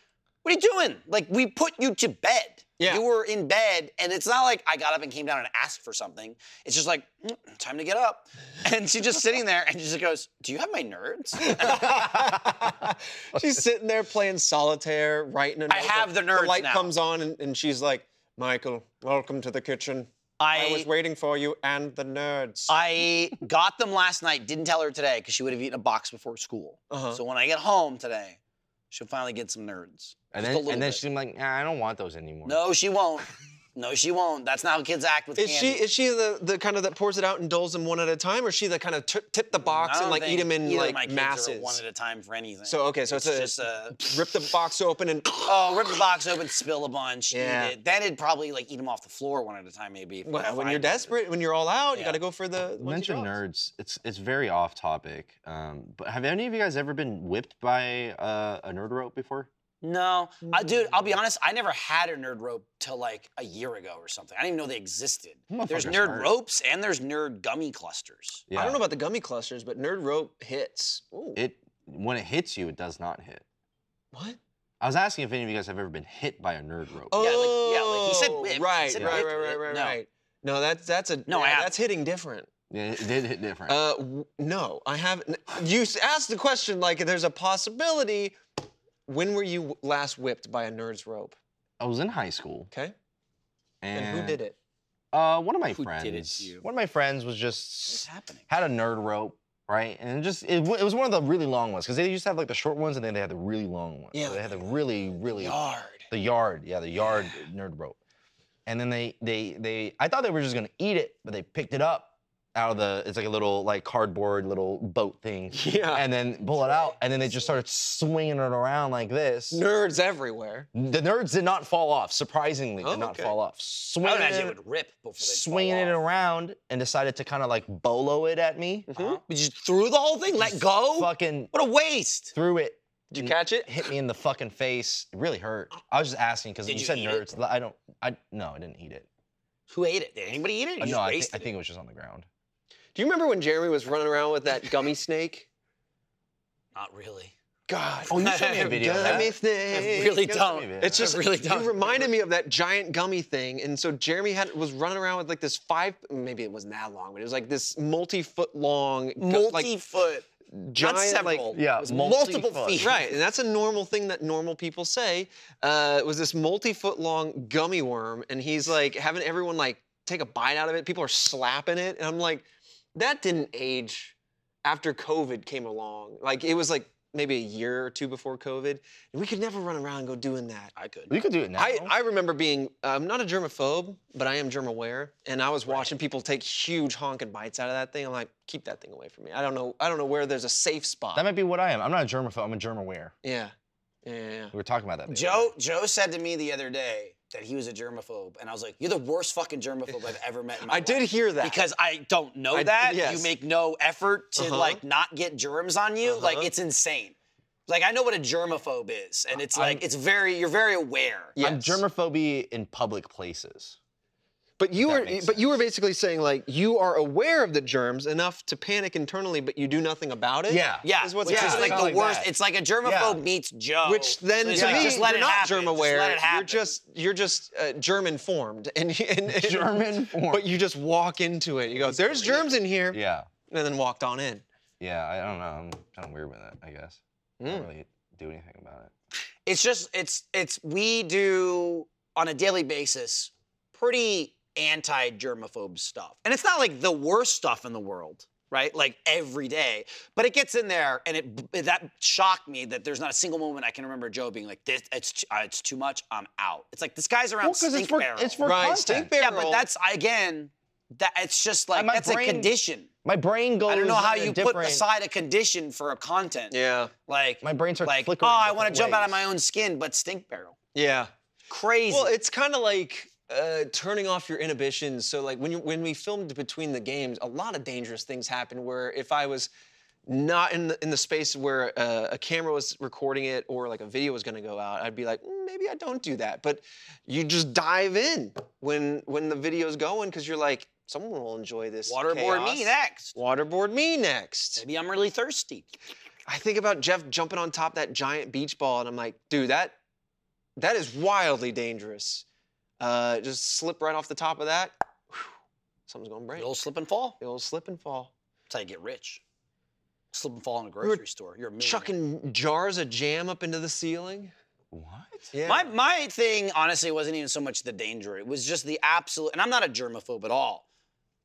Speaker 1: what are you doing? Like we put you to bed.
Speaker 2: Yeah.
Speaker 1: You were in bed, and it's not like I got up and came down and asked for something. It's just like, "Mm, time to get up. And she's just sitting there, and she just goes, Do you have my nerds?
Speaker 2: she's sitting there playing solitaire, writing. a
Speaker 1: I
Speaker 2: note.
Speaker 1: have the nerds
Speaker 2: The light
Speaker 1: now.
Speaker 2: comes on, and, and she's like, "Michael, welcome to the kitchen. I, was waiting for you and the nerds."
Speaker 1: I got them last night. Didn't tell her today because she would have eaten a box before school.
Speaker 2: Uh-huh.
Speaker 1: So when I get home today, she'll finally get some nerds. Just
Speaker 3: And then,
Speaker 1: a little
Speaker 3: and then
Speaker 1: bit.
Speaker 3: she's like, nah, I don't want those anymore.
Speaker 1: No, she won't. No, she won't. That's not how kids act with
Speaker 2: is she
Speaker 1: candy.
Speaker 2: is she the, the kind of that pours it out and doles them one at a time, or is she the kind of t- tip the box and
Speaker 1: I don't
Speaker 2: like eat
Speaker 1: think
Speaker 2: them in
Speaker 1: either of
Speaker 2: like
Speaker 1: my kids are
Speaker 2: masses?
Speaker 1: one at a time for anything.
Speaker 2: So, okay, so it's a-
Speaker 1: just a
Speaker 2: Rip the box open and
Speaker 1: oh, rip the box open, spill a bunch,
Speaker 2: Yeah.
Speaker 1: eat it. Then it'd probably like eat them off the floor one at a time, maybe. if-
Speaker 2: well,
Speaker 1: if
Speaker 2: when
Speaker 1: I
Speaker 2: you're
Speaker 1: did it.
Speaker 2: desperate, when you're all out, you
Speaker 1: Yeah.
Speaker 2: got to go for the.
Speaker 3: You
Speaker 2: ones you
Speaker 3: mentioned
Speaker 2: got.
Speaker 3: nerds. It's it's very off topic. Um, but have any of you guys ever been whipped by uh, a nerd rope before?
Speaker 1: No, I, Uh, dude, I'll be honest. I never had a nerd rope till like a year ago or something. I didn't even know they existed. There's
Speaker 3: Motherfuckers
Speaker 1: nerd
Speaker 3: smart.
Speaker 1: ropes and there's nerd gummy clusters.
Speaker 3: Yeah.
Speaker 2: I don't know about the gummy clusters, but nerd rope hits. Ooh.
Speaker 3: It when it hits you, it does not hit.
Speaker 2: what?
Speaker 3: I was asking if any of you guys have ever been hit by a nerd rope.
Speaker 1: like- yeah, like
Speaker 2: Oh,
Speaker 1: he said whipped. He
Speaker 2: Right,
Speaker 1: said
Speaker 2: right,
Speaker 1: whipped.
Speaker 2: right, right, right,
Speaker 1: No.
Speaker 2: right. No, that's that's a
Speaker 1: No, I
Speaker 2: yeah,
Speaker 1: haven't.
Speaker 2: that's hitting different.
Speaker 3: Yeah, it did hit different.
Speaker 2: Uh, w- no, I have. n- You s- asked the question like there's a possibility. When were you w- last whipped by a nerd's rope?
Speaker 3: I was in high school,
Speaker 2: Okay,
Speaker 3: and,
Speaker 2: and, who did it?
Speaker 3: Uh, one of my
Speaker 1: Who did it
Speaker 3: friends.
Speaker 1: to you?
Speaker 3: One of my friends was
Speaker 1: What's
Speaker 3: just
Speaker 1: happening?
Speaker 3: had a nerd rope, right? And it just it, w- it was one of the really long ones because they used to have like the short ones and then they had the really long ones.
Speaker 2: Yeah,
Speaker 3: So they had the really really
Speaker 2: Yard.
Speaker 3: The yard, yeah, the yard nerd rope. And then they they they I thought they were just gonna eat it, but they picked it up out of the it's like a little like cardboard little boat thing.
Speaker 2: Yeah.
Speaker 3: And then pull it out, and then they just started swinging it around like this.
Speaker 2: Nerds everywhere.
Speaker 3: The nerds did not fall off. Surprisingly,
Speaker 2: Oh,
Speaker 3: did not
Speaker 2: okay.
Speaker 3: fall off.
Speaker 1: I
Speaker 3: Swinging,
Speaker 1: would imagine
Speaker 3: it-
Speaker 1: it would rip before they
Speaker 3: swinging it around, and decided to kind of like bolo it at me.
Speaker 1: But you threw the whole thing, let go.
Speaker 3: Fucking
Speaker 1: What a waste.
Speaker 3: threw it,
Speaker 2: Did you catch it?
Speaker 3: hit me in the fucking face. It really hurt. I was just asking because
Speaker 1: Did
Speaker 3: you,
Speaker 1: you
Speaker 3: said
Speaker 1: eat it?
Speaker 3: nerds. I don't. I no, I didn't eat it.
Speaker 1: Who ate it? Did anybody eat it? You
Speaker 3: Uh,
Speaker 1: just
Speaker 3: no, I, thi-
Speaker 1: wasted
Speaker 3: I think it was just on the ground.
Speaker 2: Do you remember when Jeremy was running around with that gummy snake?
Speaker 1: it. Not really.
Speaker 2: God.
Speaker 3: Oh, you showed me a video of
Speaker 2: Gummy
Speaker 3: that.
Speaker 2: snake.
Speaker 1: really
Speaker 2: gummy-
Speaker 1: don't.
Speaker 3: Yeah.
Speaker 2: It's just
Speaker 1: I really
Speaker 2: You
Speaker 1: don't.
Speaker 2: reminded me of that giant gummy thing, and so Jeremy had was running around with like this five. Maybe it wasn't that long, but it was like this multi-foot long, gu- like
Speaker 1: Multi-foot.
Speaker 2: giant,
Speaker 1: not
Speaker 2: like
Speaker 1: several.
Speaker 3: yeah,
Speaker 1: it was multiple
Speaker 3: multi-foot.
Speaker 1: feet.
Speaker 2: right. And that's a normal thing that normal people say. Uh, it was this multi-foot long gummy worm, and he's like having everyone like take a bite out of it. People are slapping it, and I'm like, that didn't age after COVID came along. Like it was like maybe a year or two before COVID, and we could never run around and go doing that.
Speaker 1: I could.
Speaker 3: We could do it now.
Speaker 2: I, I remember being, I'm not a germaphobe, but I am germ aware. And I was watching people take huge honking bites out of that thing. I'm like, keep that thing away from me. I don't know. I don't know where there's a safe spot.
Speaker 3: that might be what I am. I'm not a germaphobe. I'm a germ aware.
Speaker 2: yeah. Yeah, yeah, yeah.
Speaker 3: We were talking about that. the other
Speaker 1: Joe Joe said to me the other day that he was a germaphobe, and I was like, "You're the worst fucking germaphobe I've ever met." in my
Speaker 2: I did
Speaker 1: life."
Speaker 2: hear that.
Speaker 1: because I don't know
Speaker 2: I-
Speaker 1: that.
Speaker 2: yes.
Speaker 1: You make no effort to
Speaker 2: Uh-huh.
Speaker 1: like not get germs on you. Like
Speaker 2: Uh-huh.
Speaker 1: it's insane. Like I know what a germaphobe is, and it's like
Speaker 3: I'm-
Speaker 1: it's very you're very aware.
Speaker 3: day. I'm
Speaker 2: Yes.
Speaker 3: germophobe in public places.
Speaker 2: But you
Speaker 3: That
Speaker 2: were,
Speaker 3: makes
Speaker 2: but you were
Speaker 3: sense.
Speaker 2: basically saying like you are aware of the germs enough to panic internally, but you do nothing about it.
Speaker 3: Yeah.
Speaker 1: Yeah,
Speaker 2: is what's
Speaker 1: which
Speaker 3: yeah,
Speaker 1: is
Speaker 2: happening.
Speaker 1: like the
Speaker 3: kinda like
Speaker 1: worst.
Speaker 3: that.
Speaker 1: It's like a germaphobe
Speaker 3: Yeah.
Speaker 1: meets Joe.
Speaker 2: Which then,
Speaker 1: It's
Speaker 2: to
Speaker 1: like,
Speaker 2: me,
Speaker 1: just let
Speaker 2: you're
Speaker 1: it
Speaker 2: not
Speaker 1: happen.
Speaker 2: germ aware.
Speaker 1: Just let it happen.
Speaker 2: You're just, you're just uh, germ informed, and, and, and
Speaker 3: German form.
Speaker 2: But you just walk into it. You go, "There's germs in here,"
Speaker 3: yeah.
Speaker 2: and then walked on in.
Speaker 3: Yeah, I don't know. I'm kind of weird with it, I guess. I
Speaker 1: Hmm.
Speaker 3: don't really do anything about it.
Speaker 1: it's just it's it's we do on a daily basis pretty anti-germaphobe stuff and it's not like the worst stuff in the world right like every day but it gets in there and it b- that shocked me that there's not a single moment i can remember joe being like this it's t- uh, it's too much i'm out it's like this guy's around stink
Speaker 3: it's for
Speaker 1: barrel.
Speaker 3: it's for
Speaker 2: Right,
Speaker 3: content.
Speaker 2: stink
Speaker 1: yeah
Speaker 2: barrel.
Speaker 1: but that's again that it's just like
Speaker 3: And my
Speaker 1: that's
Speaker 3: brain
Speaker 1: a condition
Speaker 3: My brain goes.
Speaker 1: i don't know how
Speaker 3: in a
Speaker 1: you put
Speaker 3: different-
Speaker 1: aside a condition for a content
Speaker 2: Yeah,
Speaker 1: like
Speaker 3: My brain starts
Speaker 1: like,
Speaker 3: flickering
Speaker 1: Oh,
Speaker 3: in
Speaker 1: I want to jump
Speaker 3: different
Speaker 1: out of my
Speaker 3: ways.
Speaker 1: own skin, but stink barrel.
Speaker 2: yeah.
Speaker 1: Crazy.
Speaker 2: Well, it's kind of like uh, turning off your inhibitions. So like when you when we filmed between the games, a lot of dangerous things happened. Where if I was not in the in the space where uh, a camera was recording it or like a video was going to go out, I'd be like, "Mm, maybe I don't do that. But you just dive in when when the video's going because you're like, someone will enjoy this.
Speaker 1: waterboard me
Speaker 2: chaos.
Speaker 1: next.
Speaker 2: Waterboard me next.
Speaker 1: Maybe I'm really thirsty.
Speaker 2: I think about Jeff jumping on top of that giant beach ball, and I'm like, dude, that that is wildly dangerous. Uh, just slip right off the top of that, whew, something's gonna break.
Speaker 1: You'll slip and fall.
Speaker 2: It'll slip and fall.
Speaker 1: That's how you get rich. Slip and fall in a grocery store. You're a millionaire.
Speaker 2: Chucking jars of jam up into the ceiling.
Speaker 3: What?
Speaker 2: Yeah.
Speaker 1: My my thing honestly wasn't even so much the danger. It was just the absolute and I'm not a germaphobe at all.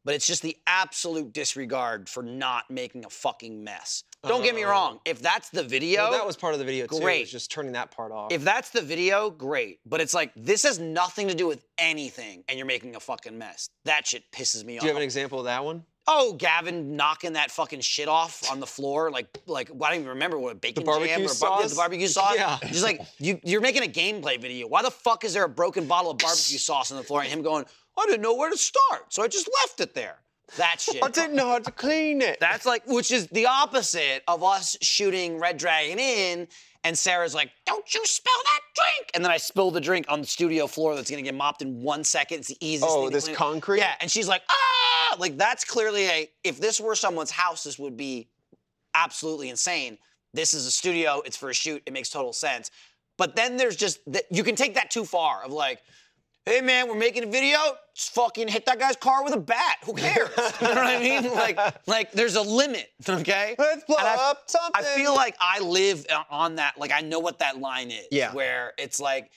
Speaker 1: But it's just the absolute disregard for not making a fucking mess. Don't get me
Speaker 2: Oh.
Speaker 1: wrong. If that's the video,
Speaker 2: well, that was part of the video too.
Speaker 1: Great.
Speaker 2: Was just turning that part off.
Speaker 1: If that's the video, great. But it's like this has nothing to do with anything, and you're making a fucking mess. That shit pisses
Speaker 2: Do
Speaker 1: me
Speaker 2: you
Speaker 1: off.
Speaker 2: have an example of that one?
Speaker 1: oh, Gavin knocking that fucking shit off on the floor, like like I don't even remember what bacon
Speaker 2: barbecue
Speaker 1: jam or yeah,
Speaker 2: sauce?
Speaker 1: the barbecue sauce.
Speaker 2: Yeah.
Speaker 1: Just like you, you're making a gameplay video. Why the fuck is there a broken bottle of barbecue sauce on the floor and him going, I didn't know where to start, so I just left it there. That shit.
Speaker 2: know how to clean it.
Speaker 1: That's like, which is the opposite of us shooting Red Dragon in, and Sarah's like, "Don't you spill that drink!" And then I spill the drink on the studio floor that's gonna get mopped in one second. It's the easiest.
Speaker 2: Oh,
Speaker 1: thing to
Speaker 2: this
Speaker 1: clean up.
Speaker 2: concrete?
Speaker 1: Yeah, and she's like, "Ah!" Like that's clearly a. If this were someone's house, this would be absolutely insane. This is a studio. It's for a shoot. It makes total sense. But then there's just that you can take that too far. Of like, hey man, we're making a video. Just fucking hit that guy's car with a bat. Who cares? you know what I mean? Like, like there's a limit. Okay.
Speaker 2: Let's blow
Speaker 1: And I-
Speaker 2: up something.
Speaker 1: I feel like I live uh, on that. Like I know what that line is.
Speaker 2: Yeah.
Speaker 1: Where it's like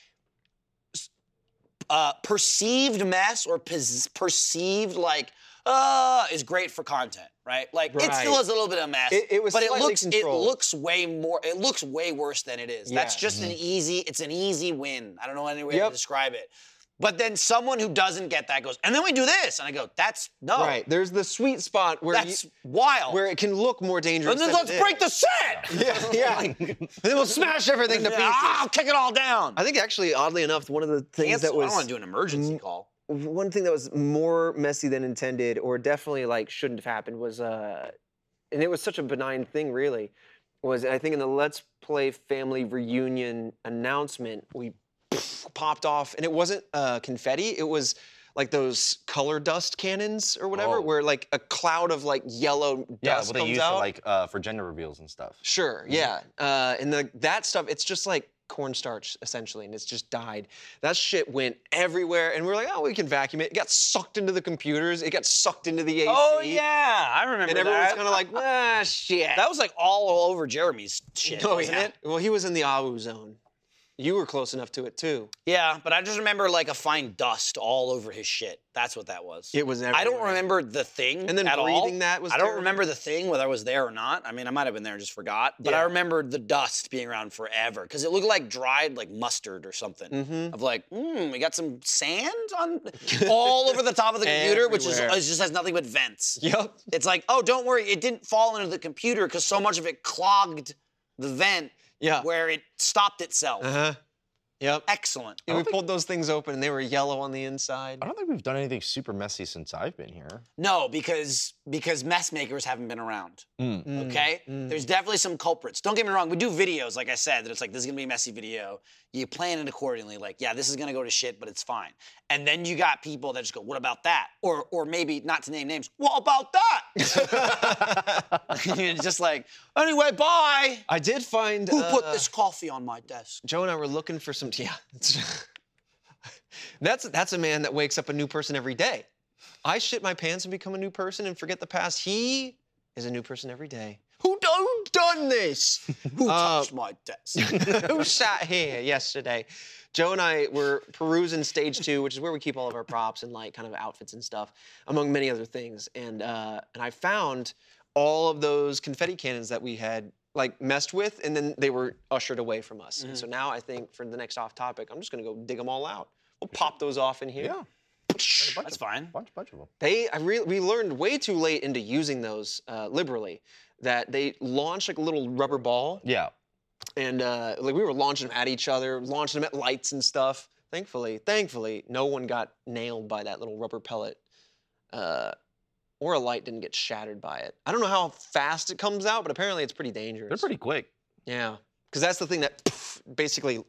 Speaker 1: uh, perceived mess or pers- perceived like uh is great for content, right? Like it still
Speaker 2: Right.
Speaker 1: is a little bit of mess.
Speaker 2: It- it was
Speaker 1: but it
Speaker 2: slightly
Speaker 1: looks
Speaker 2: controlled.
Speaker 1: it looks way more. It looks way worse than it is. That's
Speaker 2: Yeah. Mm-hmm.
Speaker 1: just an easy. It's an easy win. I don't know any way
Speaker 2: Yep.
Speaker 1: to describe it. But then someone who doesn't get that goes, and then we do this, and I go, that's no,
Speaker 2: right. There's the sweet spot where you-
Speaker 1: that's wild.
Speaker 2: where it can look more dangerous.
Speaker 1: and then
Speaker 2: than
Speaker 1: let's
Speaker 2: it
Speaker 1: break Oh
Speaker 2: is.
Speaker 1: the set.
Speaker 2: Yeah, yeah. and then we'll smash everything to
Speaker 1: Yeah,
Speaker 2: pieces.
Speaker 1: I'll kick it all down.
Speaker 2: I think actually, oddly enough, one of the things that
Speaker 1: Cancel. I
Speaker 2: was
Speaker 1: don't want to do an emergency call.
Speaker 2: one thing that was more messy than intended, or definitely like shouldn't have happened, was uh, and it was such a benign thing, really. Was I think in the Let's Play family reunion announcement, we popped off, and it wasn't uh, confetti. It was like those color dust cannons or whatever,
Speaker 3: Oh.
Speaker 2: where like a cloud of like yellow dust
Speaker 3: Yeah, what they
Speaker 2: comes
Speaker 3: use
Speaker 2: out.
Speaker 3: for like uh, for gender reveals and stuff.
Speaker 2: Sure, yeah. Uh, and the, that stuff, it's just like cornstarch essentially, and it's just dyed. That shit went everywhere, and we were like, oh, we can vacuum it. It got sucked into the computers, it got sucked into the AC.
Speaker 1: Oh, yeah, I remember
Speaker 2: And everyone's kind of like, ah, shit.
Speaker 1: that was like all over Jeremy's shit,
Speaker 2: oh,
Speaker 1: wasn't
Speaker 2: yeah.
Speaker 1: it?
Speaker 2: Well, he was in the Awu zone. You were close enough to it too.
Speaker 1: Yeah, but I just remember like a fine dust all over his shit. That's what that was.
Speaker 2: It was everywhere.
Speaker 1: I don't remember the thing
Speaker 2: And then
Speaker 1: at all.
Speaker 2: breathing that was
Speaker 1: I don't
Speaker 2: terrible.
Speaker 1: remember the thing whether I was there or not. I mean, I might have been there and just forgot, but I
Speaker 2: Yeah.
Speaker 1: remember the dust being around forever because it looked like dried like mustard or something.
Speaker 2: Mm-hmm.
Speaker 1: Of like, hmm, we got some sand on all over the top of the computer, which is
Speaker 2: Everywhere.
Speaker 1: it just has nothing but vents.
Speaker 2: Yep.
Speaker 1: It's like, oh, don't worry, it didn't fall into the computer because so much of it clogged the vent
Speaker 2: Yeah.
Speaker 1: where it stopped itself.
Speaker 2: Uh huh. Yep.
Speaker 1: Excellent.
Speaker 2: Yeah, we pulled those things open and they were yellow on the inside.
Speaker 3: I don't think we've done anything super messy since I've been here.
Speaker 1: No, because because mess makers haven't been around.
Speaker 2: Mm,
Speaker 1: Okay,
Speaker 2: mm.
Speaker 1: there's definitely some culprits. Don't get me wrong. We do videos, like I said, that it's like this is gonna be a messy video. You plan it accordingly. Like, yeah, this is gonna go to shit, but it's fine. And then you got people that just go, "What about that?" Or or maybe not to name names. What about that? You're just like, anyway, bye.
Speaker 2: I did find.
Speaker 1: Who put
Speaker 2: uh,
Speaker 1: this coffee on my desk?
Speaker 2: Joe and I were looking for some. Yeah, it's- that's that's a man that wakes up a new person every day. I shit my pants and become a new person and forget the past. He is a new person every day. Who done, done this?
Speaker 1: Who
Speaker 2: Uh,
Speaker 1: touched my desk?
Speaker 2: Who sat here yesterday? Joe and I were perusing stage two, which is where we keep all of our props and like kind of outfits and stuff, among many other things. And uh, and I found all of those confetti cannons that we had like messed with, and then they were ushered away from us. And so now I think for the next off topic, I'm just gonna go dig them all out. We'll pop those off in here.
Speaker 3: yeah,
Speaker 1: That's fine.
Speaker 3: bunch bunch of them.
Speaker 2: They, I re- we learned way too late into using those uh, liberally that they launch like a little rubber ball
Speaker 3: Yeah,
Speaker 2: and uh, like we were launching them at each other, launching them at lights and stuff. Thankfully, thankfully, no one got nailed by that little rubber pellet, uh, or a light didn't get shattered by it. I don't know how fast it comes out, but apparently it's pretty dangerous.
Speaker 3: they're pretty quick.
Speaker 2: Yeah, because that's the thing that basically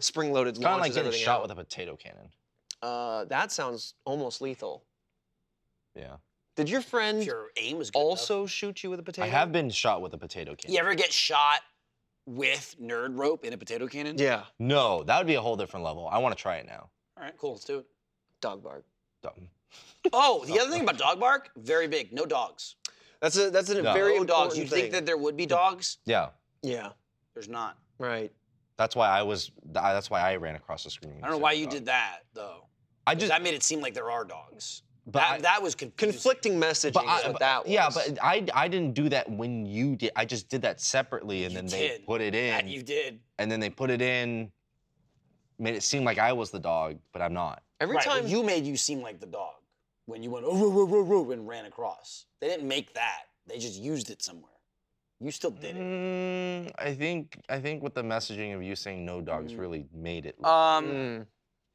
Speaker 2: spring-loaded
Speaker 3: Kind of
Speaker 2: launches
Speaker 3: like getting
Speaker 2: everything
Speaker 3: shot
Speaker 2: out.
Speaker 3: with a potato cannon.
Speaker 2: Uh, that sounds almost lethal.
Speaker 3: Yeah,
Speaker 2: Did your friend
Speaker 1: If your aim was good enough.
Speaker 2: also shoot you with a potato?
Speaker 3: I have been shot with a potato cannon.
Speaker 1: You ever get shot with nerd rope in a potato cannon?
Speaker 2: Yeah,
Speaker 3: No, that would be a whole different level. I want to try it now.
Speaker 1: All right, cool. Let's do it.
Speaker 2: dog bark.
Speaker 3: Dumb.
Speaker 1: Oh, the other thing about dog bark, very big. No dogs.
Speaker 2: That's a that's a
Speaker 3: No.
Speaker 2: very
Speaker 1: Uh, no
Speaker 2: important
Speaker 1: Oh, dogs. You'd
Speaker 2: thing.
Speaker 1: think that there would be dogs.
Speaker 3: Yeah,
Speaker 2: yeah,
Speaker 1: There's not.
Speaker 2: right.
Speaker 3: that's why I was. I- That's why I ran across the screen.
Speaker 1: I don't know why you did that though.
Speaker 3: I
Speaker 1: 'Cause
Speaker 3: just.
Speaker 1: that made it seem like there are dogs.
Speaker 3: but
Speaker 1: that,
Speaker 3: I-
Speaker 1: that was confusing.
Speaker 2: conflicting messaging
Speaker 3: But I,
Speaker 2: is what
Speaker 3: but-
Speaker 2: that was.
Speaker 3: yeah, but I I didn't do that when you did. I just did that separately, and
Speaker 1: You
Speaker 3: then they
Speaker 1: did.
Speaker 3: put it in,
Speaker 1: That you did.
Speaker 3: and then they put it in, made it seem like I was the dog, but I'm not.
Speaker 2: every
Speaker 1: right.
Speaker 2: time
Speaker 1: well, you made you seem like the dog when you went oh roo, roo, roo, roo, and ran across. They didn't make that. They just used it somewhere. You still did it.
Speaker 3: Mm, I think I think with the messaging of you saying no dogs really made it. look,
Speaker 1: Um.
Speaker 2: Mm,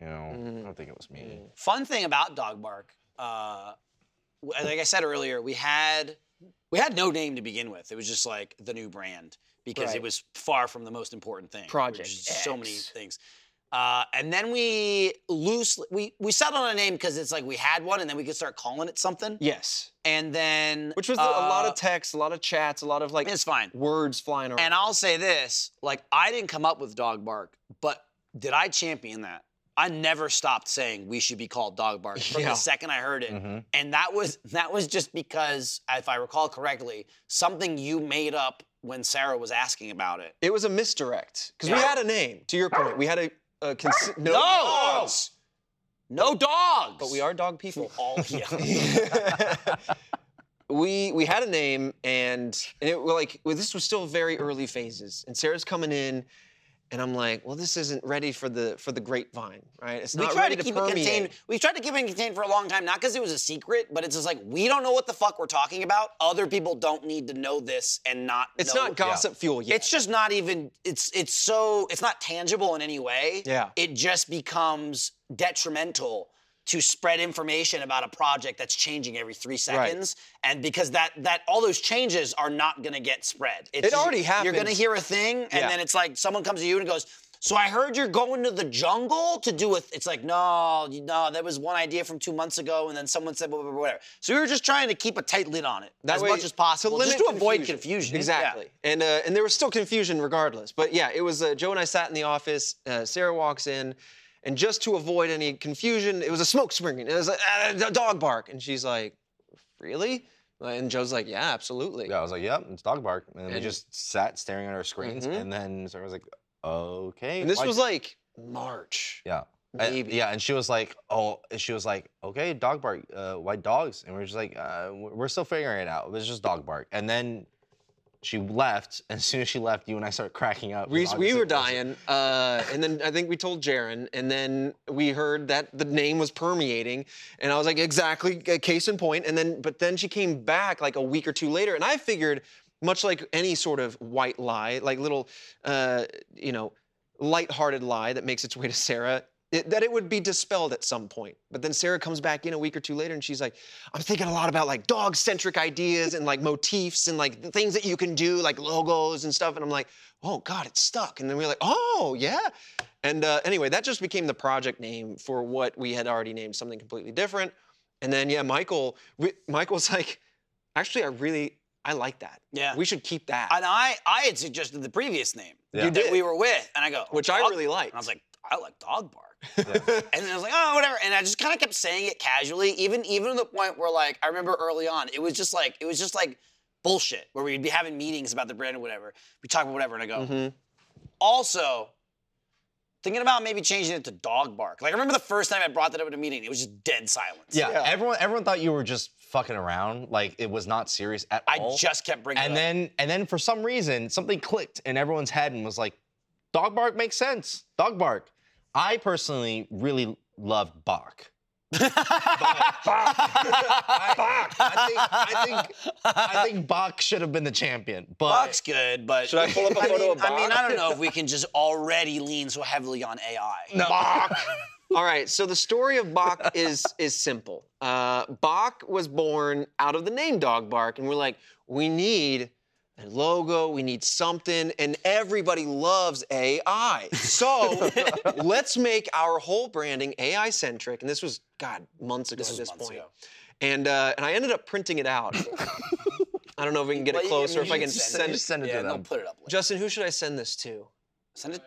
Speaker 3: you know, I
Speaker 2: mm.
Speaker 3: don't think it was me.
Speaker 1: Fun thing about dog bark, uh, w- like I said earlier, we had we had no name to begin with. It was just like the new brand because
Speaker 2: Right.
Speaker 1: it was far from the most important thing. There were
Speaker 2: Project
Speaker 1: just So many
Speaker 2: X.
Speaker 1: things. Uh, and then we loosely we we settled on a name because it's like we had one, and then we could start calling it something.
Speaker 2: yes,
Speaker 1: And then
Speaker 2: which was the- a lot
Speaker 1: uh,
Speaker 2: of texts, a lot of chats, a lot of like
Speaker 1: it's fine.
Speaker 2: words flying around.
Speaker 1: And I'll say this: like I didn't come up with dog bark, but did I champion that? I never stopped saying we should be called dog bark from
Speaker 2: Yeah. Mm-hmm.
Speaker 1: the second I heard
Speaker 2: Mm.
Speaker 1: it.
Speaker 3: Mhm.
Speaker 1: And that was that was just because, if I recall correctly, something you made up when Sarah was asking about it.
Speaker 2: it was a misdirect because we
Speaker 1: Yeah.
Speaker 2: had a name. To your point, we had a, a consi- no,
Speaker 1: dogs! No dogs.
Speaker 2: but we are dog people.
Speaker 1: all here.
Speaker 2: we we had a name and and it well, like well, this was still very early phases and Sarah's coming in and I'm like well this isn't ready for the for the grapevine right it's
Speaker 1: we
Speaker 2: not
Speaker 1: tried
Speaker 2: ready
Speaker 1: to keep it
Speaker 2: permeate.
Speaker 1: contained. We tried to keep it contained for a long time, not because it was a secret, but it's just like we don't know what the fuck we're talking about. Other people don't need to know this and not.
Speaker 2: it's
Speaker 1: know
Speaker 2: not gossip fuel yet
Speaker 1: It's just not even. It's it's so. It's not tangible in any way.
Speaker 2: Yeah.
Speaker 1: It just becomes detrimental to spread information about a project that's changing every three seconds, and because that that all those changes are not going to get spread. It's
Speaker 2: It already
Speaker 1: You're going to
Speaker 2: happened.
Speaker 1: hear a thing, and
Speaker 2: Yeah.
Speaker 1: then it's like someone comes to you and goes. So I heard you're going to the jungle to do a. Th-. It's like no, you- no, that was one idea from two months ago, and then someone said blah, blah, blah, whatever. So we were just trying to keep a tight lid on it
Speaker 2: That
Speaker 1: as
Speaker 2: way-
Speaker 1: much as possible,
Speaker 2: to
Speaker 1: just to
Speaker 2: limit
Speaker 1: avoid confusion. Mm-hmm. Yeah.
Speaker 2: Exactly, and uh, and there was still confusion regardless. But yeah, it was uh, Joe and I sat in the office. Uh, Sarah walks in, and just to avoid any confusion, it was a smoke screen. It was like ah, a dog bark, and she's like, "Really?" And Joe's like, "Yeah, absolutely."
Speaker 3: Yeah, I was like, yep, it's dog bark, and, we
Speaker 2: And-
Speaker 3: just sat staring at our screens,
Speaker 2: Mhm.
Speaker 3: and then Sarah was like, okay.
Speaker 2: And this
Speaker 3: why-
Speaker 2: was like March,
Speaker 3: yeah. And-
Speaker 2: maybe.
Speaker 3: yeah, and she was like, "Oh," and she was like, "Okay, dog bark. Uh, why dogs?" And we are just like, uh, "We're we're still figuring it out. It was just dog bark." And then she left. And as soon as she left, you and I started cracking up.
Speaker 2: We,
Speaker 3: 'cause
Speaker 2: we
Speaker 3: obviously
Speaker 2: were
Speaker 3: it
Speaker 2: dying,
Speaker 3: wasn't-
Speaker 2: uh, and then I think we told Jaron, and then we heard that the name was permeating, and I was like, exactly, uh, case in point. And then, but then she came back like a week or two later, and I figured much like any sort of white lie, like little, uh, you know, lighthearted lie that makes its way to Sarah, it, that it would be dispelled at some point. But then Sarah comes back in a week or two later and she's like, I'm thinking a lot about like dog centric ideas and like motifs and like the things that you can do, like logos and stuff. And I'm like, oh God, it's stuck. And then we are like, oh yeah. And uh, anyway, that just became the project name for what we had already named something completely different. And then yeah, Michael, we, Michael's like, actually, I really, I like that.
Speaker 1: Yeah.
Speaker 2: We should keep that.
Speaker 1: And I, I had suggested the previous name
Speaker 3: Yeah. You
Speaker 1: that
Speaker 2: did.
Speaker 1: we were with, and I go,
Speaker 2: which I
Speaker 1: "Dog
Speaker 2: really like.
Speaker 1: And I was like, I like dog bark. and then I was like, oh, whatever. And I just kind of kept saying it casually, even even to the point where like I remember early on, it was just like it was just like bullshit where we'd be having meetings about the brand or whatever. We talk about whatever, and I go,
Speaker 2: Mm-hmm.
Speaker 1: also. Thinking about maybe changing it to dog bark. Like I remember the first time I brought that up at a meeting, it was just dead silence.
Speaker 3: yeah,
Speaker 2: Yeah.
Speaker 3: everyone everyone thought you were just fucking around. Like it was not serious at
Speaker 1: I
Speaker 3: all.
Speaker 1: just kept bringing
Speaker 3: and
Speaker 1: it up.
Speaker 3: then and then for some reason something clicked in everyone's head and was like, dog bark makes sense. Dog bark. I personally really loved Bach. Bach. I think I think I think Bach should have been the champion. But
Speaker 1: Buck's good, but
Speaker 2: Should I pull up a photo
Speaker 1: mean,
Speaker 2: of
Speaker 1: I mean,
Speaker 2: Bach?
Speaker 1: I don't know if we can just already lean so heavily on AI.
Speaker 3: Bach.
Speaker 2: All right, so the story of Bach is is simple. Uh, Bach was born out of the name Dog Bark, and we're like, we need a logo, we need something, and everybody loves AI. So let's make our whole branding AI centric. And this was God months ago
Speaker 1: This
Speaker 2: at
Speaker 1: was
Speaker 2: this
Speaker 1: months
Speaker 2: point.
Speaker 1: ago.
Speaker 2: And uh, and I ended up printing it out. I don't know if we can get
Speaker 1: Well,
Speaker 2: it
Speaker 1: you
Speaker 2: close or if I
Speaker 1: you
Speaker 2: can
Speaker 1: just
Speaker 2: send it.
Speaker 3: just send it
Speaker 1: yeah,
Speaker 3: to
Speaker 1: no,
Speaker 3: them.
Speaker 1: put it up. Later.
Speaker 2: Justin, who should I send this to?
Speaker 1: send it.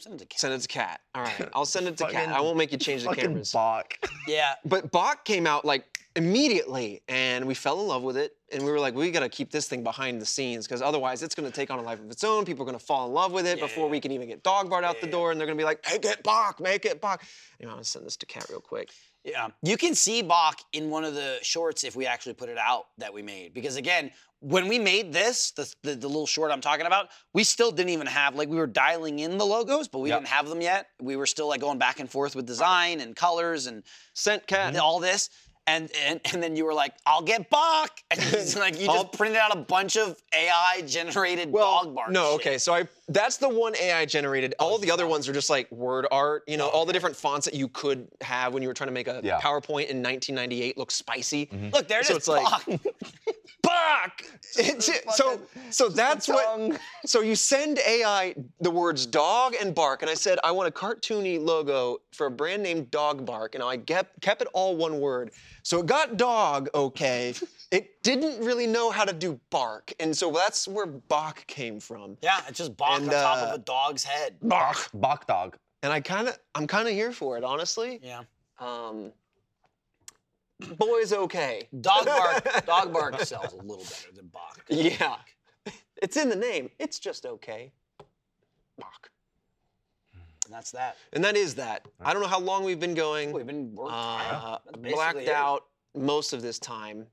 Speaker 1: Send it to Kat.
Speaker 2: Send it to Kat. All right, I'll send it to Kat.
Speaker 3: Fucking-
Speaker 2: I won't make you change the
Speaker 3: Fucking
Speaker 2: cameras.
Speaker 3: Bach.
Speaker 1: Yeah.
Speaker 2: but Bach came out like immediately, and we fell in love with it. And we were like, we got to keep this thing behind the scenes because otherwise, it's going to take on a life of its own. People are going to fall in love with it
Speaker 1: Yeah,
Speaker 2: before
Speaker 1: yeah,
Speaker 2: we can even get dog barred out the
Speaker 1: yeah.
Speaker 2: door, and they're going to be like, make it Bach, make it Bach. You know, I'm going to send this to Kat real quick.
Speaker 1: Yeah. You can see Bach in one of the shorts if we actually put it out that we made. Because again, when we made this, the, the, the little short I'm talking about, we still didn't even have, like, we were dialing in the logos, but we
Speaker 3: Yep.
Speaker 1: didn't have them yet. We were still, like, going back and forth with design and colors and
Speaker 2: Sent Kat.
Speaker 1: and all this. And, and and then you were like, I'll get Bach. And it's like you
Speaker 2: I'll-
Speaker 1: just printed out a bunch of AI generated
Speaker 2: Well,
Speaker 1: dog bark.
Speaker 2: no,
Speaker 1: shit.
Speaker 2: okay. So I that's the one AI generated. All the other ones are just like word art. You know, all the different fonts that you could have when you were trying to make a
Speaker 3: Yeah.
Speaker 2: PowerPoint in 1998 look spicy.
Speaker 1: Look, there it is.
Speaker 2: So it's like-
Speaker 1: Bach.
Speaker 2: Fuck. It's- so so that's what. So you send AI the words dog and bark, and I said I want a cartoony logo for a brand named Dog Bark, and I kept kept it all one word. So it got dog okay. it didn't really know how to do bark, and so that's where Bach came from.
Speaker 1: Yeah, it's just Bach
Speaker 2: And,
Speaker 1: on top
Speaker 2: uh,
Speaker 1: of a dog's head.
Speaker 3: Bach. Bach dog.
Speaker 2: And I kind of I'm kind of here for it, honestly.
Speaker 1: Yeah.
Speaker 2: Um, boys okay.
Speaker 1: Dog bark. dog bark sells a little better than Bach.
Speaker 2: Yeah. It's in the name. It's just okay. Bach.
Speaker 1: And that's that.
Speaker 2: And that is that. I don't know how long we've been going.
Speaker 1: We've been working.
Speaker 2: uh,
Speaker 1: That's basically
Speaker 2: blacked
Speaker 1: it.
Speaker 2: out most of this time.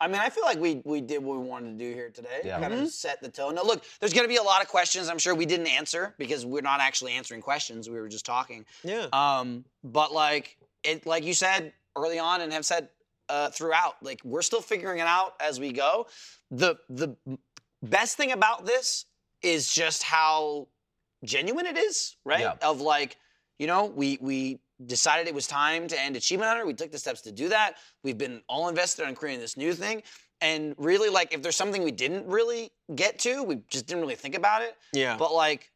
Speaker 1: I mean, I feel like we we did what we wanted to do here today.
Speaker 3: Yeah.
Speaker 1: Kind of set the tone. Now, look, there's going to be a lot of questions. I'm sure we didn't answer because we're not actually answering questions. We were just talking.
Speaker 2: Yeah.
Speaker 1: Um, but like it, like you said early on, and have said uh, throughout, like we're still figuring it out as we go. The the best thing about this is just how genuine it is, right?
Speaker 3: Yeah.
Speaker 1: Of like, you know, we we decided it was time to end Achievement Hunter. We took the steps to do that. We've been all invested on creating this new thing. And really, like, if there's something we didn't really get to, we just didn't really think about it.
Speaker 2: yeah.
Speaker 1: But like,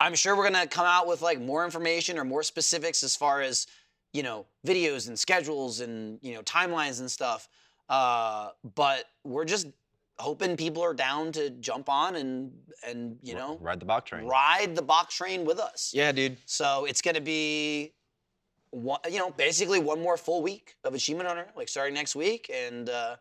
Speaker 1: I'm sure we're gonna come out with like more information or more specifics as far as you know videos and schedules and you know timelines and stuff. Uh, but we're just hoping people are down to jump on and and you
Speaker 3: R-
Speaker 1: know
Speaker 3: Ride the Bach train.
Speaker 1: ride the box train with us.
Speaker 2: yeah, dude.
Speaker 1: So it's gonna be. One, you know, basically one more full week of Achievement Hunter, like starting next week, and uh,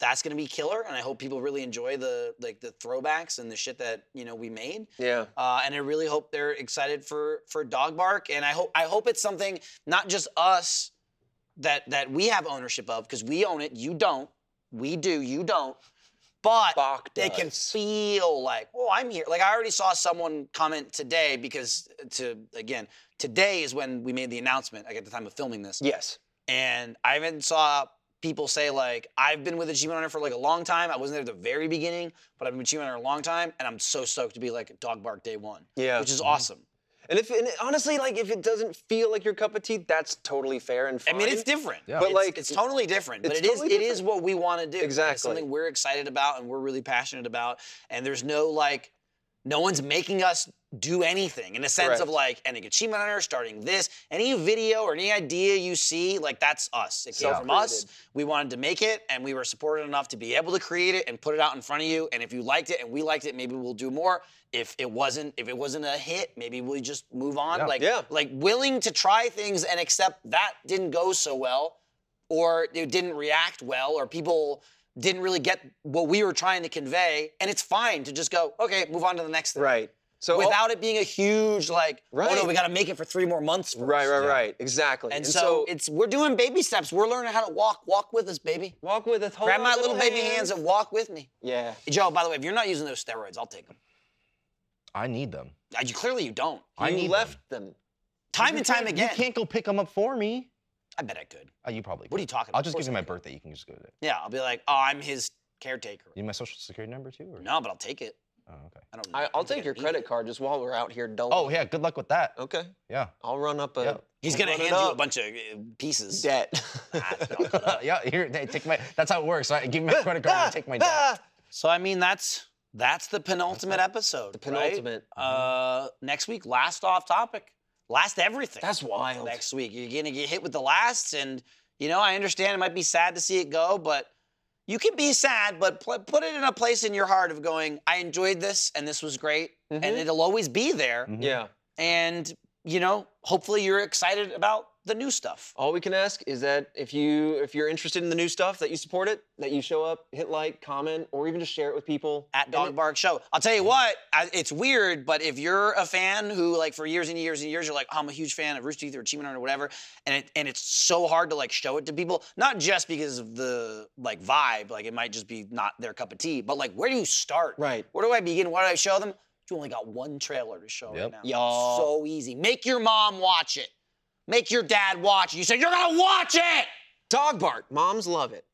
Speaker 1: that's gonna be killer. And I hope people really enjoy the like the throwbacks and the shit that you know we made
Speaker 2: Yeah.
Speaker 1: uh, and I really hope they're excited for for Dog Bark, and I hope I hope it's something not just us that that we have ownership of because we own it, you don't, we do, you don't, but
Speaker 2: Bach
Speaker 1: they can feel like, oh, I'm here. Like I already saw someone comment today because to again today is when we made the announcement. Like at the time of filming this,
Speaker 2: Yes.
Speaker 1: and I even saw people say like, I've been with Achievement Hunter for like a long time. I wasn't there at the very beginning, but I've been with Achievement Hunter a long time, and I'm so stoked to be like Dog Bark Day One.
Speaker 2: Yeah.
Speaker 1: which is awesome.
Speaker 2: And if and honestly, like if it doesn't feel like your cup of tea, that's totally fair and
Speaker 1: I
Speaker 2: fine.
Speaker 1: mean, it's different.
Speaker 3: Yeah.
Speaker 2: But
Speaker 1: It's-
Speaker 2: like
Speaker 1: it's totally different. But
Speaker 2: it's
Speaker 1: it is
Speaker 2: totally
Speaker 1: it is what we want to do.
Speaker 2: Exactly.
Speaker 1: It's something we're excited about and we're really passionate about. And there's no like, no one's making us do anything in the sense of
Speaker 2: Correct.
Speaker 1: like ending achievement hunter, starting this, any video or any idea you see, like that's us. It came from us. We wanted to make it and we were supported enough to be able to create it and put it out in front of you. And if you liked it and we liked it, maybe we'll do more. If it wasn't, if it wasn't a hit, maybe we just move on.
Speaker 3: Yeah.
Speaker 1: Like
Speaker 2: Yeah.
Speaker 1: like willing to try things and accept that didn't go so well or it didn't react well or people didn't really get what we were trying to convey and it's fine to just go okay move on to the next thing
Speaker 2: right. So oh
Speaker 1: without it being a huge like oh
Speaker 2: Right.
Speaker 1: no we got to make it for 3 more months first."
Speaker 2: right, right,
Speaker 3: Yeah.
Speaker 2: right, exactly.
Speaker 1: and, so, it's we're doing baby steps we're learning how to walk walk with us baby
Speaker 2: walk with us. hold
Speaker 1: grab
Speaker 2: on,
Speaker 1: my little baby hands and walk with me
Speaker 2: Yeah.
Speaker 1: joe by the way if you're not using those steroids i'll take them
Speaker 3: I need them.
Speaker 1: Uh, you, clearly you don't
Speaker 3: I
Speaker 2: you
Speaker 3: need
Speaker 2: left them.
Speaker 1: time and time again
Speaker 3: You can't go pick them up for me.
Speaker 1: i bet i could
Speaker 3: Oh, you probably.
Speaker 1: What are
Speaker 3: could.
Speaker 1: you talking
Speaker 3: I'll
Speaker 1: about?
Speaker 3: just
Speaker 1: Of
Speaker 3: give
Speaker 1: course
Speaker 3: you
Speaker 1: I
Speaker 3: my
Speaker 1: could.
Speaker 3: birthday. You can just go to it.
Speaker 1: yeah i'll be like oh i'm his caretaker
Speaker 3: You need my social security number too? Or?
Speaker 1: no but i'll take it
Speaker 3: Oh, okay.
Speaker 1: I don't.
Speaker 2: I,
Speaker 1: don't
Speaker 2: I'll take
Speaker 1: think I
Speaker 2: your
Speaker 1: need
Speaker 2: credit
Speaker 1: it.
Speaker 2: card just while we're out here. Don't.
Speaker 3: Oh yeah. Good luck with that.
Speaker 2: Okay.
Speaker 3: Yeah.
Speaker 2: I'll run up a
Speaker 3: Yeah.
Speaker 1: He's
Speaker 2: I'll
Speaker 1: gonna
Speaker 2: run
Speaker 1: hand
Speaker 2: it
Speaker 1: you a
Speaker 2: up.
Speaker 1: bunch of uh, pieces.
Speaker 2: debt.
Speaker 1: Ah, I'll cut up.
Speaker 3: yeah. Here, they take my. That's how it works. I give me my credit card. and take my debt.
Speaker 1: so I mean, that's that's the penultimate episode. The
Speaker 2: penultimate.
Speaker 1: Uh, next week, last off topic, last everything.
Speaker 2: That's wild.
Speaker 1: Next week, you're gonna get hit with the lasts, and you know I understand it might be sad to see it go, but you can be sad, but pl- put it in a place in your heart of going, I enjoyed this, and this was great, and
Speaker 2: Mhm.
Speaker 1: it'll always be there.
Speaker 3: Mhm.
Speaker 2: Yeah.
Speaker 1: And you know, hopefully, you're excited about the new stuff.
Speaker 2: All we can ask is that if you if you're interested in the new stuff, that you support it, that you show up, hit like, comment, or even just share it with people.
Speaker 1: at
Speaker 2: And
Speaker 1: Dog
Speaker 2: it-
Speaker 1: Bark Show. I'll tell you what, I, it's weird, but if you're a fan who like for years and years and years, you're like, "Oh, I'm a huge fan of Rooster Teeth or Achievement Hunter or whatever, and it, and it's so hard to like show it to people, not just because of the like vibe, like it might just be not their cup of tea, but like where do you start?
Speaker 2: Right.
Speaker 1: Where do I begin? What do I show them? You only got one trailer to show
Speaker 3: Yep.
Speaker 1: right now.
Speaker 2: Y'all.
Speaker 1: So easy. Make your mom watch it. Make your dad watch it. You say you're gonna watch it.
Speaker 2: Dog bark. Moms love it.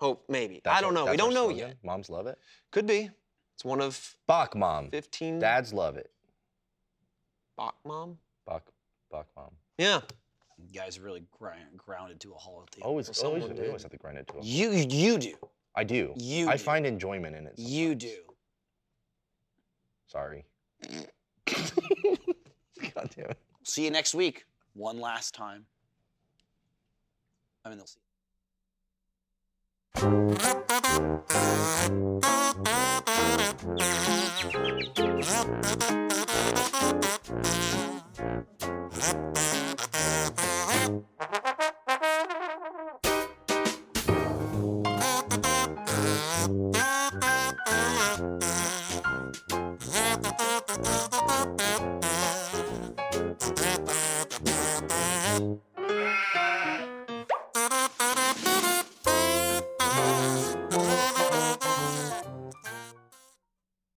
Speaker 2: Hope maybe.
Speaker 3: That's
Speaker 2: I don't
Speaker 3: our-
Speaker 2: know. We
Speaker 3: that's our
Speaker 2: don't know
Speaker 3: slogan.
Speaker 2: yet.
Speaker 3: Moms love it.
Speaker 2: Could be. It's one of
Speaker 3: Bach mom.
Speaker 2: 15
Speaker 3: Dads love it.
Speaker 2: Bach mom.
Speaker 3: Bach. Bach mom.
Speaker 2: Yeah.
Speaker 1: You guys are really grind, grounded to a halt. at the-
Speaker 3: Always.
Speaker 2: someone
Speaker 3: Always. we
Speaker 2: did.
Speaker 3: always have to grind it to 'em.
Speaker 1: You you do.
Speaker 3: I do.
Speaker 1: You
Speaker 3: I
Speaker 1: do.
Speaker 3: find enjoyment in it.
Speaker 1: You
Speaker 3: sometimes.
Speaker 1: do.
Speaker 3: Sorry. God damn it.
Speaker 1: See you next week. One last time. I mean, they'll see.